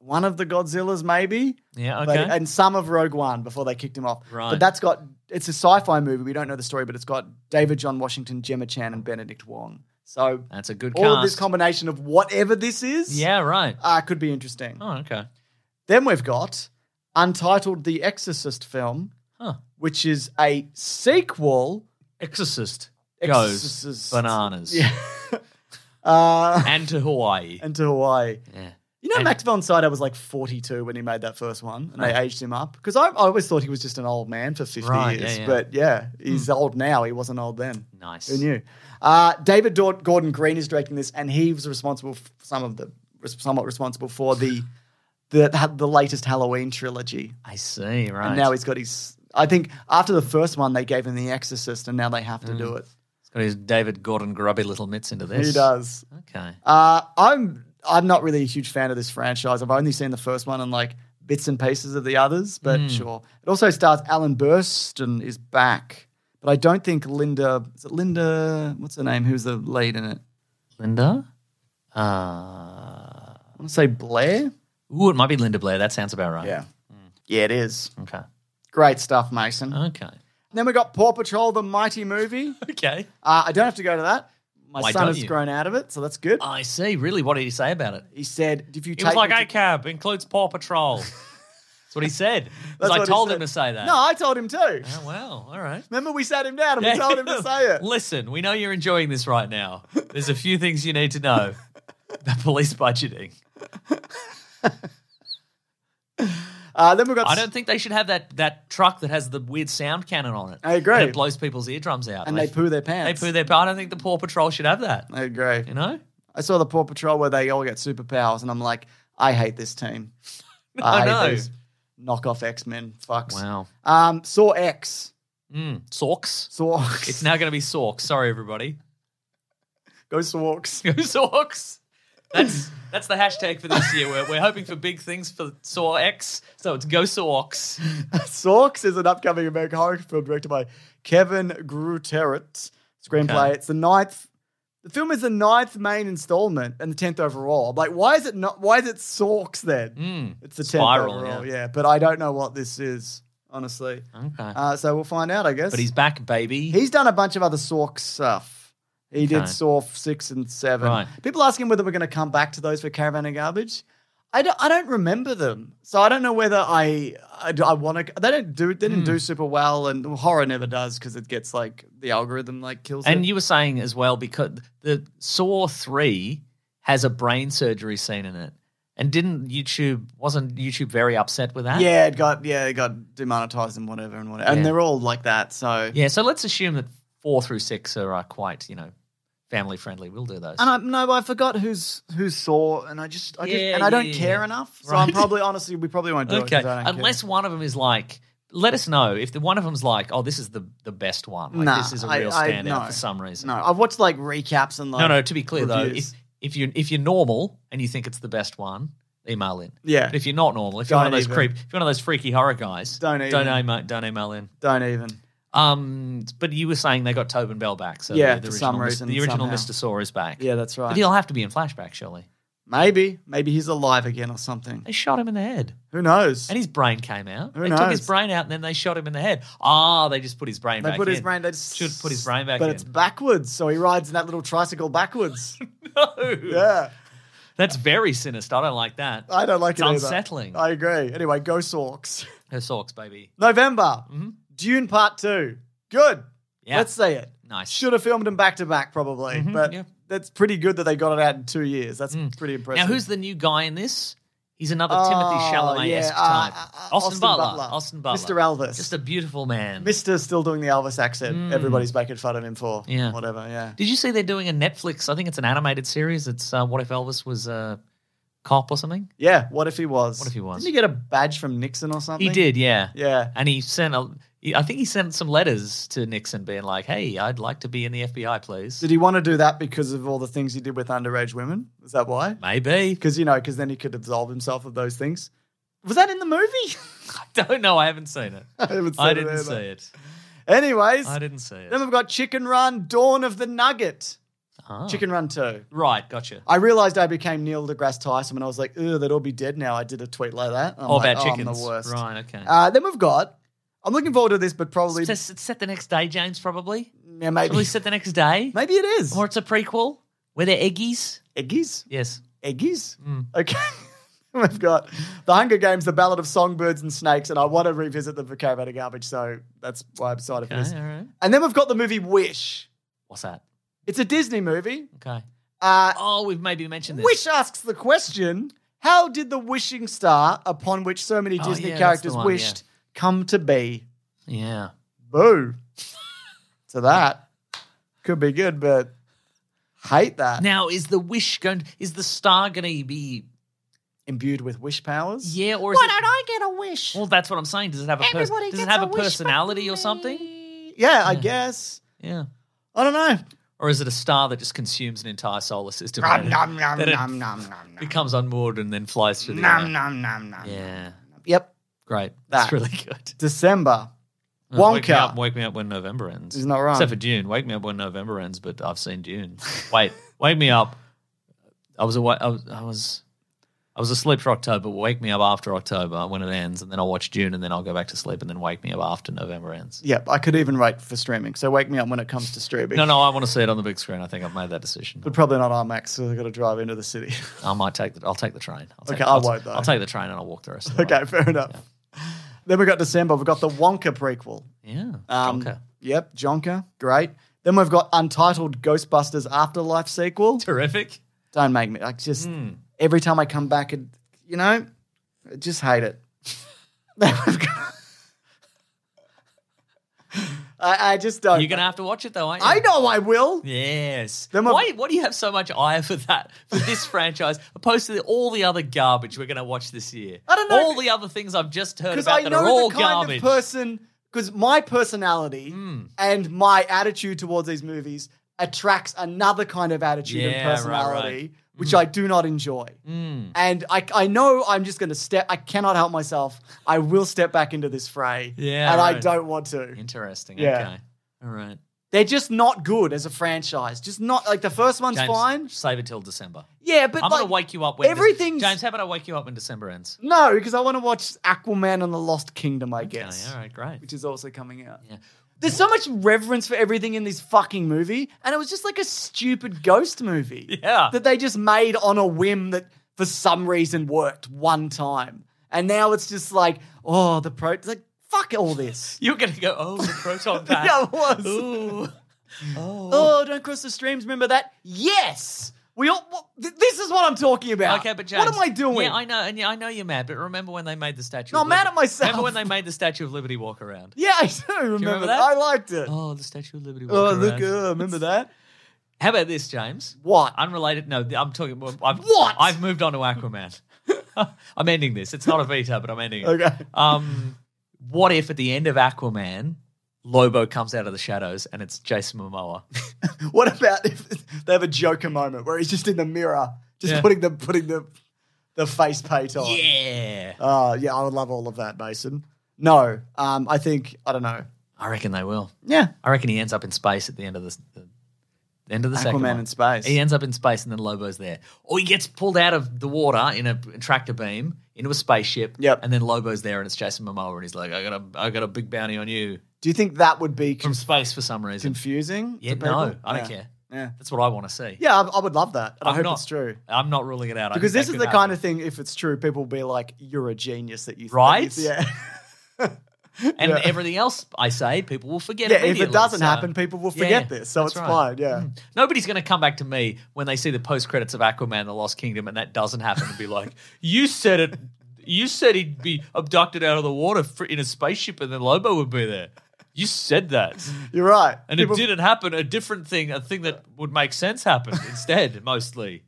Speaker 1: one of the Godzillas, maybe.
Speaker 3: Yeah,
Speaker 1: But-
Speaker 3: okay.
Speaker 1: and some of Rogue One before they kicked him off.
Speaker 3: Right.
Speaker 1: But that's got it's a sci-fi movie. We don't know the story, but it's got David John Washington, Gemma Chan, and Benedict Wong. So
Speaker 3: That's a good
Speaker 1: all of this
Speaker 3: cast.
Speaker 1: combination of whatever this is,
Speaker 3: yeah, right.
Speaker 1: uh, could be interesting.
Speaker 3: Oh, okay.
Speaker 1: Then we've got Untitled: The Exorcist film,
Speaker 3: Huh.
Speaker 1: which is a sequel.
Speaker 3: Exorcist,
Speaker 1: Exorcist.
Speaker 3: goes bananas.
Speaker 1: Yeah. uh,
Speaker 3: And to Hawaii.
Speaker 1: and to Hawaii.
Speaker 3: yeah.
Speaker 1: You know,
Speaker 3: And-
Speaker 1: Max von Sydow was like 42 when he made that first one, and they aged him up because I, I always thought he was just an old man for 50
Speaker 3: Right,
Speaker 1: years.
Speaker 3: yeah, Hmm. yeah.
Speaker 1: But yeah, he's old now. He wasn't old then.
Speaker 3: Nice.
Speaker 1: Who knew? Uh, David Dor- Gordon Green is directing this, and he was responsible for some of the somewhat responsible for the the the latest Halloween trilogy.
Speaker 3: I see, right.
Speaker 1: And now he's got his. I think after the first one, they gave him The Exorcist, and now they have to do it.
Speaker 3: he's got his David Gordon grubby little mitts into Hmm. this.
Speaker 1: He does.
Speaker 3: Okay.
Speaker 1: Uh, I'm I'm not really a huge fan of this franchise. I've only seen the first one and like bits and pieces of the others,
Speaker 3: Hmm.
Speaker 1: but sure. It also stars Alan Burstyn is back, but I don't think Linda is it Linda? What's her name? Who's the lead in it?
Speaker 3: Linda? Uh,
Speaker 1: I want to say Blair.
Speaker 3: ooh, it might be Linda Blair. That sounds about right. Hmm.
Speaker 1: yeah, it is.
Speaker 3: Okay.
Speaker 1: Great stuff, Mason.
Speaker 3: Okay.
Speaker 1: then we got Paw Patrol: The Mighty Movie.
Speaker 3: Okay.
Speaker 1: Uh, I don't have to go to that. My
Speaker 3: Why
Speaker 1: son
Speaker 3: don't
Speaker 1: has
Speaker 3: you?
Speaker 1: grown out of it, so that's good.
Speaker 3: I see. Really, what did he say about it?
Speaker 1: he said, "If you
Speaker 3: He
Speaker 1: take
Speaker 3: was like,
Speaker 1: me to-
Speaker 3: ACAB includes Paw Patrol. That's what he said. 'Cause
Speaker 1: That's
Speaker 3: I
Speaker 1: what he
Speaker 3: told him
Speaker 1: said.
Speaker 3: to say that.
Speaker 1: no, I told him too.
Speaker 3: Oh, wow. All right.
Speaker 1: Remember, we sat him down and we told him to say it.
Speaker 3: Listen, we know you're enjoying this right now. There's a few things you need to know about police budgeting.
Speaker 1: Uh, then we got
Speaker 3: I don't think they should have that, that truck that has the weird sound cannon on it.
Speaker 1: I agree.
Speaker 3: And it blows people's eardrums out.
Speaker 1: and they, poo their
Speaker 3: They
Speaker 1: pants.
Speaker 3: poo their. I don't think the Paw Patrol should have that.
Speaker 1: I agree.
Speaker 3: You know?
Speaker 1: I saw the Paw Patrol where they all get superpowers, and I'm like, I hate this team. I
Speaker 3: I
Speaker 1: hate
Speaker 3: know.
Speaker 1: these knockoff X Men fucks.
Speaker 3: Wow.
Speaker 1: Um, Saw X.
Speaker 3: Mm. Sorks.
Speaker 1: Saw.
Speaker 3: It's now going to be Sorks. Sorry, everybody.
Speaker 1: Go Sawks.
Speaker 3: Go Sorks. That's that's the hashtag for this year. We're, we're hoping for big things for Saw X. So it's Go Sorks.
Speaker 1: Sorks is an upcoming American horror film directed by Kevin Gruteret. Screenplay.
Speaker 3: Okay.
Speaker 1: It's the ninth. The film is the ninth main installment and the tenth overall. I'm Like, why is it not? Why is it Sorks then?
Speaker 3: Mm.
Speaker 1: It's the tenth
Speaker 3: Spiral,
Speaker 1: overall.
Speaker 3: yeah.
Speaker 1: Yeah. but I don't know what this is honestly.
Speaker 3: Okay.
Speaker 1: Uh, so we'll find out, I guess.
Speaker 3: but he's back, baby.
Speaker 1: He's done a bunch of other Sork stuff. He
Speaker 3: Okay.
Speaker 1: did Saw six and seven.
Speaker 3: Right.
Speaker 1: People asking whether we're going to come back to those for Caravan and Garbage. I don't, I don't remember them, so I don't know whether I I, want to. They don't do they didn't
Speaker 3: Hmm.
Speaker 1: do super well, and horror never does because it gets like the algorithm like kills
Speaker 3: and
Speaker 1: it.
Speaker 3: you were saying as well because the Saw Three has a brain surgery scene in it, and didn't YouTube wasn't YouTube very upset with that?
Speaker 1: yeah, it got yeah it got demonetized and whatever and whatever,
Speaker 3: Yeah.
Speaker 1: and they're all like that. So
Speaker 3: Yeah, so let's assume that four through six are, uh quite, you know, family friendly. We'll do those.
Speaker 1: And I no, I forgot who's who saw, and I just, I just,
Speaker 3: Yeah,
Speaker 1: and I
Speaker 3: yeah,
Speaker 1: don't
Speaker 3: yeah,
Speaker 1: care
Speaker 3: yeah.
Speaker 1: enough. So I'm
Speaker 3: Right.
Speaker 1: probably, honestly, we probably won't do it.
Speaker 3: okay,
Speaker 1: 'cause I don't
Speaker 3: unless
Speaker 1: care.
Speaker 3: one of them is like, let us know if the one of them's like, oh, this is the the best one. Like
Speaker 1: Nah,
Speaker 3: this is a
Speaker 1: I-
Speaker 3: real
Speaker 1: I-
Speaker 3: standout
Speaker 1: no.
Speaker 3: for some reason.
Speaker 1: no, I've watched like recaps and like
Speaker 3: no, no. To be clear
Speaker 1: reviews.
Speaker 3: though, if if you if you're normal and you think it's the best one, email in.
Speaker 1: Yeah.
Speaker 3: But if you're not normal, if you're one of
Speaker 1: Don't
Speaker 3: those
Speaker 1: even.
Speaker 3: creep, if you're one of those freaky horror guys,
Speaker 1: Don't
Speaker 3: don't
Speaker 1: even.
Speaker 3: email, don't email in.
Speaker 1: don't even.
Speaker 3: Um, but you were saying they got Tobin Bell back, so
Speaker 1: Yeah,
Speaker 3: the, the
Speaker 1: for
Speaker 3: original,
Speaker 1: some
Speaker 3: Mis-
Speaker 1: reason,
Speaker 3: the original
Speaker 1: somehow.
Speaker 3: Mr. Saw is back.
Speaker 1: Yeah, that's right.
Speaker 3: But he'll have to be in flashback, surely.
Speaker 1: Maybe, maybe he's alive again or something.
Speaker 3: They shot him in the head,
Speaker 1: Who knows?
Speaker 3: and his brain came out.
Speaker 1: Who
Speaker 3: they took his
Speaker 1: knows?
Speaker 3: brain out, and then they shot him in the head. Ah, they just put his brain
Speaker 1: they
Speaker 3: back.
Speaker 1: put his
Speaker 3: in.
Speaker 1: brain. They
Speaker 3: should put his brain back.
Speaker 1: but
Speaker 3: in.
Speaker 1: it's backwards, so he rides in that little tricycle backwards.
Speaker 3: no.
Speaker 1: yeah,
Speaker 3: That's very sinister. I don't like that.
Speaker 1: I don't like
Speaker 3: It's
Speaker 1: it. either.
Speaker 3: unsettling.
Speaker 1: I agree. Anyway, go Sorks.
Speaker 3: Her socks, baby.
Speaker 1: November, Dune Part Two. Good.
Speaker 3: Mm-hmm. Yeah.
Speaker 1: Let's see it.
Speaker 3: Nice. Mm-hmm,
Speaker 1: Should have filmed them back to back, probably. but
Speaker 3: yeah. Mm.
Speaker 1: that's pretty good that they got it out in two years. That's pretty impressive.
Speaker 3: Now, who's the new guy in this? He's another
Speaker 1: Oh,
Speaker 3: Timothy Chalamet esque
Speaker 1: yeah, uh,
Speaker 3: type.
Speaker 1: uh, uh,
Speaker 3: Austin,
Speaker 1: Austin
Speaker 3: Butler.
Speaker 1: Butler.
Speaker 3: Austin Butler.
Speaker 1: Mr. Elvis.
Speaker 3: Just a beautiful man.
Speaker 1: Mister's still doing the Elvis accent? Everybody's making fun of him for.
Speaker 3: Yeah.
Speaker 1: Whatever. Yeah.
Speaker 3: Did you see they're doing a Netflix? I think it's an animated series. It's uh, What If Elvis Was a Cop or something?
Speaker 1: Yeah. What if he was?
Speaker 3: What if he was?
Speaker 1: Didn't he get a badge from Nixon or something?
Speaker 3: He did, yeah.
Speaker 1: Yeah.
Speaker 3: And he sent a. he- I think he sent some letters to Nixon being like, hey, I'd like to be in the FBI, please.
Speaker 1: Did he want to do that because of all the things he did with underage women? Is that why?
Speaker 3: Maybe.
Speaker 1: Because you know, because then he could absolve himself of those things. Was that in the movie?
Speaker 3: I don't know. I haven't seen it.
Speaker 1: I haven't seen
Speaker 3: I
Speaker 1: it
Speaker 3: didn't
Speaker 1: either.
Speaker 3: see it.
Speaker 1: Anyways,
Speaker 3: I didn't see it.
Speaker 1: then we've got Chicken Run: Dawn of the Nugget.
Speaker 3: Ah.
Speaker 1: Chicken Run Two.
Speaker 3: Right, gotcha.
Speaker 1: I realized I became Neil deGrasse Tyson, and I was like, "Ugh, they'd all be dead now." I did a tweet like that. I'm
Speaker 3: All
Speaker 1: like,
Speaker 3: about
Speaker 1: "Oh,
Speaker 3: chickens.
Speaker 1: I'm the worst.
Speaker 3: Right, okay.
Speaker 1: Uh, then we've got. I'm looking forward to this, but probably
Speaker 3: It's it's set the next day, James, probably.
Speaker 1: yeah, maybe
Speaker 3: Probably set the next day.
Speaker 1: maybe it is
Speaker 3: Or it's a prequel where they're eggies.
Speaker 1: eggies.
Speaker 3: Yes.
Speaker 1: Eggies.
Speaker 3: Hmm.
Speaker 1: Okay. We've got The Hunger Games, The Ballad of Songbirds and Snakes, and I want to revisit the vocabulary of Garbage, so that's why I'm excited for this.
Speaker 3: Okay, all right.
Speaker 1: And then we've got the movie Wish.
Speaker 3: What's that?
Speaker 1: It's a Disney movie.
Speaker 3: Okay.
Speaker 1: Uh,
Speaker 3: Oh, we've maybe mentioned this.
Speaker 1: Wish asks the question How did the wishing star, upon which so many
Speaker 3: Oh,
Speaker 1: Disney
Speaker 3: yeah, that's the
Speaker 1: characters
Speaker 3: one,
Speaker 1: wished, come to be?
Speaker 3: Yeah.
Speaker 1: Boo. so that could be good, but hate that.
Speaker 3: Now is the wish going? Is the star going to be?
Speaker 1: Imbued with wish powers?
Speaker 3: Yeah, or is
Speaker 1: Why
Speaker 3: it-
Speaker 1: don't I get a wish?
Speaker 3: Well, that's what I'm saying. Does it have a pers-
Speaker 1: Everybody
Speaker 3: Does it
Speaker 1: gets
Speaker 3: have
Speaker 1: a
Speaker 3: a
Speaker 1: wish from
Speaker 3: personality or something?
Speaker 1: Yeah, I guess.
Speaker 3: Yeah.
Speaker 1: I don't know.
Speaker 3: Or is it a star that just consumes an entire solar system? and then it- then it Becomes unmoored and then flies through the air. Yeah.
Speaker 1: Yep.
Speaker 3: Great.
Speaker 1: That.
Speaker 3: That's really good.
Speaker 1: December.
Speaker 3: Wake me, up,
Speaker 1: Wonka.
Speaker 3: wake me up when November ends.
Speaker 1: He's not wrong.
Speaker 3: Except for June. Wake me up when November ends, but I've seen June. Wait, wake me up. I was away. I was. I was I was asleep for October. Wake me up after October when it ends, and then I'll watch June, and then I'll go back to sleep, and then wake me up after November ends.
Speaker 1: Yep, I could even wait for streaming. So wake me up when it comes to streaming.
Speaker 3: No, no, I want to see it on the big screen. I think I've made that decision.
Speaker 1: But probably not IMAX, so I've got to drive into the city.
Speaker 3: I might take the. I'll take the train. I'll take,
Speaker 1: Okay, I
Speaker 3: I'll,
Speaker 1: won't, though.
Speaker 3: I'll take the train and I'll walk the rest. Of the
Speaker 1: okay,
Speaker 3: Way.
Speaker 1: fair enough. Then we got December. We've got the Wonka prequel.
Speaker 3: Yeah.
Speaker 1: Um,
Speaker 3: Jonker.
Speaker 1: Yep, Jonker. Great. Then we've got Untitled Ghostbusters Afterlife sequel.
Speaker 3: Terrific.
Speaker 1: Don't make me. I just
Speaker 3: Hmm.
Speaker 1: every time I come back, it, you know, I just hate it. I, I just don't.
Speaker 3: You're gonna have to watch it though, aren't you?
Speaker 1: uh, I know I will.
Speaker 3: Yes.
Speaker 1: Then my-
Speaker 3: why, why do you have so much ire for that, for this franchise, opposed to the, all the other garbage we're going to watch this year?
Speaker 1: I don't know.
Speaker 3: All the other things I've just heard
Speaker 1: Because
Speaker 3: about
Speaker 1: I
Speaker 3: that
Speaker 1: know
Speaker 3: are all
Speaker 1: the kind
Speaker 3: garbage. Hmm.
Speaker 1: of person. Because my personality and my attitude towards these movies attracts another kind of attitude
Speaker 3: Yeah,
Speaker 1: and
Speaker 3: right, Hmm.
Speaker 1: personality,
Speaker 3: right.
Speaker 1: which I do not enjoy. And I, I know I'm just going to step. I cannot help myself. I will step back into this fray.
Speaker 3: Yeah,
Speaker 1: and I
Speaker 3: right.
Speaker 1: don't want to.
Speaker 3: Interesting.
Speaker 1: Yeah.
Speaker 3: Okay. All right.
Speaker 1: They're just not good as a franchise. Just not like the first one's
Speaker 3: James,
Speaker 1: fine.
Speaker 3: save it till December.
Speaker 1: Yeah, but
Speaker 3: I'm
Speaker 1: like,
Speaker 3: going to wake you up when. Dec-
Speaker 1: everything's-
Speaker 3: James, how about I wake you up when December ends?
Speaker 1: No, because I want to watch Aquaman and the Lost Kingdom. I guess,
Speaker 3: Okay, all right, great.
Speaker 1: which is also coming out.
Speaker 3: Yeah.
Speaker 1: There's so much reverence for everything in this fucking movie, and it was just like a stupid ghost movie.
Speaker 3: Yeah.
Speaker 1: that they just made on a whim that for some reason worked one time, and now it's just like, oh, the pro, it's like fuck all this.
Speaker 3: You're going to go, oh, the proton pack.
Speaker 1: yeah, it was.
Speaker 3: Ooh.
Speaker 1: Oh, don't cross the streams. Remember that? Yes. We all. wh- th- This is what I'm talking about.
Speaker 3: Okay, but James,
Speaker 1: what am I doing?
Speaker 3: Yeah, I know, and yeah, I know you're mad, but remember when they made the statue?
Speaker 1: No,
Speaker 3: of
Speaker 1: I'm mad
Speaker 3: Liber-
Speaker 1: at myself.
Speaker 3: Remember when they made the Statue of Liberty walk around?
Speaker 1: Yeah, I do remember, that.
Speaker 3: remember that?
Speaker 1: I liked it.
Speaker 3: Oh, the Statue of Liberty walk
Speaker 1: Oh,
Speaker 3: around.
Speaker 1: look, uh, remember that?
Speaker 3: How about this, James?
Speaker 1: What?
Speaker 3: Unrelated? No, I'm talking. I've,
Speaker 1: What?
Speaker 3: I've moved on to Aquaman. I'm ending this. It's not a veto, but I'm ending it.
Speaker 1: Okay.
Speaker 3: Um, what if at the end of Aquaman, Lobo comes out of the shadows and it's Jason Momoa?
Speaker 1: What about if they have a Joker moment where he's just in the mirror, just
Speaker 3: Yeah.
Speaker 1: putting the putting the the face paint on?
Speaker 3: yeah,
Speaker 1: Oh, yeah, I would love all of that, Mason. No, um, I think I don't know.
Speaker 3: I reckon they will.
Speaker 1: Yeah,
Speaker 3: I reckon he ends up in space at the end of this. The, the End of the second
Speaker 1: Aquaman
Speaker 3: one.
Speaker 1: in space.
Speaker 3: He ends up in space, and then Lobo's there. Or he gets pulled out of the water in a tractor beam into a spaceship.
Speaker 1: Yep.
Speaker 3: And then Lobo's there, and it's Jason Momoa, and he's like, "I got a, I got a big bounty on you
Speaker 1: Do you think that would be
Speaker 3: from
Speaker 1: con-
Speaker 3: space for some reason."
Speaker 1: confusing?
Speaker 3: Yeah,
Speaker 1: to
Speaker 3: no,
Speaker 1: people?
Speaker 3: I don't
Speaker 1: Yeah.
Speaker 3: care.
Speaker 1: Yeah,
Speaker 3: That's what I want to see.
Speaker 1: yeah, I, I would love that. and I
Speaker 3: I'm
Speaker 1: hope
Speaker 3: not-
Speaker 1: it's true.
Speaker 3: I'm not ruling it out I
Speaker 1: Because
Speaker 3: think
Speaker 1: this
Speaker 3: that
Speaker 1: is
Speaker 3: could
Speaker 1: the kind
Speaker 3: happen.
Speaker 1: of thing. If it's true, people will be like, "You're a genius that you think
Speaker 3: Right?
Speaker 1: you-" Yeah,
Speaker 3: and
Speaker 1: Yeah.
Speaker 3: everything else I say, people will forget.
Speaker 1: yeah. If
Speaker 3: immediately,
Speaker 1: it doesn't
Speaker 3: so-
Speaker 1: happen, people will
Speaker 3: Yeah,
Speaker 1: forget this, so
Speaker 3: that's
Speaker 1: it's
Speaker 3: right. Hmm.
Speaker 1: fine. Yeah.
Speaker 3: Nobody's going to come back to me when they see the post credits of Aquaman: The Lost Kingdom, and that doesn't happen, and be like, "You said it. You said he'd be abducted out of the water fr in a spaceship, and then Lobo would be there. You said that,
Speaker 1: You're right.
Speaker 3: and
Speaker 1: People-
Speaker 3: it didn't happen. A different thing, a thing that would make sense, happened instead, mostly.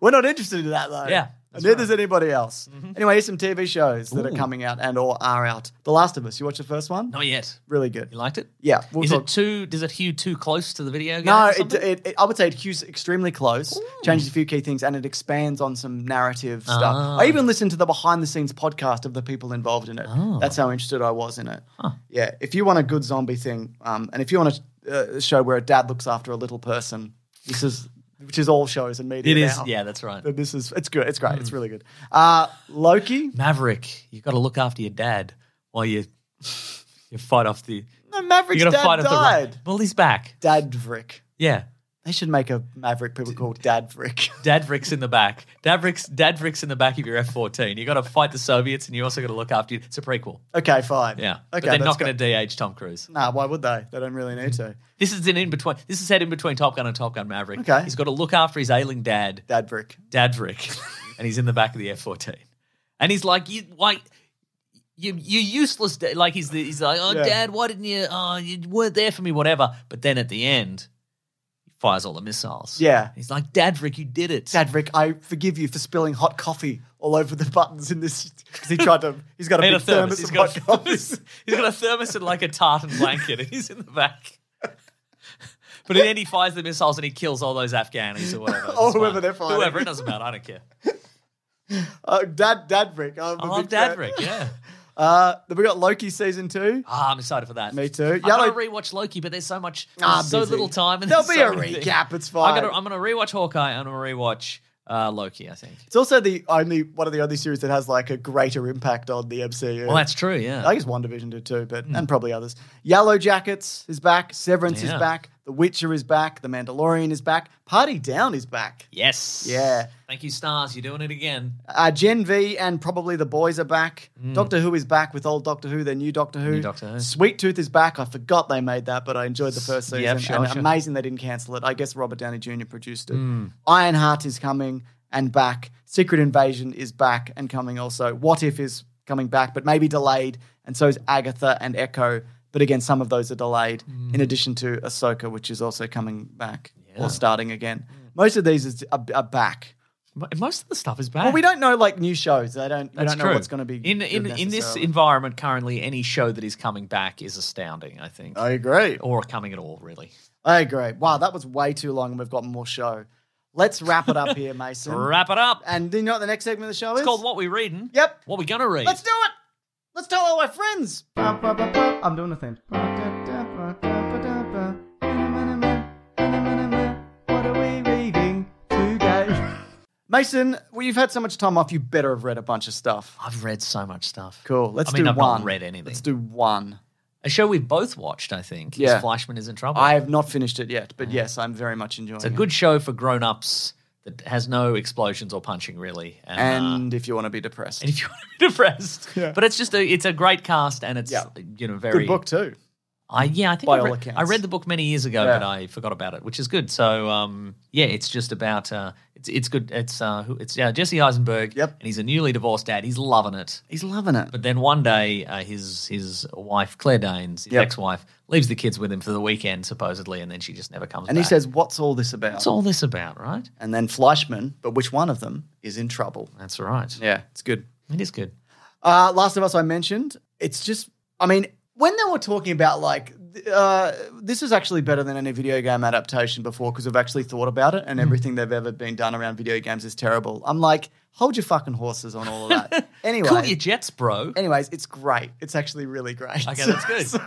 Speaker 1: We're not interested in that though.
Speaker 3: Yeah,
Speaker 1: And
Speaker 3: that's Mm-hmm.
Speaker 1: neither is anybody else. Anyway, here's some TV shows that are coming out and or are out. The Last of Us. You watched the first one?
Speaker 3: Not yet.
Speaker 1: Really good.
Speaker 3: You liked it?
Speaker 1: Yeah. we'll
Speaker 3: Is
Speaker 1: talk-
Speaker 3: it too? Does it hew too close to the video game?
Speaker 1: no,
Speaker 3: or
Speaker 1: it,
Speaker 3: something?
Speaker 1: it, it, I would say it cues extremely close, changes a few key things, and it expands on some narrative
Speaker 3: Ah.
Speaker 1: stuff. I even listened to the behind the scenes podcast of the people involved in it.
Speaker 3: Ah.
Speaker 1: That's how interested I was in it. Yeah, if you want a good zombie thing, um, and if you want a uh, show where a dad looks after a little person, this is which is all shows and media.
Speaker 3: It is.
Speaker 1: now,
Speaker 3: Yeah, that's right.
Speaker 1: then this is it's good. It's great.
Speaker 3: Hmm.
Speaker 1: It's really good. Uh, Loki.
Speaker 3: Maverick, you got to look after your dad while you you fight off the.
Speaker 1: No, Maverick's
Speaker 3: You got to
Speaker 1: dad
Speaker 3: fight off
Speaker 1: died.
Speaker 3: the. Well, he's back.
Speaker 1: Dadvrick.
Speaker 3: Yeah.
Speaker 1: They should make a Maverick people called Dadvrick.
Speaker 3: Dadrick's in the back. Dadrick's, Dadrick's in the back of your F 14. you got to fight the Soviets and you also got to look after you. It's a prequel.
Speaker 1: okay, fine.
Speaker 3: Yeah.
Speaker 1: Okay.
Speaker 3: but they're
Speaker 1: that's
Speaker 3: not
Speaker 1: good.
Speaker 3: going to DH Tom Cruise.
Speaker 1: Nah, why would they? They don't really need to.
Speaker 3: This is an in between. This is set in between Top Gun and Top Gun Maverick.
Speaker 1: Okay.
Speaker 3: He's got to look after his ailing dad,
Speaker 1: Dadvrick.
Speaker 3: Dadrick, and he's in the back of the F 14. And he's like, you, why? You, you useless. Dad. Like he's the, he's like, oh,
Speaker 1: Yeah.
Speaker 3: dad, why didn't you? Oh, you weren't there for me, whatever. But then at the end, he fires all the missiles.
Speaker 1: Yeah.
Speaker 3: He's like, Dadrick, you did it.
Speaker 1: Dadvrick, I forgive you for spilling hot coffee all over the buttons in this. Because he tried to. He's got a
Speaker 3: Made
Speaker 1: big thermos,
Speaker 3: He's
Speaker 1: of
Speaker 3: got
Speaker 1: hot
Speaker 3: a
Speaker 1: coffee.
Speaker 3: thermos. He's got a thermos and like a tartan blanket, and he's in the back. But then he fires the missiles and he kills all those Afghanis or whatever.
Speaker 1: Or
Speaker 3: It's
Speaker 1: whoever
Speaker 3: fine.
Speaker 1: they're fighting.
Speaker 3: Whoever, it doesn't matter. I don't care.
Speaker 1: Uh, Dad, Dadvrick. I'm a
Speaker 3: I love
Speaker 1: big fan.
Speaker 3: Oh, Dadrick, yeah.
Speaker 1: Uh, then we got Loki season two.
Speaker 3: Ah, I'm excited for that.
Speaker 1: Me too.
Speaker 3: I'm
Speaker 1: Yeah,
Speaker 3: going
Speaker 1: like-
Speaker 3: to rewatch Loki, but there's so much,
Speaker 1: Ah,
Speaker 3: there's so
Speaker 1: busy.
Speaker 3: little time. And
Speaker 1: There'll
Speaker 3: there's
Speaker 1: be
Speaker 3: so
Speaker 1: a
Speaker 3: many things.
Speaker 1: recap, it's
Speaker 3: I'm
Speaker 1: fine.
Speaker 3: gonna, I'm gonna rewatch Hawkeye and I'm gonna rewatch uh, Loki. I think.
Speaker 1: It's also the only one of the only series that has like a greater impact on the MCU.
Speaker 3: Well, Oh, that's Hmm. true. Yeah.
Speaker 1: I guess One Division did too, but and probably others. Yellow Jackets is back. Severance
Speaker 3: Yeah.
Speaker 1: is back. The Witcher is back. The Mandalorian is back. Party Down is back.
Speaker 3: yes.
Speaker 1: Yeah.
Speaker 3: Thank you, stars. You're doing it again.
Speaker 1: Uh, Gen V and probably the boys are back. Doctor Who is back with old Doctor Who, their new Doctor Who.
Speaker 3: Mm. New Doctor Who.
Speaker 1: Sweet Tooth is back. I forgot they made that, but I enjoyed the first season.
Speaker 3: Yep, sure,
Speaker 1: and
Speaker 3: sure. Mm.
Speaker 1: amazing they didn't cancel it. I guess Robert Downey Jr. produced it. Ironheart is coming and back. Secret Invasion is back and coming also. What If is coming back, but maybe delayed. And so is Agatha and Echo. But again, some of those are delayed,
Speaker 3: Mm.
Speaker 1: in addition to Ahsoka, which is also coming back or starting again.
Speaker 3: Mm.
Speaker 1: Most of these is, are, are back.
Speaker 3: Mo- Most of the stuff is bad.
Speaker 1: Well, we don't know like new shows. I don't. I
Speaker 3: That's
Speaker 1: don't know
Speaker 3: true.
Speaker 1: what's going to be
Speaker 3: in in
Speaker 1: good
Speaker 3: in this
Speaker 1: necessarily.
Speaker 3: environment currently. Any show that is coming back is astounding. I think,
Speaker 1: I agree.
Speaker 3: or coming at all, really.
Speaker 1: I agree. Wow, that was way too long, and we've got more show. Let's wrap it up here, Mason.
Speaker 3: Wrap it up.
Speaker 1: And do you know what the next segment of the show
Speaker 3: It's
Speaker 1: is?
Speaker 3: called What We Reading.
Speaker 1: Yep.
Speaker 3: What We Gonna Read.
Speaker 1: Let's do it. Let's tell all our friends. I'm doing the thing. What are we reading today? Mason, well, you've had so much time off. You better have read a bunch of stuff.
Speaker 3: I've read so much stuff.
Speaker 1: Cool. Let's
Speaker 3: I mean,
Speaker 1: do
Speaker 3: I've not
Speaker 1: one.
Speaker 3: read anything.
Speaker 1: Let's do one.
Speaker 3: A show we've both watched, I think.
Speaker 1: Yeah.
Speaker 3: Is Flashman is in trouble.
Speaker 1: I have not finished it yet, but yes, I'm very much enjoying
Speaker 3: it's a
Speaker 1: it.
Speaker 3: good show for grown-ups that has no explosions or punching, really. And, uh,
Speaker 1: And if you want to be depressed,
Speaker 3: and if you're depressed,
Speaker 1: Yeah.
Speaker 3: but it's just a it's a great cast and it's
Speaker 1: Yeah.
Speaker 3: you know very
Speaker 1: good book too.
Speaker 3: I yeah, I think
Speaker 1: By
Speaker 3: I,
Speaker 1: all
Speaker 3: re-
Speaker 1: accounts.
Speaker 3: I read the book many years ago,
Speaker 1: Yeah.
Speaker 3: but I forgot about it, which is good. So um, yeah, it's just about uh, it's it's good. It's uh, who- it's uh, Jesse Eisenberg.
Speaker 1: Yep.
Speaker 3: and he's a newly divorced dad. He's loving it.
Speaker 1: He's loving it.
Speaker 3: But then one day, uh, his his wife Claire Danes, his
Speaker 1: Yep.
Speaker 3: ex-wife, leaves the kids with him for the weekend supposedly, and then she just never comes.
Speaker 1: and he
Speaker 3: back.
Speaker 1: says, What's all this about?
Speaker 3: "What's all this about?" Right?
Speaker 1: and then Fleischman, but which one of them is in trouble?
Speaker 3: That's right.
Speaker 1: Yeah, it's good.
Speaker 3: It is good.
Speaker 1: Uh, Last of Us, I mentioned. It's just, I mean, when they were talking about like, th- uh, this is actually better than any video game adaptation before because I've actually thought about it, and
Speaker 3: Mm.
Speaker 1: everything they've ever been done around video games is terrible. I'm like, hold your fucking horses on all of that. anyway,
Speaker 3: Cool your jets, bro.
Speaker 1: anyways, it's great. It's actually really great.
Speaker 3: Okay, that's good.
Speaker 1: so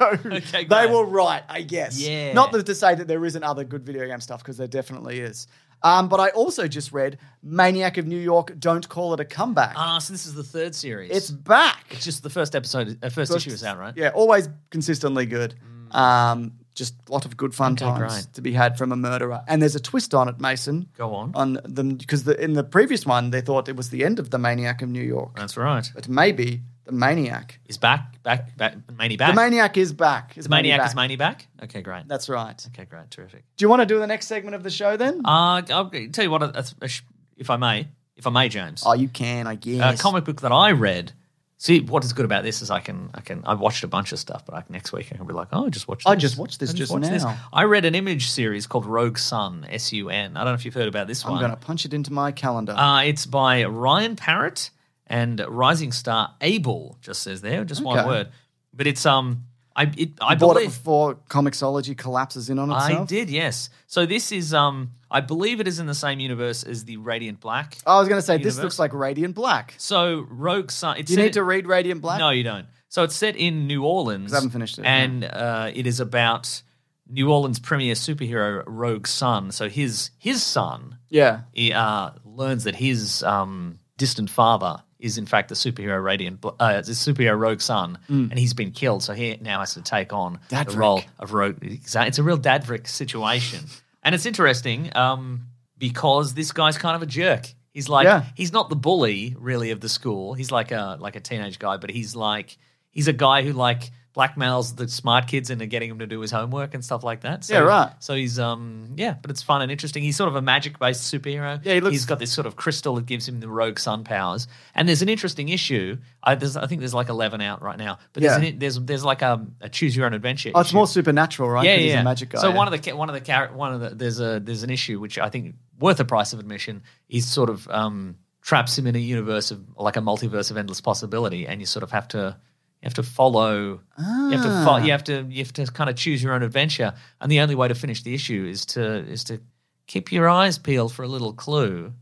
Speaker 1: they
Speaker 3: Okay, great.
Speaker 1: were right, I guess.
Speaker 3: Yeah.
Speaker 1: Not that to say that there isn't other good video game stuff because there definitely is. Um, but I also just read Maniac of New York. Don't call it a comeback.
Speaker 3: Ah, so this is the third series.
Speaker 1: it's back.
Speaker 3: It's just the first episode, uh, first, issue is out, right? Mm.
Speaker 1: Yeah, always consistently good. Um, just a lot of good fun
Speaker 3: Okay,
Speaker 1: times
Speaker 3: great.
Speaker 1: to be had from a murderer. And there's a twist on it, Mason.
Speaker 3: Go on.
Speaker 1: On them because the, in the previous one they thought it was the end of the Maniac of New York,
Speaker 3: That's right.
Speaker 1: but maybe the Maniac.
Speaker 3: Is back, back, back, Manny back.
Speaker 1: The Maniac is back. Is
Speaker 3: The maniac
Speaker 1: back.
Speaker 3: is Manny back. Okay, great.
Speaker 1: That's right.
Speaker 3: okay, great, terrific.
Speaker 1: Do you want to do the next segment of the show then?
Speaker 3: Uh, I'll tell you what, a- a- if I may, if I may, James,
Speaker 1: oh, you can, I
Speaker 3: a
Speaker 1: guess.
Speaker 3: uh, comic book that I read. See, what is good about this is I can, I can, I watched a bunch of stuff, but I, can- next week I can be like, oh, I just watched. This.
Speaker 1: I just watched this just
Speaker 3: watched
Speaker 1: now.
Speaker 3: I read an image series called Rogue Sun, S U N. I don't know if you've heard about this
Speaker 1: I'm
Speaker 3: one.
Speaker 1: going to punch it into my calendar.
Speaker 3: Uh, it's by Ryan Parrott and rising star Abel. Just says there, just one
Speaker 1: Okay.
Speaker 3: word. But it's um, I it, I
Speaker 1: I bought it
Speaker 3: believe
Speaker 1: before Comixology collapses in on itself.
Speaker 3: I did yes. So this is um, I believe it is in the same universe as the Radiant Black.
Speaker 1: Oh, I was going to say this
Speaker 3: Universe.
Speaker 1: looks like Radiant Black.
Speaker 3: So Rogue Sun. It's
Speaker 1: Do you
Speaker 3: set
Speaker 1: need
Speaker 3: in-
Speaker 1: to read Radiant Black?
Speaker 3: No, you don't. So it's set in New Orleans.
Speaker 1: 'Cause I haven't finished it,
Speaker 3: And uh, it is about New Orleans' premier superhero Rogue Sun. So his his son
Speaker 1: Yeah.
Speaker 3: he uh, learns that his um, distant father is in fact the superhero radiant Bl- uh, the superhero rogue son and he's been killed so he now has to take on the
Speaker 1: Mm. Dadrick.
Speaker 3: role of rogue Exa- it's a real dadrick situation and it's interesting um, because this guy's kind of a jerk he's like
Speaker 1: Yeah.
Speaker 3: he's not the bully really of the school he's like a like a teenage guy but he's like he's a guy who like blackmails the smart kids into getting him to do his homework and stuff like that so,
Speaker 1: Yeah, right.
Speaker 3: so he's um yeah but it's fun and interesting he's sort of a magic based superhero
Speaker 1: Yeah, he looks-
Speaker 3: he's got this sort of crystal that gives him the rogue sun powers. And there's an interesting issue. I, there's, I think there's like 11 out right now, but
Speaker 1: Yeah.
Speaker 3: there's, an, there's there's like a, a choose your own adventure.
Speaker 1: Oh, it's
Speaker 3: issue.
Speaker 1: more supernatural, right?
Speaker 3: yeah,
Speaker 1: 'Cause
Speaker 3: yeah.
Speaker 1: He's a magic guy.
Speaker 3: so one of the ca- one of the char- one of the there's a there's an issue which I think worth a price of admission is sort of um, traps him in a universe of like a multiverse of endless possibility, and you sort of have to. You have to follow. You have to. Fo- you have to. You have to kind of choose your own adventure, and the only way to finish the issue is to is to keep your eyes peeled for a little clue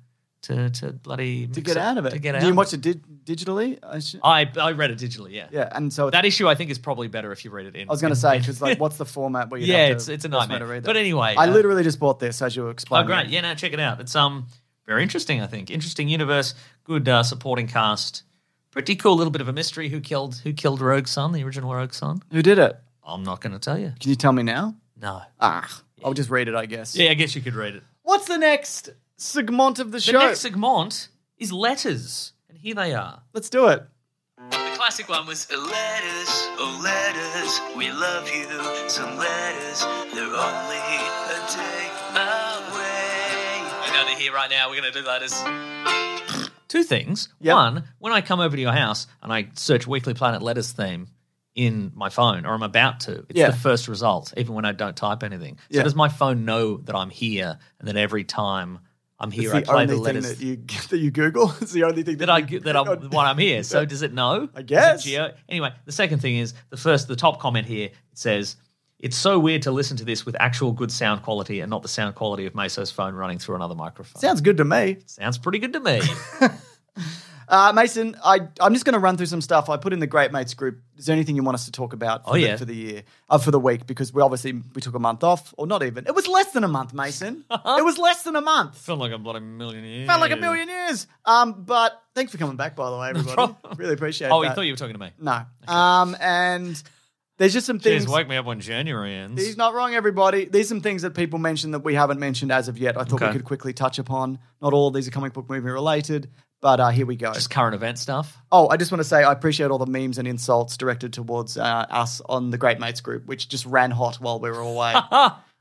Speaker 3: to to bloody
Speaker 1: to get out of it.
Speaker 3: To get out.
Speaker 1: Do you
Speaker 3: of
Speaker 1: watch
Speaker 3: it.
Speaker 1: it dig- digitally? I sh-
Speaker 3: I I read it digitally. Yeah.
Speaker 1: yeah, and so it's,
Speaker 3: That issue I think is probably better if you read it in.
Speaker 1: I was going
Speaker 3: in-
Speaker 1: to say because like, what's the format where you? have
Speaker 3: yeah,
Speaker 1: to,
Speaker 3: it's it's a
Speaker 1: what's the way
Speaker 3: nightmare.
Speaker 1: To read that?
Speaker 3: but anyway,
Speaker 1: I
Speaker 3: uh,
Speaker 1: literally just bought this as you were
Speaker 3: Oh,
Speaker 1: explaining.
Speaker 3: great!
Speaker 1: it.
Speaker 3: Yeah, no, check it out. It's um very interesting. I think interesting universe, good uh, supporting cast, pretty cool. Little bit of a mystery. Who killed Who killed Rogue Son? The original Rogue Son.
Speaker 1: Who did it?
Speaker 3: I'm not going to tell you.
Speaker 1: Can you tell me now?
Speaker 3: No.
Speaker 1: Ah, I'll just read it, I guess.
Speaker 3: Yeah, I guess you could read it.
Speaker 1: What's the next segment of the
Speaker 3: The
Speaker 1: show?
Speaker 3: next segment is letters, and here they are.
Speaker 1: Let's do it.
Speaker 2: The classic one was letters, oh letters, we love you. Some letters, they're only a day away.
Speaker 3: I know they're here right now. We're going to do letters. Two things.
Speaker 1: Yep.
Speaker 3: One, when I come over to your house and I search Weekly Planet letters theme in my phone, or I'm about to, it's
Speaker 1: Yeah.
Speaker 3: the first result, even when I don't type anything. So
Speaker 1: Yeah.
Speaker 3: does my phone know that I'm here and that every time I'm
Speaker 1: It's
Speaker 3: here, I
Speaker 1: the
Speaker 3: play
Speaker 1: only
Speaker 3: the
Speaker 1: thing
Speaker 3: letters
Speaker 1: that you that you Google. It's the only thing that,
Speaker 3: that I
Speaker 1: you
Speaker 3: that I
Speaker 1: click on.
Speaker 3: when I'm here. So does it know?
Speaker 1: I
Speaker 3: Is it
Speaker 1: guess.
Speaker 3: Geo? Anyway, the second thing is the first the top comment here it says it's so weird to listen to this with actual good sound quality and not the sound quality of Meso's phone running through another microphone.
Speaker 1: Sounds good to me.
Speaker 3: Sounds pretty good to me.
Speaker 1: Uh, Mason, I, I'm just going to run through some stuff. I put in the Great Mates group. Is there anything you want us to talk about for,
Speaker 3: Oh,
Speaker 1: the,
Speaker 3: yeah.
Speaker 1: for the year, uh, for the week? Because we obviously we took a month off, or not even. It was less than a month, Mason. it was less than a month.
Speaker 3: Uh-huh. Felt like a bloody millionaire.
Speaker 1: Felt like a million years. Um, but thanks for coming back, by the way, everybody.
Speaker 3: problem.
Speaker 1: really appreciate
Speaker 3: Oh,
Speaker 1: that.
Speaker 3: you thought you were talking to me.
Speaker 1: No. Um, and there's just some things.
Speaker 3: Jeez, wake me up when January ends.
Speaker 1: He's not wrong, everybody. These are some things that people mentioned that we haven't mentioned as of yet. I thought we
Speaker 3: Okay.
Speaker 1: could quickly touch upon. Not all of these are comic book movie related, But uh, here we go.
Speaker 3: Just current event stuff.
Speaker 1: Oh, I just want to say I appreciate all the memes and insults directed towards uh, us on the Great Mates group, which just ran hot while we were away.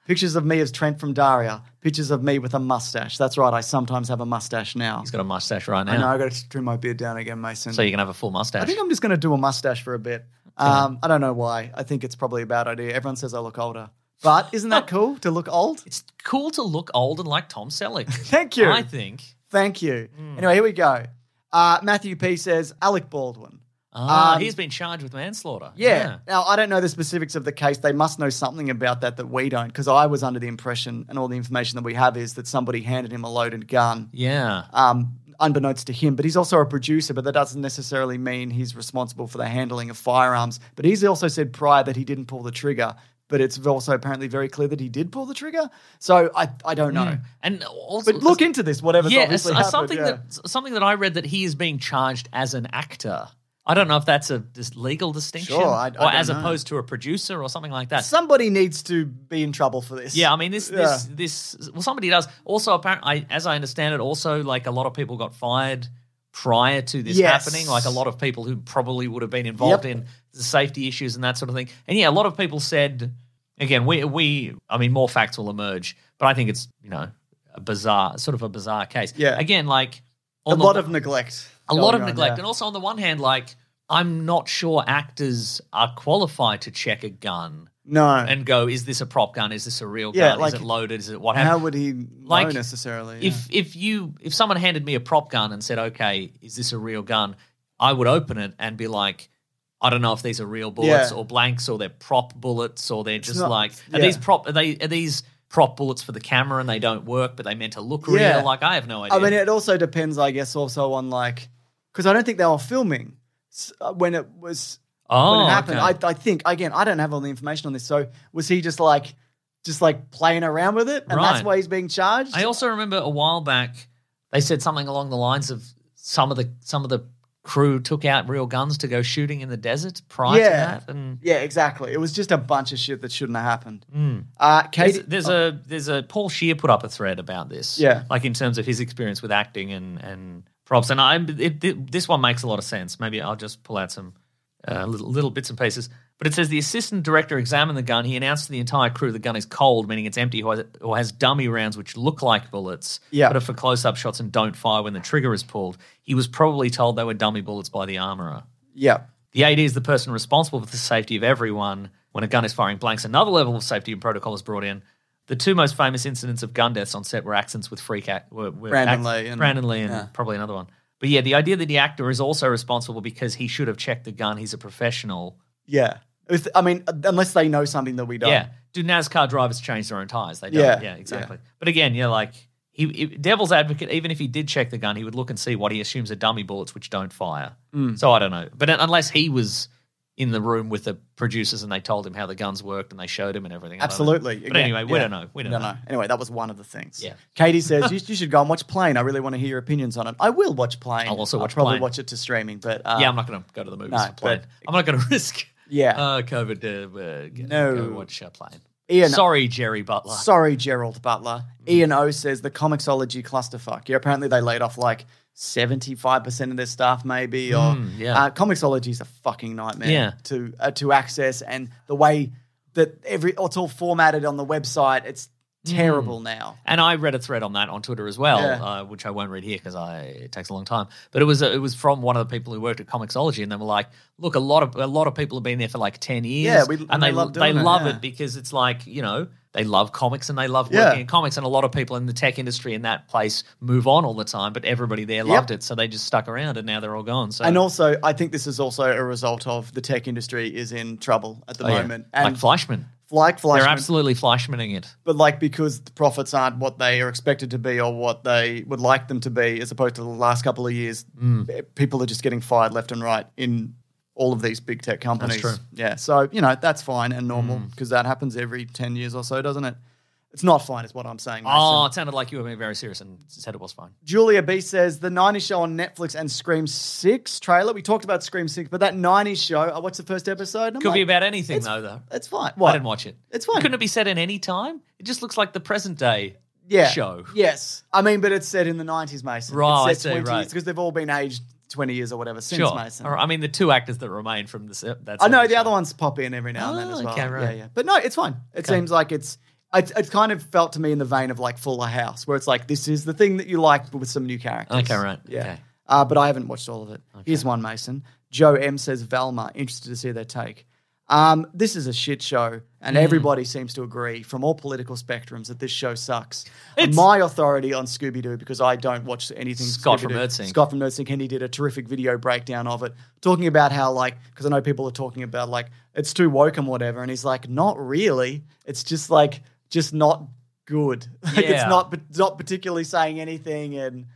Speaker 1: Pictures of me as Trent from Daria. Pictures of me with a mustache. That's right, I sometimes have a mustache now.
Speaker 3: He's got a mustache right now.
Speaker 1: I know, I got to trim my beard down again, Mason.
Speaker 3: So you can have a full mustache.
Speaker 1: I think I'm just going to do a mustache for a bit. Um, I don't know why. I think it's probably a bad idea. Everyone says I look older. But isn't that cool to look old?
Speaker 3: it's cool to look old and like Tom Selleck.
Speaker 1: Thank you.
Speaker 3: I think.
Speaker 1: Thank you. Anyway, here we go. Uh, Matthew P says Alec Baldwin.
Speaker 3: Ah,
Speaker 1: Um,
Speaker 3: he's been charged with manslaughter.
Speaker 1: Yeah. Now, I don't know the specifics of the case. They must know something about that that we don't, because I was under the impression, and all the information that we have is that somebody handed him a loaded gun,
Speaker 3: Yeah.
Speaker 1: um, unbeknownst to him. But he's also a producer, but that doesn't necessarily mean he's responsible for the handling of firearms. But he's also said prior that he didn't pull the trigger, but it's also apparently very clear that he did pull the trigger. So I, I don't know.
Speaker 3: And also
Speaker 1: Hmm. But look into this, whatever's
Speaker 3: Hmm. yeah,
Speaker 1: obviously
Speaker 3: uh,
Speaker 1: happened,
Speaker 3: something
Speaker 1: yeah.
Speaker 3: that s- something that I read that he is being charged as an actor. I don't know if that's a dis- legal distinction
Speaker 1: Sure, I- I
Speaker 3: or
Speaker 1: don't
Speaker 3: as
Speaker 1: know.
Speaker 3: opposed to a producer or something like that.
Speaker 1: Somebody needs to be in trouble for this.
Speaker 3: yeah, I mean this
Speaker 1: Yeah.
Speaker 3: this this well somebody does. Also apparently I, as I understand it also like a lot of people got fired prior to this
Speaker 1: Yes.
Speaker 3: happening, like a lot of people who probably would have been involved
Speaker 1: Yep.
Speaker 3: in the safety issues and that sort of thing. And yeah, a lot of people said again, we we I mean more facts will emerge, but I think it's, you know, a bizarre sort of a bizarre case.
Speaker 1: Yeah.
Speaker 3: Again, like
Speaker 1: a
Speaker 3: on the-
Speaker 1: lot of neglect.
Speaker 3: a lot of
Speaker 1: going on
Speaker 3: neglect.
Speaker 1: there.
Speaker 3: And also, on the one hand, like, I'm not sure actors are qualified to check a gun
Speaker 1: No.
Speaker 3: and go, is this a prop gun? Is this a real
Speaker 1: Yeah,
Speaker 3: gun?
Speaker 1: like-
Speaker 3: is it loaded? Is it what
Speaker 1: How
Speaker 3: happened?
Speaker 1: would he
Speaker 3: Like,
Speaker 1: know necessarily? yeah.
Speaker 3: If if you if someone handed me a prop gun and said, okay, is this a real gun? I would open it and be like, I don't know if these are real bullets
Speaker 1: Yeah.
Speaker 3: or blanks or they're prop bullets or they're just
Speaker 1: not-
Speaker 3: like are
Speaker 1: yeah.
Speaker 3: these prop are they are these prop bullets for the camera and they don't work but they meant to look
Speaker 1: Yeah.
Speaker 3: real? Like I have no idea.
Speaker 1: I mean, it also depends, I guess, also on like, because I don't think they were filming s- uh, when it was
Speaker 3: oh,
Speaker 1: when it happened.
Speaker 3: okay.
Speaker 1: I, I think again, I don't have all the information on this. So was he just like, just like playing around with it, and that's
Speaker 3: Right.
Speaker 1: why he's being charged?
Speaker 3: I also remember a while back they said something along the lines of some of the some of the crew took out real guns to go shooting in the desert prior
Speaker 1: Yeah.
Speaker 3: to that. And
Speaker 1: yeah, exactly. It was just a bunch of shit that shouldn't have happened.
Speaker 3: Hmm.
Speaker 1: Uh, Katie,
Speaker 3: there's, there's a there's a Paul Shear put up a thread about this.
Speaker 1: Yeah.
Speaker 3: like in terms of his experience with acting and and props. And I it, it- this one makes a lot of sense. Maybe I'll just pull out some uh, little, little bits and pieces. But it says the assistant director examined the gun. He announced to the entire crew the gun is cold, meaning it's empty or has, or has dummy rounds which look like bullets,
Speaker 1: Yeah.
Speaker 3: but are for close-up shots and don't fire when the trigger is pulled. He was probably told they were dummy bullets by the armorer.
Speaker 1: yeah,
Speaker 3: The AD is the person responsible for the safety of everyone. When a gun is firing blanks, another level of safety and protocol is brought in. The two most famous incidents of gun deaths on set were accidents with freak act. Were, were
Speaker 1: Brandon
Speaker 3: acts-
Speaker 1: Lee and-
Speaker 3: Brandon Lee and
Speaker 1: yeah.
Speaker 3: probably another one. But yeah, the idea that the actor is also responsible because he should have checked the gun. He's a professional.
Speaker 1: yeah. It was- I mean, unless they know something that we don't.
Speaker 3: Yeah. Do NASCAR drivers change their own tires? They don't.
Speaker 1: Yeah.
Speaker 3: Yeah, exactly. But again, yeah, like he, if- devil's advocate. Even if he did check the gun, he would look and see what he assumes are dummy bullets, which don't fire.
Speaker 1: Mm.
Speaker 3: So I don't know. But un- unless he was in the room with the producers and they told him how the guns worked and they showed him and everything, I don't know.
Speaker 1: Absolutely.
Speaker 3: But
Speaker 1: Again,
Speaker 3: anyway, we
Speaker 1: yeah.
Speaker 3: don't know. We don't
Speaker 1: No,
Speaker 3: know.
Speaker 1: no. Anyway, that was one of the things.
Speaker 3: Yeah.
Speaker 1: Katie says you, you should go and watch Plane. I really want to hear your opinions on it. I will watch Plane.
Speaker 3: I'll also watch
Speaker 1: probably
Speaker 3: Plane.
Speaker 1: watch it to streaming, but uh,
Speaker 3: Yeah, I'm not going to go to the movies
Speaker 1: No,
Speaker 3: for plane.
Speaker 1: but-
Speaker 3: I'm not going to risk.
Speaker 1: Yeah.
Speaker 3: Uh, COVID. Uh, uh, g-
Speaker 1: No.
Speaker 3: Go watch uh, plane.
Speaker 1: Ian-
Speaker 3: Sorry, Jerry Butler. Mm.
Speaker 1: sorry, Gerald Butler. Ian O says the comicsology clusterfuck. Yeah, apparently they laid off like seventy five percent of their staff, maybe. Or
Speaker 3: Mm, yeah.
Speaker 1: uh, comicsology is a fucking nightmare.
Speaker 3: Yeah.
Speaker 1: to uh, to access and the way that every it's all formatted on the website, it's
Speaker 3: Mm.
Speaker 1: terrible now.
Speaker 3: And I read a thread on that on Twitter as well,
Speaker 1: Yeah.
Speaker 3: uh, which I won't read here because it takes a long time. But it was uh, it was from one of the people who worked at Comixology, and they were like, "Look, a lot of a lot of people have been there for like ten years,
Speaker 1: Yeah, we-
Speaker 3: and they love they
Speaker 1: doing it,
Speaker 3: love
Speaker 1: yeah.
Speaker 3: it because it's like you know they love comics and they love
Speaker 1: Yeah.
Speaker 3: working in comics, and a lot of people in the tech industry in that place move on all the time, but everybody there loved it, so they just stuck around, and now they're all gone. So
Speaker 1: And also, I think this is also a result of the tech industry is in trouble at the
Speaker 3: Oh, yeah.
Speaker 1: moment.
Speaker 3: like
Speaker 1: And
Speaker 3: Fleischman,
Speaker 1: like
Speaker 3: they're
Speaker 1: Fleischman,
Speaker 3: absolutely Fleischmaning it.
Speaker 1: but like because the profits aren't what they are expected to be or what they would like them to be, as opposed to the last couple of years,
Speaker 3: Mm.
Speaker 1: eh, people are just getting fired left and right in all of these big tech companies.
Speaker 3: true. Mm.
Speaker 1: Yeah, so you know that's fine and normal because that happens every ten years or so, doesn't it? It's not fine, is what I'm saying. Mason.
Speaker 3: Oh, it sounded like you were being very serious and said it was fine.
Speaker 1: Julia B says the 90s show on Netflix and Scream 6 trailer. We talked about Scream 6, but that 90s show, I watched the first episode. and I'm
Speaker 3: Could be
Speaker 1: like,
Speaker 3: about anything
Speaker 1: it's-
Speaker 3: though, though.
Speaker 1: It's fine.
Speaker 3: I didn't watch it.
Speaker 1: It's fine.
Speaker 3: Couldn't it be set in any time? It just looks like the present day.
Speaker 1: yeah.
Speaker 3: show.
Speaker 1: Yes. I mean, but it's set in the 90s, Mason.
Speaker 3: Right,
Speaker 1: It's set
Speaker 3: I see, right.
Speaker 1: Because they've all been aged 20 years or whatever since
Speaker 3: Sure.
Speaker 1: Mason.
Speaker 3: All right. I mean, the two actors that remain from this. That's
Speaker 1: I know the other ones pop in every now and then
Speaker 3: Oh,
Speaker 1: as well.
Speaker 3: okay, right.
Speaker 1: Yeah, yeah. But no, it's fine. It seems like it's. It, it kind of felt to me in the vein of like Fuller House, where it's like this is the thing that you like, but with some new characters.
Speaker 3: Okay, right.
Speaker 1: Yeah.
Speaker 3: Okay.
Speaker 1: Uh, but I haven't watched all of it. Here's one, Mason. Joe M says Velma. Interested to see their take. Um, this is a shit show, and
Speaker 3: Hmm.
Speaker 1: everybody seems to agree from all political spectrums that this show sucks.
Speaker 3: It's-
Speaker 1: My authority on Scooby Doo because I don't watch anything.
Speaker 3: Scott from
Speaker 1: Scooby-Doo.
Speaker 3: Nerdsync.
Speaker 1: Scott from Nerdsync, and he did a terrific video breakdown of it, talking about how like because I know people are talking about like it's too woke and whatever, and he's like, not really. It's just like just not good. Like it's
Speaker 3: Yeah.
Speaker 1: not but not particularly saying anything, and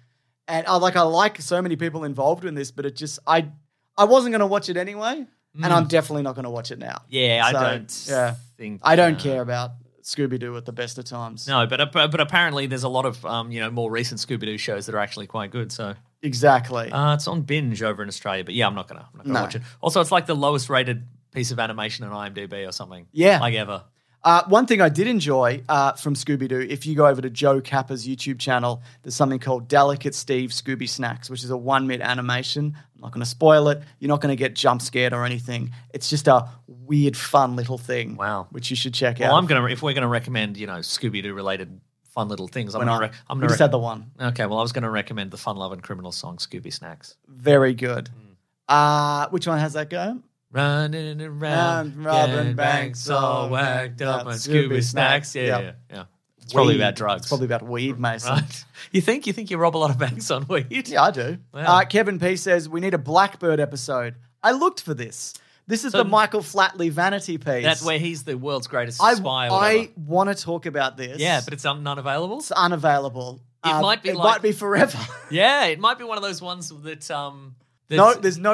Speaker 1: and I like I like so many people involved in this, but it just I I wasn't going to watch it anyway, and I'm definitely not going to watch it now.
Speaker 3: Mm. Yeah,
Speaker 1: So,
Speaker 3: I don't
Speaker 1: Yeah,
Speaker 3: think.
Speaker 1: I don't
Speaker 3: uh,
Speaker 1: care about Scooby Doo at the best of times.
Speaker 3: No, but but but apparently there's a lot of um, you know more recent Scooby Doo shows that are actually quite good. So
Speaker 1: exactly.
Speaker 3: uh, it's on binge over in Australia. But yeah, I'm not gonna I'm not gonna
Speaker 1: No.
Speaker 3: watch it. Also, it's like the lowest rated piece of animation on IMDb or something.
Speaker 1: Yeah.
Speaker 3: like ever.
Speaker 1: Uh, one thing I did enjoy uh, from Scooby Doo, if you go over to Joe Kappa's YouTube channel, there's something called Delicate Steve Scooby Snacks, which is a one minute animation. I'm not going to spoil it. You're not going to get jump scared or anything. It's just a weird, fun little thing.
Speaker 3: Wow.
Speaker 1: Which you should check
Speaker 3: Well,
Speaker 1: out.
Speaker 3: I'm gonna if we're gonna recommend you know Scooby Doo related fun little things. I'm
Speaker 1: We're
Speaker 3: gonna
Speaker 1: not.
Speaker 3: re- I'm
Speaker 1: We
Speaker 3: gonna
Speaker 1: just
Speaker 3: rec-
Speaker 1: had the one.
Speaker 3: Okay, well I was gonna recommend the fun loving criminal song Scooby Snacks.
Speaker 1: Very good.
Speaker 3: Hmm.
Speaker 1: Uh, which one has that go?
Speaker 3: Running around,
Speaker 1: And robbing
Speaker 3: getting
Speaker 1: banks all
Speaker 3: whacked up
Speaker 1: up,
Speaker 3: on
Speaker 1: Scooby
Speaker 3: Scooby
Speaker 1: Snacks.
Speaker 3: Snacks. Yeah, yeah,
Speaker 1: Yep.
Speaker 3: yeah. It's probably
Speaker 1: Weed.
Speaker 3: about drugs.
Speaker 1: It's probably about weed, Mason.
Speaker 3: right. You think you think you rob a lot of banks on weed?
Speaker 1: Yeah, I do.
Speaker 3: Wow.
Speaker 1: Uh, Kevin P says we need a Blackbird episode. I looked for this. This is
Speaker 3: So-
Speaker 1: the Michael Flatley vanity piece.
Speaker 3: That's where he's the world's greatest
Speaker 1: I,
Speaker 3: spy. Or
Speaker 1: I
Speaker 3: whatever.
Speaker 1: want to talk about this.
Speaker 3: yeah, but it's um, un- unavailable.
Speaker 1: it's unavailable. Um,
Speaker 3: It might be
Speaker 1: It
Speaker 3: like-
Speaker 1: might be forever.
Speaker 3: Yeah, it might be one of those ones that um.
Speaker 1: no, there's no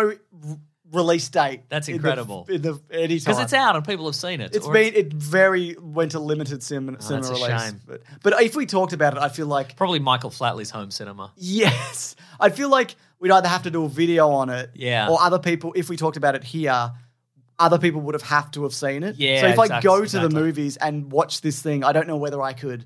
Speaker 1: r- release date.
Speaker 3: That's
Speaker 1: in the-
Speaker 3: incredible.
Speaker 1: In the, anytime.
Speaker 3: because it's out and people have seen it.
Speaker 1: It's
Speaker 3: or Oh,
Speaker 1: been it very went to limited sim, cinema
Speaker 3: that's a
Speaker 1: release.
Speaker 3: shame.
Speaker 1: But, but if we talked about it, I feel like
Speaker 3: probably Michael Flatley's home cinema.
Speaker 1: Yes. I feel like we'd either have to do a video on it.
Speaker 3: Yeah.
Speaker 1: Or other people, if we talked about it here, other people would have have to have seen it.
Speaker 3: Yeah,
Speaker 1: So if I
Speaker 3: exact-
Speaker 1: go to the
Speaker 3: exactly.
Speaker 1: movies and watch this thing, I don't know whether I could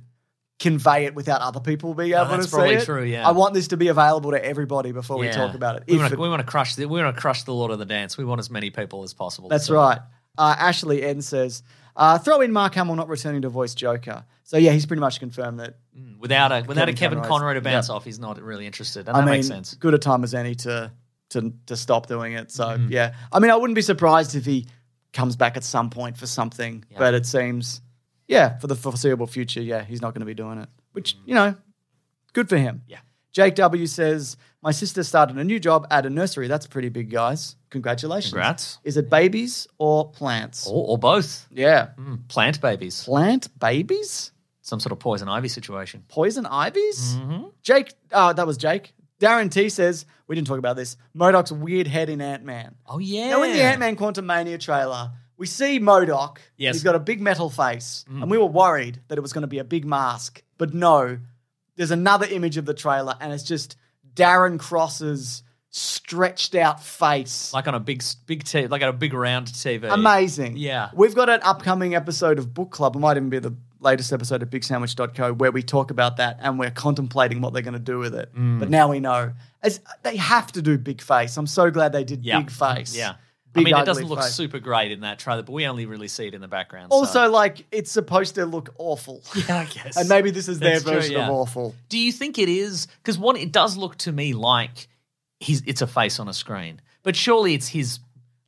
Speaker 1: convey it without other people being able
Speaker 3: that's
Speaker 1: to see
Speaker 3: probably
Speaker 1: it.
Speaker 3: true, yeah.
Speaker 1: I want this to be available to everybody before we
Speaker 3: Yeah.
Speaker 1: talk about it.
Speaker 3: We
Speaker 1: If
Speaker 3: want, to,
Speaker 1: it-
Speaker 3: we want to crush the we want to crush the Lord of the Dance. We want as many people as possible.
Speaker 1: That's
Speaker 3: So-
Speaker 1: right. Uh, Ashley N says, uh, throw in Mark Hamill not returning to voice Joker. So yeah, he's pretty much confirmed that.
Speaker 3: Without a without a
Speaker 1: Kevin
Speaker 3: Kevin
Speaker 1: Conroy's-
Speaker 3: Conroy to bounce
Speaker 1: Yeah.
Speaker 3: off, he's not really interested. And
Speaker 1: I
Speaker 3: that
Speaker 1: mean,
Speaker 3: makes sense.
Speaker 1: good a time as any to to to stop doing it. So
Speaker 3: Mm-hmm.
Speaker 1: yeah, I mean, I wouldn't be surprised if he comes back at some point for something, but it seems, yeah, for the foreseeable future, yeah, he's not going to be doing it. Which you know, good for him.
Speaker 3: Mm. Yeah.
Speaker 1: Jake W says, my sister started a new job at a nursery. That's pretty big, guys. Congratulations.
Speaker 3: Congrats.
Speaker 1: Is it babies or plants?
Speaker 3: Or, or both.
Speaker 1: Yeah,
Speaker 3: Mm, plant babies.
Speaker 1: plant babies.
Speaker 3: Some sort of poison ivy situation.
Speaker 1: Poison ivies?
Speaker 3: Mm-hmm.
Speaker 1: Jake, uh, that was Jake. Darren T says, we didn't talk about this, Modoc's weird head in Ant Man.
Speaker 3: Oh yeah.
Speaker 1: Now, in the Ant Man Quantum Mania trailer, we see Modoc.
Speaker 3: Yes. Mm-hmm.
Speaker 1: He's got a big metal face, and we were worried that it was going to be a big mask. But no, there's another image of the trailer, and it's just Darren Cross's stretched out face.
Speaker 3: like on a big s- big t- like on a big round TV.
Speaker 1: Amazing.
Speaker 3: Yeah.
Speaker 1: We've got an upcoming episode of Book Club. It might even be the latest episode of BigSandwich.co where we talk about that and we're contemplating what they're going to do with it.
Speaker 3: Mm.
Speaker 1: But now we know. As they have to do Big Face. I'm so glad they did
Speaker 3: Yeah.
Speaker 1: Big Face.
Speaker 3: Yeah. I
Speaker 1: Big
Speaker 3: mean, it
Speaker 1: ugly
Speaker 3: doesn't look
Speaker 1: face.
Speaker 3: super great in that trailer, but we only really see it in the background. so-
Speaker 1: Also, like, it's supposed to look awful.
Speaker 3: yeah, I guess.
Speaker 1: And maybe this is their
Speaker 3: That's true,
Speaker 1: version
Speaker 3: yeah.
Speaker 1: of awful.
Speaker 3: Do you think it is? Because one, it does look to me like he's it's a face on a screen, but surely it's his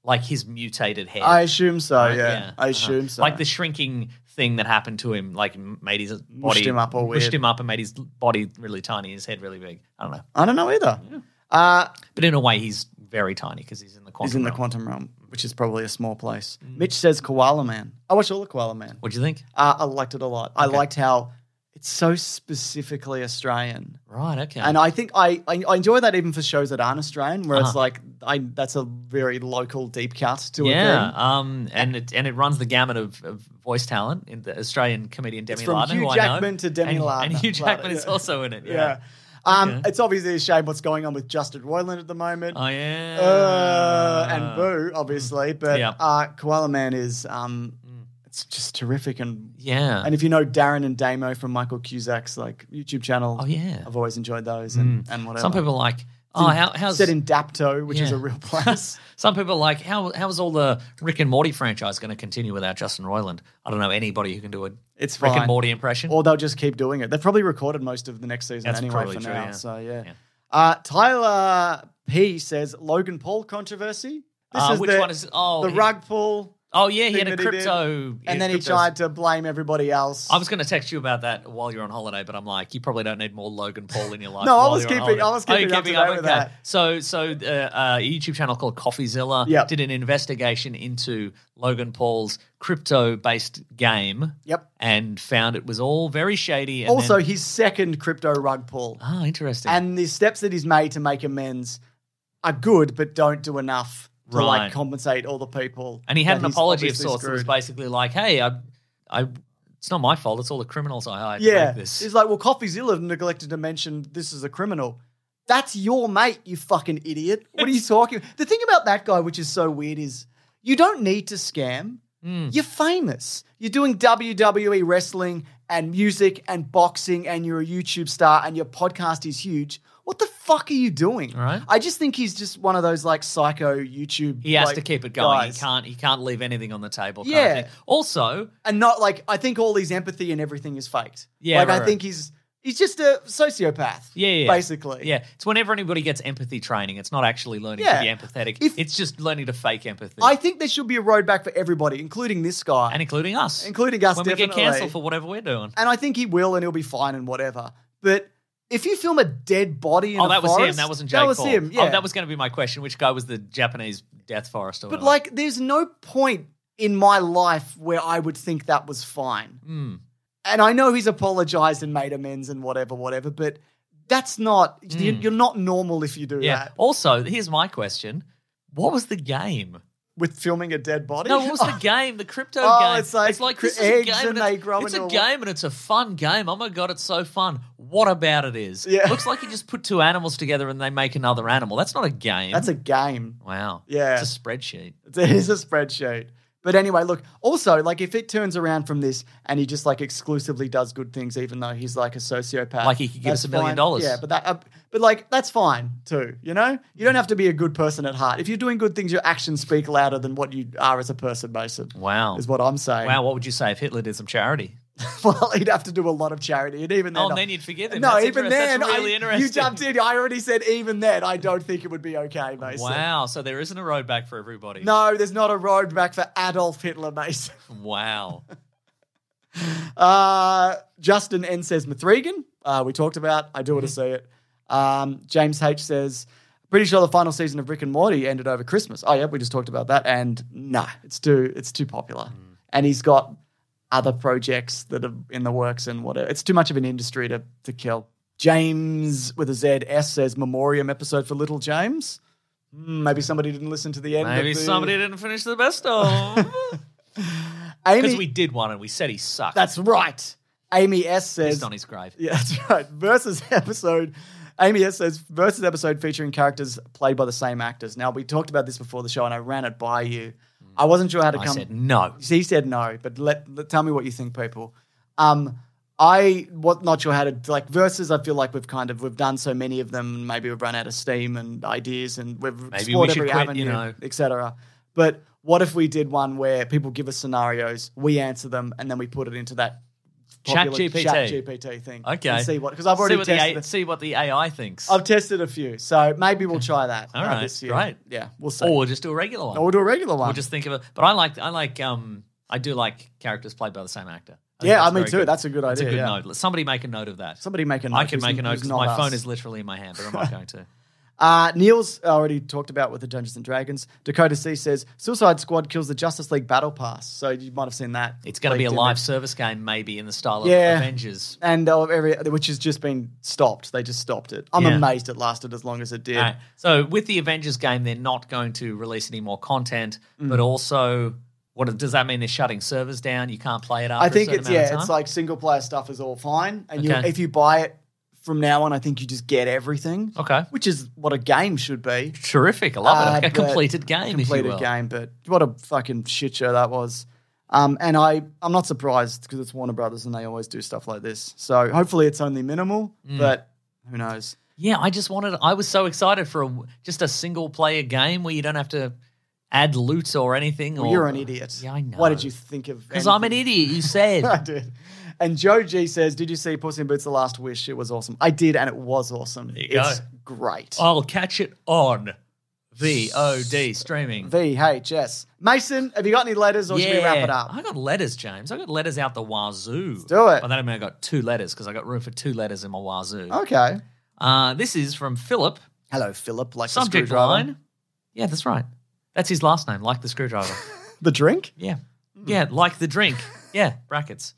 Speaker 3: like his mutated head.
Speaker 1: I assume so,
Speaker 3: right?
Speaker 1: yeah. I
Speaker 3: Uh-huh.
Speaker 1: assume so.
Speaker 3: Like the shrinking thing that happened to him, like m- made his body
Speaker 1: him up all
Speaker 3: pushed
Speaker 1: weird.
Speaker 3: him up and made his body really tiny, his head really big. I don't know,
Speaker 1: I don't know either. Uh,
Speaker 3: but in a way, he's very tiny because he's in the quantum.
Speaker 1: he's in the
Speaker 3: realm. Mm.
Speaker 1: quantum realm, which is probably a small place. Mitch says Koala Man. I watched all the Koala Man.
Speaker 3: What do you think?
Speaker 1: Uh, I liked it a lot. I liked how it's so specifically Australian.
Speaker 3: Right. Okay.
Speaker 1: And I think I, I I enjoy that even for shows that aren't Australian, where it's
Speaker 3: Uh-huh.
Speaker 1: like I that's a very local deep cut to
Speaker 3: yeah,
Speaker 1: a thing.
Speaker 3: um, and it and it runs the gamut of, of voice talent in the Australian comedian Demi
Speaker 1: It's from
Speaker 3: Lovato,
Speaker 1: Hugh
Speaker 3: who I know.
Speaker 1: Jackman to Demi
Speaker 3: and, and
Speaker 1: Lovato.
Speaker 3: Hugh Jackman is
Speaker 1: Yeah.
Speaker 3: also in it. Yeah.
Speaker 1: Um,
Speaker 3: Okay. Uh,
Speaker 1: It's obviously a shame what's going on with Justin Roiland at the moment.
Speaker 3: I am.
Speaker 1: uh, and Boo, obviously. But
Speaker 3: mm, Yeah. Mm.
Speaker 1: uh, Koala Man is um, it's it's just terrific. And
Speaker 3: Yeah.
Speaker 1: and if you know Darren and Damo from Michael Cusack's like YouTube channel,
Speaker 3: Oh, yeah. Mm.
Speaker 1: I've always enjoyed those and, and whatever.
Speaker 3: Some people are like, oh, how, how's
Speaker 1: set in Dapto, which is
Speaker 3: Yeah.
Speaker 1: a real place.
Speaker 3: Some people are like, how how's all the Rick and Morty franchise going to continue without Justin Roiland? I don't know anybody who can do a
Speaker 1: It's
Speaker 3: Rick
Speaker 1: fine.
Speaker 3: and Morty impression.
Speaker 1: or they'll just keep doing it. They've probably recorded most of the next season
Speaker 3: That's
Speaker 1: anyway for
Speaker 3: probably true,
Speaker 1: now.
Speaker 3: yeah.
Speaker 1: So yeah.
Speaker 3: Yeah.
Speaker 1: Uh, Tyler P says Logan Paul controversy. This
Speaker 3: Uh, which one is- oh,
Speaker 1: the
Speaker 3: he-
Speaker 1: rug pull,
Speaker 3: oh yeah, he
Speaker 1: thing
Speaker 3: had a
Speaker 1: that he did.
Speaker 3: crypto, yeah,
Speaker 1: and then he
Speaker 3: cryptos.
Speaker 1: tried to blame everybody else.
Speaker 3: I was going to text you about that while you're on holiday, but I'm like, you probably don't need more Logan Paul in your life.
Speaker 1: No, I
Speaker 3: while
Speaker 1: was
Speaker 3: you're on
Speaker 1: keeping- I
Speaker 3: holiday.
Speaker 1: was
Speaker 3: Oh, you're
Speaker 1: keeping up to date with that.
Speaker 3: So, so uh, uh, a YouTube channel called CoffeeZilla
Speaker 1: Yep.
Speaker 3: did an investigation into Logan Paul's crypto-based game.
Speaker 1: Yep.
Speaker 3: and found it was all very shady. And
Speaker 1: also
Speaker 3: then-
Speaker 1: his second crypto rug pull,
Speaker 3: ah, interesting.
Speaker 1: and the steps that he's made to make amends are good, but don't do enough to like
Speaker 3: Right.
Speaker 1: compensate all the people.
Speaker 3: And he had
Speaker 1: that
Speaker 3: an
Speaker 1: he's
Speaker 3: apology of
Speaker 1: obviously
Speaker 3: sorts. It was
Speaker 1: screwed.
Speaker 3: basically like, "Hey, I, I, it's not my fault. It's all the criminals I hired to
Speaker 1: Yeah.
Speaker 3: make this."
Speaker 1: He's like, well, Coffeezilla neglected to mention this is a criminal. That's your mate, you fucking idiot. What are you talking? The thing about that guy, which is so weird, is you don't need to scam.
Speaker 3: Hmm.
Speaker 1: You're famous. You're doing WWE wrestling and music and boxing, and you're a YouTube star, and your podcast is huge. What the fuck are you doing?
Speaker 3: Right.
Speaker 1: I just think he's just one of those like psycho YouTube.
Speaker 3: he has
Speaker 1: like,
Speaker 3: to keep it going.
Speaker 1: guys.
Speaker 3: He can't. He can't leave anything on the table. kind of
Speaker 1: Yeah.
Speaker 3: thing. Also,
Speaker 1: and not like I think all his empathy and everything is faked.
Speaker 3: Yeah,
Speaker 1: like
Speaker 3: right,
Speaker 1: I
Speaker 3: right.
Speaker 1: think he's he's just a sociopath.
Speaker 3: yeah, yeah,
Speaker 1: basically.
Speaker 3: yeah. It's whenever anybody gets empathy training, it's not actually learning
Speaker 1: Yeah.
Speaker 3: to be empathetic.
Speaker 1: If-
Speaker 3: it's just learning to fake empathy,
Speaker 1: I think there should be a road back for everybody, including this guy,
Speaker 3: and including us,
Speaker 1: including us.
Speaker 3: when we
Speaker 1: definitely.
Speaker 3: get cancelled for whatever we're doing.
Speaker 1: and I think he will, and he'll be fine and whatever. But if you film a dead body in
Speaker 3: Oh,
Speaker 1: a
Speaker 3: that was him.
Speaker 1: forest-
Speaker 3: That wasn't Jake
Speaker 1: That was
Speaker 3: Paul.
Speaker 1: him. Yeah,
Speaker 3: Oh, that was going to be my question. Which guy was the Japanese death forest? Or
Speaker 1: But
Speaker 3: whatever?
Speaker 1: like, there's no point in my life where I would think that was fine.
Speaker 3: Mm.
Speaker 1: And I know he's apologized and made amends and whatever, whatever. But that's not. you- You're not normal if you do
Speaker 3: Hmm. yeah.
Speaker 1: that
Speaker 3: Also, here's my question: What was the game?
Speaker 1: with filming a dead body.
Speaker 3: No, what's the game? The crypto
Speaker 1: Oh,
Speaker 3: game.
Speaker 1: it's like cr-
Speaker 3: this is
Speaker 1: eggs
Speaker 3: a game
Speaker 1: and
Speaker 3: it's,
Speaker 1: they grow
Speaker 3: it's
Speaker 1: into
Speaker 3: a
Speaker 1: a-
Speaker 3: game and it's a fun game. Oh my god, it's so fun. What about it is?
Speaker 1: Yeah.
Speaker 3: Looks like you just put two animals together and they make another animal. That's not a game.
Speaker 1: That's a game.
Speaker 3: wow.
Speaker 1: Yeah.
Speaker 3: It's a spreadsheet.
Speaker 1: It is a spreadsheet. But anyway, look, also, like, if it turns around from this and he just, like, exclusively does good things, even though he's, like, a sociopath.
Speaker 3: Like he could give
Speaker 1: that's
Speaker 3: us a million
Speaker 1: fine.
Speaker 3: dollars.
Speaker 1: Yeah, but that, uh, but like, that's fine too, you know? You don't have to be a good person at heart. If you're doing good things, your actions speak louder than what you are as a person, Mason.
Speaker 3: Wow.
Speaker 1: Is what I'm saying.
Speaker 3: Wow, what would you say if Hitler did some charity?
Speaker 1: well, he'd have to do a lot of charity. And even then.
Speaker 3: Oh, and
Speaker 1: I-
Speaker 3: then you'd forgive him.
Speaker 1: No,
Speaker 3: That's
Speaker 1: even
Speaker 3: interest-
Speaker 1: then.
Speaker 3: That's really
Speaker 1: I,
Speaker 3: interesting.
Speaker 1: You jumped in. I already said, even then, I don't think it would be okay, Mason.
Speaker 3: Wow, so there isn't a road back for everybody.
Speaker 1: No, there's not a road back for Adolf Hitler, Mason.
Speaker 3: Wow.
Speaker 1: Uh, Justin N says Mithrigan. Uh, we talked about. I do want to
Speaker 3: Mm-hmm.
Speaker 1: see it. Um, James H says, pretty sure the final season of Rick and Morty ended over Christmas. Oh yeah, we just talked about that. And nah, it's too it's too popular.
Speaker 3: Mm.
Speaker 1: And he's got other projects that are in the works and whatever. It's too much of an industry to to kill. James with a Z S says memoriam episode for Little James. Hmm, Maybe somebody didn't listen to the end.
Speaker 3: Maybe
Speaker 1: of the,
Speaker 3: somebody didn't finish the best of.
Speaker 1: Amy.
Speaker 3: Because we did one and we said he sucked.
Speaker 1: that's right. Amy S says
Speaker 3: Pissed on his grave.
Speaker 1: Yeah, that's right. Versus episode. Amy S says versus episode featuring characters played by the same actors. Now we talked about this before the show, and I ran it by you. I wasn't sure how to
Speaker 3: Mm. I
Speaker 1: come.
Speaker 3: said no.
Speaker 1: He said no, but let, let- tell me what you think, people. Um, I was not sure how to like versus. I feel like we've kind of we've done so many of them. and Maybe we've run out of steam and ideas, and we've explored
Speaker 3: we should
Speaker 1: every
Speaker 3: quit,
Speaker 1: avenue,
Speaker 3: you know.
Speaker 1: etc. But what if we did one where people give us scenarios, we answer them, and then we put it into that
Speaker 3: Chat
Speaker 1: popular
Speaker 3: GPT.
Speaker 1: chat GPT thing?
Speaker 3: Okay.
Speaker 1: and see what because I've already
Speaker 3: see what, the,
Speaker 1: tested.
Speaker 3: A-
Speaker 1: it.
Speaker 3: see what the AI thinks.
Speaker 1: I've tested a few, so maybe we'll try that.
Speaker 3: All
Speaker 1: uh,
Speaker 3: right,
Speaker 1: this year.
Speaker 3: great.
Speaker 1: Yeah, we'll see.
Speaker 3: or we'll just do a regular one.
Speaker 1: Or we'll do a regular one.
Speaker 3: We'll just think of it. But I like I like um I do like characters played by the same actor. think
Speaker 1: Yeah,
Speaker 3: that's
Speaker 1: I mean,
Speaker 3: very
Speaker 1: too. That's a good
Speaker 3: That's a
Speaker 1: idea,
Speaker 3: good
Speaker 1: yeah.
Speaker 3: note. Let- Somebody make a note of that.
Speaker 1: Somebody make a note.
Speaker 3: I can
Speaker 1: who's-
Speaker 3: make a note
Speaker 1: who's
Speaker 3: because
Speaker 1: not
Speaker 3: my
Speaker 1: us.
Speaker 3: phone is literally in my hand, but I'm not going to.
Speaker 1: Uh, Neil's already talked about with the Dungeons and Dragons. Dakota C says Suicide Squad kills the Justice League Battle Pass. So you might have seen that.
Speaker 3: It's going to be a
Speaker 1: leaked in
Speaker 3: live
Speaker 1: there.
Speaker 3: service game, maybe in the style of
Speaker 1: Yeah.
Speaker 3: Avengers.
Speaker 1: And uh, every, which has just been stopped. They just stopped it. I'm
Speaker 3: Yeah.
Speaker 1: amazed it lasted as long as it did.
Speaker 3: All right. So with the Avengers game, they're not going to release any more content,
Speaker 1: Mm.
Speaker 3: but also. What does that mean? They're shutting servers down. You can't play it after.
Speaker 1: I think
Speaker 3: a certain
Speaker 1: it's
Speaker 3: amount of
Speaker 1: yeah, it's
Speaker 3: time?
Speaker 1: like single player stuff is all fine, and you,
Speaker 3: Okay.
Speaker 1: if you buy it from now on, I think you just get everything.
Speaker 3: Okay.
Speaker 1: which is what a game should be.
Speaker 3: terrific. I love it. Like
Speaker 1: Uh,
Speaker 3: a
Speaker 1: but-
Speaker 3: completed game. if you
Speaker 1: Completed
Speaker 3: will.
Speaker 1: game, but what a fucking shit show that was. Um, and I, I'm not surprised because it's Warner Brothers and they always do stuff like this. So hopefully it's only minimal,
Speaker 3: Mm.
Speaker 1: but who knows?
Speaker 3: Yeah, I just wanted. I was so excited for a, just a single player game where you don't have to add loot or anything.
Speaker 1: Well,
Speaker 3: or,
Speaker 1: you're an idiot.
Speaker 3: Oh, Yeah, I know.
Speaker 1: What did you think of?
Speaker 3: Because I'm an
Speaker 1: anything?
Speaker 3: idiot. You said
Speaker 1: I did. And Joe G says, "Did you see Puss in Boots: The Last Wish? It was awesome. I did, and it was awesome.
Speaker 3: you go. Oh.
Speaker 1: it's great.
Speaker 3: I'll catch it on VOD streaming.
Speaker 1: VHS. Mason, have you got any letters, or should we wrap it up?
Speaker 3: I got letters, James. I got letters out the wazoo. Let's
Speaker 1: do it. Oh.
Speaker 3: By that I mean I got two letters because I got room for two letters in my wazoo.
Speaker 1: Okay.
Speaker 3: Uh, this is from Philip.
Speaker 1: Hello, Philip. Like the
Speaker 3: Subject
Speaker 1: screwdriver.
Speaker 3: line. Yeah, that's right. That's his last name, like the screwdriver.
Speaker 1: The drink.
Speaker 3: Yeah.
Speaker 1: Mm.
Speaker 3: Yeah, like the drink. Yeah, brackets.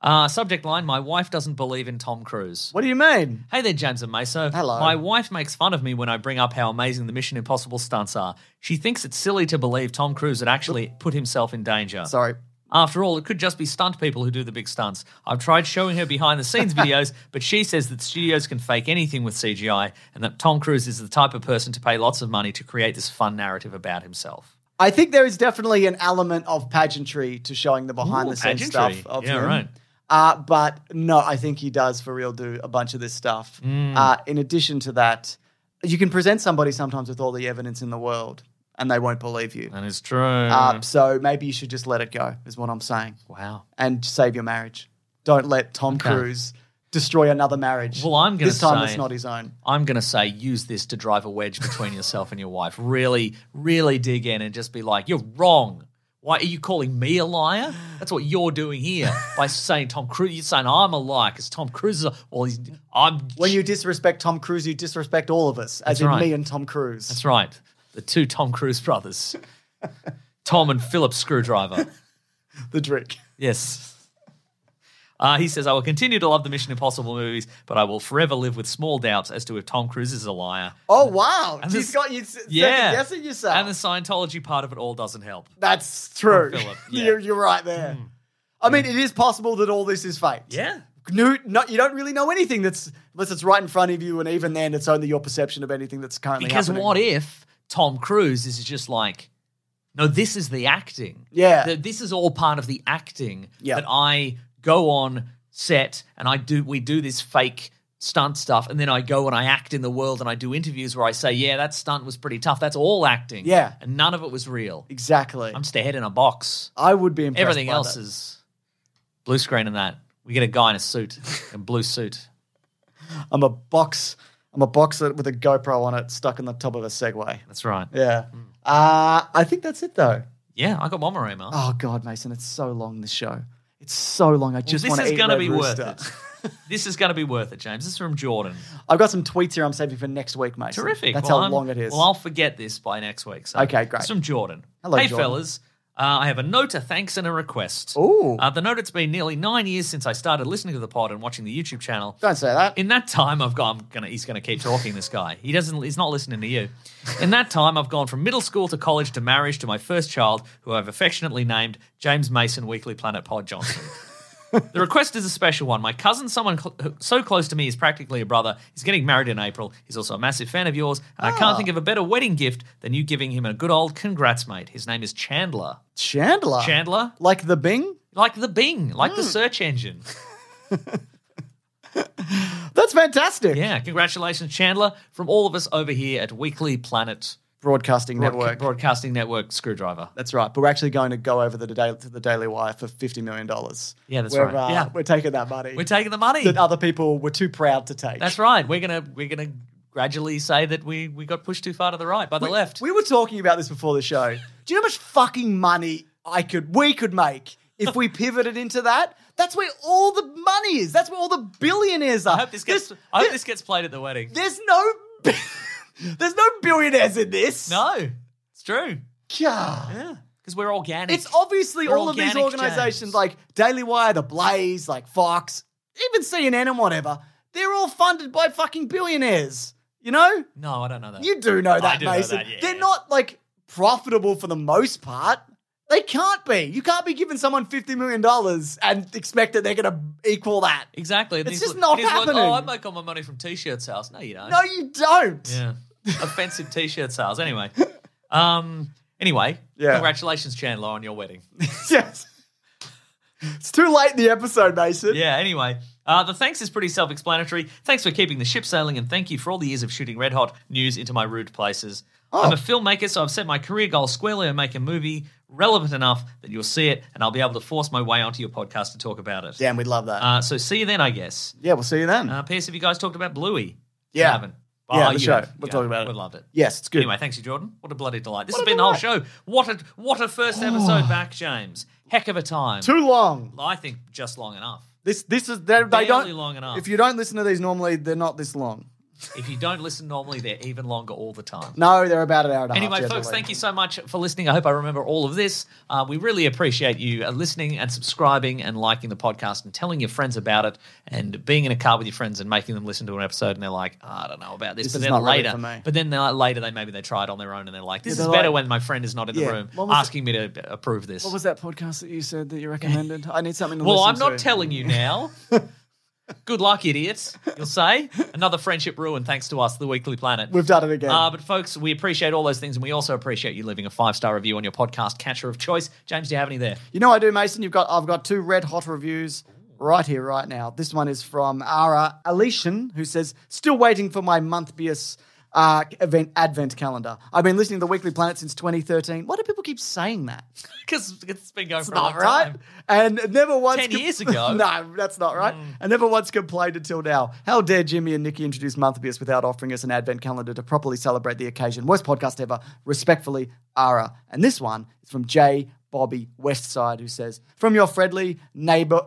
Speaker 3: Uh, subject line My wife doesn't believe in Tom Cruise.
Speaker 1: What do you mean?
Speaker 3: Hey there, James and Meso.
Speaker 1: Hello.
Speaker 3: My wife makes fun of me when I bring up how amazing the Mission Impossible stunts are. She thinks it's silly to believe Tom Cruise had actually put himself in danger.
Speaker 1: Sorry.
Speaker 3: After all, it could just be stunt people who do the big stunts. I've tried showing her behind the scenes videos, but she says that studios can fake anything with CGI and that Tom Cruise is the type of person to pay lots of money to create this fun narrative about himself.
Speaker 1: I think there is definitely an element of pageantry to showing the behind the scenes stuff
Speaker 3: pageantry.
Speaker 1: of
Speaker 3: Yeah,
Speaker 1: him.
Speaker 3: right.
Speaker 1: Uh, but no, I think he does for real do a bunch of this stuff.
Speaker 3: Mm.
Speaker 1: Uh, in addition to that, you can present somebody sometimes with all the evidence in the world and they won't believe you.
Speaker 3: That is true.
Speaker 1: Uh, so maybe you should just let it go, is what I'm saying,
Speaker 3: wow.
Speaker 1: and save your marriage. Don't let Tom Cruise destroy another marriage.
Speaker 3: Well, I'm gonna
Speaker 1: this time
Speaker 3: say-
Speaker 1: it's not his own.
Speaker 3: I'm going to say use this to drive a wedge between yourself and your wife. Really, really dig in and just be like, you're wrong. Why are you calling me a liar? That's what you're doing here by saying Tom Cruise. You're saying I'm a liar because Tom Cruise is a, well, he's, I'm.
Speaker 1: When you disrespect Tom Cruise, you disrespect all of us, as
Speaker 3: That's
Speaker 1: in
Speaker 3: right.
Speaker 1: me and Tom Cruise.
Speaker 3: That's right. The two Tom Cruise brothers, Tom and Philip Screwdriver.
Speaker 1: the drink.
Speaker 3: Yes. Uh, he says, I will continue to love the Mission Impossible movies, but I will forever live with small doubts as to if Tom Cruise is a liar.
Speaker 1: Oh wow!
Speaker 3: And
Speaker 1: He's
Speaker 3: this-
Speaker 1: got you s-
Speaker 3: Yeah.
Speaker 1: second guessing yourself.
Speaker 3: And the Scientology part of it all doesn't help.
Speaker 1: That's true.
Speaker 3: Philip, yeah. Hmm.
Speaker 1: you're, you're right there. I mean, it is possible that all this is faked.
Speaker 3: Yeah.
Speaker 1: No, not, you don't really know anything that's unless it's right in front of you, and even then, it's only your perception of anything that's currently
Speaker 3: Because
Speaker 1: happening.
Speaker 3: what if Tom Cruise is just like, no, this is the acting.
Speaker 1: Yeah.
Speaker 3: Th- this is all part of the acting
Speaker 1: Yeah.
Speaker 3: that I go on set and I do. We do this fake stunt stuff, and then I go and I act in the world and I do interviews where I say, yeah, that stunt was pretty tough. That's all acting.
Speaker 1: Yeah.
Speaker 3: and none of it was real.
Speaker 1: exactly?
Speaker 3: I'm just a head in a box.
Speaker 1: i would be impressed.
Speaker 3: Everything
Speaker 1: by
Speaker 3: else
Speaker 1: that.
Speaker 3: is blue screen and that. We get a guy in a suit, a blue suit.
Speaker 1: I'm a box. I'm a box that- with a GoPro on it, stuck in the top of a Segway.
Speaker 3: That's right.
Speaker 1: Yeah.
Speaker 3: Hmm.
Speaker 1: Uh, I think that's it though.
Speaker 3: Yeah, I got one more email.
Speaker 1: Oh God, Mason, it's so long. This show. It's so long. I just
Speaker 3: this
Speaker 1: want
Speaker 3: is
Speaker 1: to eat
Speaker 3: gonna
Speaker 1: Red
Speaker 3: be worth
Speaker 1: Rooster.
Speaker 3: it. this is going to be worth it, James. This is from Jordan.
Speaker 1: I've got some tweets here I'm saving for next week, mate.
Speaker 3: Terrific.
Speaker 1: That's
Speaker 3: Well,
Speaker 1: how
Speaker 3: I'm-
Speaker 1: long it is.
Speaker 3: Well, I'll forget this by next week. So
Speaker 1: Okay, great.
Speaker 3: It's from Jordan.
Speaker 1: Hello,
Speaker 3: hey,
Speaker 1: Jordan.
Speaker 3: fellas. Uh, I have a note, a thanks, and a request.
Speaker 1: Ooh.
Speaker 3: Uh, the note, it's been nearly nine years since I started listening to the pod and watching the YouTube channel.
Speaker 1: Don't say that.
Speaker 3: In that time, I've gone. I'm gonna, he's going to keep talking. This guy. He doesn't. He's not listening to you. In that time, I've gone from middle school to college to marriage to my first child, who I've affectionately named James Mason Weekly Planet Pod Johnson. the request is a special one. My cousin, someone cl- who- so close to me, is practically a brother. He's getting married in April. He's also a massive fan of yours, and I can't think of a better wedding gift than you giving him a good old congrats, mate. His name is Chandler.
Speaker 1: Chandler.
Speaker 3: Chandler,
Speaker 1: Like the Bing?
Speaker 3: like the Bing, like the search engine.
Speaker 1: That's fantastic.
Speaker 3: Yeah, congratulations, Chandler, from all of us over here at Weekly Planet
Speaker 1: Broadcasting
Speaker 3: Broadca-
Speaker 1: network.
Speaker 3: Broadcasting Network Screwdriver.
Speaker 1: that's right. But we're actually going to go over the Daily, to the Daily Wire for $50 million.
Speaker 3: Yeah, that's
Speaker 1: we're,
Speaker 3: right.
Speaker 1: Uh,
Speaker 3: Yeah.
Speaker 1: We're taking that money
Speaker 3: We're taking the money.
Speaker 1: that other people were too proud to take.
Speaker 3: That's right. We're gonna we're gonna gradually say that we we got pushed too far to the right by the left.
Speaker 1: We were talking about this before the show. Do you know how much fucking money I could, we could make if we pivoted into that? That's where all the money is. That's where all the billionaires are.
Speaker 3: I hope this gets I hope this gets played at the wedding.
Speaker 1: There's no, there's no billionaires in this.
Speaker 3: No, it's true.
Speaker 1: God.
Speaker 3: Yeah, because we're organic.
Speaker 1: It's obviously
Speaker 3: We're
Speaker 1: all of these
Speaker 3: organic,
Speaker 1: organizations
Speaker 3: James.
Speaker 1: like Daily Wire, The Blaze, like Fox, even CNN and whatever. They're all funded by fucking billionaires. You know?
Speaker 3: no, I don't know that.
Speaker 1: You do know that,
Speaker 3: do know
Speaker 1: Mason.
Speaker 3: that, yeah,
Speaker 1: they're
Speaker 3: yeah.
Speaker 1: not like profitable for the most part. They can't be. You can't be giving someone $50 million and expect that they're going to equal that.
Speaker 3: exactly.
Speaker 1: It's
Speaker 3: These
Speaker 1: just
Speaker 3: li-
Speaker 1: not
Speaker 3: these li-
Speaker 1: happening.
Speaker 3: oh, I make all my money from t-shirt sales. No, you don't.
Speaker 1: No, you don't.
Speaker 3: Yeah. Offensive t-shirt sales. Anyway. Um. Anyway.
Speaker 1: Yeah.
Speaker 3: Congratulations, Chandler, on your wedding.
Speaker 1: yes. It's too late in the episode, Mason.
Speaker 3: Yeah, anyway. Uh, the thanks is pretty self explanatory. Thanks for keeping the ship sailing, and thank you for all the years of shooting red hot news into my rude places.
Speaker 1: Oh.
Speaker 3: I'm a filmmaker, so I've set my career goal squarely to make a movie relevant enough that you'll see it, and I'll be able to force my way onto your podcast to talk about it.
Speaker 1: Damn, we'd love that.
Speaker 3: Uh, so see you then, I guess.
Speaker 1: yeah, we'll see you then.
Speaker 3: Uh, P.S. Have you guys talked about Bluey?
Speaker 1: Yeah.
Speaker 3: You haven't. Oh,
Speaker 1: Yeah, the
Speaker 3: you
Speaker 1: show.
Speaker 3: have.
Speaker 1: We'll
Speaker 3: You
Speaker 1: talk
Speaker 3: have.
Speaker 1: about it.
Speaker 3: We loved it.
Speaker 1: yes, it's good.
Speaker 3: Anyway, thanks you, Jordan. What a bloody delight. This has been the whole show. What a what a first episode back, James. Heck of a time.
Speaker 1: Too long.
Speaker 3: I think just long enough.
Speaker 1: This this is they, they
Speaker 3: Barely
Speaker 1: don't
Speaker 3: long enough.
Speaker 1: If you don't listen to these normally, they're not this long.
Speaker 3: If you don't listen normally, they're even longer all the time.
Speaker 1: No, they're about an hour and a half.
Speaker 3: Anyway, folks, thank you so much for listening. I hope I remember all of this. Uh, we really appreciate you uh, listening and subscribing and liking the podcast and telling your friends about it and being in a car with your friends and making them listen to an episode and they're like, "Ah, I don't know about this.
Speaker 1: This
Speaker 3: but
Speaker 1: is
Speaker 3: then
Speaker 1: not really
Speaker 3: later,
Speaker 1: for me.
Speaker 3: but then they're- later they maybe they try it on their own and they're like, this
Speaker 1: Yeah,
Speaker 3: is
Speaker 1: they're
Speaker 3: better
Speaker 1: like-
Speaker 3: when my friend is not in
Speaker 1: Yeah.
Speaker 3: the room
Speaker 1: What was
Speaker 3: asking me to b- approve this.
Speaker 1: What was that podcast that you said that you recommended? I need something to
Speaker 3: Well,
Speaker 1: listen
Speaker 3: I'm not
Speaker 1: to.
Speaker 3: telling you now. Good luck, idiots. You'll say another friendship ruined thanks to us, the Weekly Planet.
Speaker 1: We've done it again.
Speaker 3: Uh, but folks, we appreciate all those things, and we also appreciate you leaving a five star review on your podcast catcher of choice. James, do you have any there?
Speaker 1: You know I do, Mason. You've got I've got two red hot reviews right here, right now. This one is from Ara Alishan, who says, "Still waiting for my monthbius uh, event Advent calendar. I've been listening to the Weekly Planet since 2013. Why do people keep saying that?
Speaker 3: Because it's been going for a long
Speaker 1: not right.
Speaker 3: time.
Speaker 1: And never once.
Speaker 3: Ten years ago. Mm.
Speaker 1: no, that's not right. And never once complained until now. How dare Jimmy and Nikki introduce Monthbius without offering us an advent calendar to properly celebrate the occasion? Worst podcast ever. Respectfully, Ara. And this one is from J. Bobby Westside, who says, "From your friendly neighbor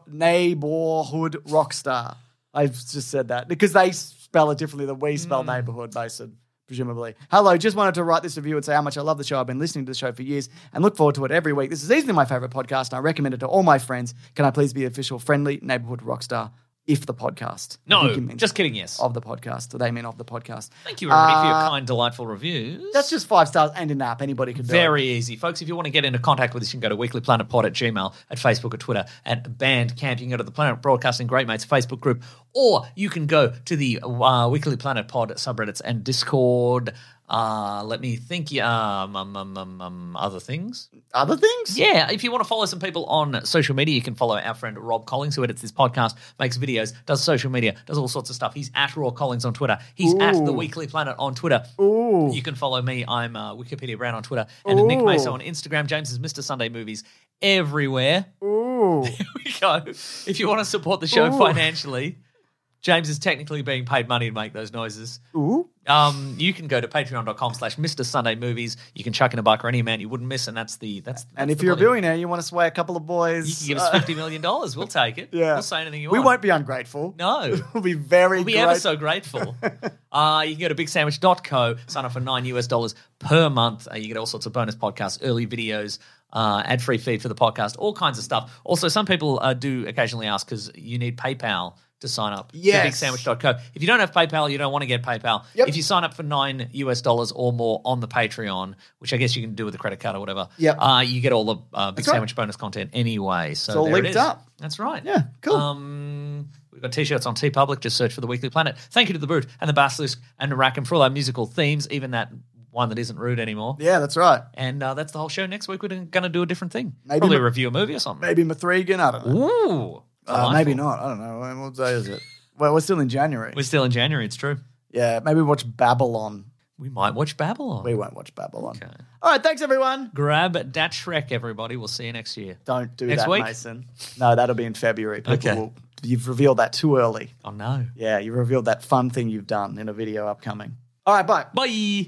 Speaker 1: neighborhood rock star." I've just said that because they spell it differently than we spell
Speaker 3: Mm.
Speaker 1: neighborhood, Mason presumably. Hello, just wanted to write this review and say how much I love the show. I've been listening to the show for years and look forward to it every week. This is easily my favorite podcast, and I recommend it to all my friends. Can I please be official friendly neighborhood rock star if the podcast? I
Speaker 3: No,
Speaker 1: think you mean
Speaker 3: just kidding. Yes.
Speaker 1: Of the podcast. They mean of the podcast.
Speaker 3: Thank you, everybody, for
Speaker 1: Uh,
Speaker 3: your kind, delightful reviews.
Speaker 1: That's just five stars and an app. Anybody can do it.
Speaker 3: very easy. Folks, if you want to get into contact with us, you can go to weeklyplanetpod at gmail, at Facebook, at Twitter, at Bandcamp. You can go to the Planet Broadcasting Great Mates Facebook group, or you can go to the uh, Weekly Planet Pod subreddits and Discord. Uh, let me think. yeah, Um, um, um, um, um, other things.
Speaker 1: Other things?
Speaker 3: Yeah, if you want to follow some people on social media, you can follow our friend Rob Collings, who edits this podcast, makes videos, does social media, does all sorts of stuff. He's at Raw Collings on Twitter. He's at The Weekly Planet on Twitter. Ooh. You can follow me. I'm uh, Wikipedia Brown on Twitter and Nick Maso on Instagram. James is Mr. Sunday Movies everywhere.
Speaker 1: Ooh.
Speaker 3: There we go. If you want to support the show financially, James is technically being paid money to make those noises.
Speaker 1: Ooh.
Speaker 3: Um, you can go to patreon.com slash Mr. Sunday Movies. You can chuck in a buck or any amount you wouldn't miss, and that's the that's
Speaker 1: And
Speaker 3: that's
Speaker 1: if
Speaker 3: the
Speaker 1: you're a
Speaker 3: bloody-
Speaker 1: billionaire, you want to sway a couple of boys. uh,
Speaker 3: you can give us fifty million dollars. We'll take it.
Speaker 1: yeah.
Speaker 3: We'll say anything you
Speaker 1: we
Speaker 3: want.
Speaker 1: won't be ungrateful.
Speaker 3: No.
Speaker 1: We'll be very
Speaker 3: We'll be
Speaker 1: grateful.
Speaker 3: ever so grateful. uh, you can go to bigsandwich.co, sign up for nine US dollars per month. Uh, you get all sorts of bonus podcasts, early videos, uh, ad free feed for the podcast, all kinds of stuff. Also, some people uh, do occasionally ask because you need PayPal to sign up
Speaker 1: Yes.
Speaker 3: to bigsandwich.co. If you don't have PayPal, you don't want to get PayPal.
Speaker 1: Yep.
Speaker 3: If you sign up for nine US dollars or more on the Patreon, which I guess you can do with a credit card or whatever,
Speaker 1: Yep.
Speaker 3: uh, you get all the uh, Big
Speaker 1: right.
Speaker 3: Sandwich bonus content anyway. So
Speaker 1: It's all
Speaker 3: there it
Speaker 1: linked
Speaker 3: is.
Speaker 1: up.
Speaker 3: That's right.
Speaker 1: Yeah, cool.
Speaker 3: Um, we've got t-shirts on T Public. Just search for the Weekly Planet. Thank you to the Brute and the Basilisk and the Rackham for all our musical themes, even that one that isn't rude anymore.
Speaker 1: yeah, that's right.
Speaker 3: And uh, that's the whole show. Next week we're going to do a different thing.
Speaker 1: Maybe
Speaker 3: Probably
Speaker 1: m-
Speaker 3: review a movie or something.
Speaker 1: Maybe Mithrigan, I don't know.
Speaker 3: Ooh,
Speaker 1: Uh, maybe
Speaker 3: delightful.
Speaker 1: not. I don't know. When- What day is it? Well, we're still in January.
Speaker 3: We're still in January. It's true.
Speaker 1: Yeah, maybe watch Babylon.
Speaker 3: We might watch Babylon.
Speaker 1: We won't watch Babylon. All right, thanks everyone.
Speaker 3: Grab that Shrek, everybody. We'll see you next year
Speaker 1: Don't do
Speaker 3: Next
Speaker 1: that,
Speaker 3: week?
Speaker 1: Mason. No, that'll be in February. People
Speaker 3: Okay.
Speaker 1: will- you've revealed that too early.
Speaker 3: Oh no.
Speaker 1: Yeah, you revealed that fun thing you've done in a video upcoming. All right, bye.
Speaker 3: Bye.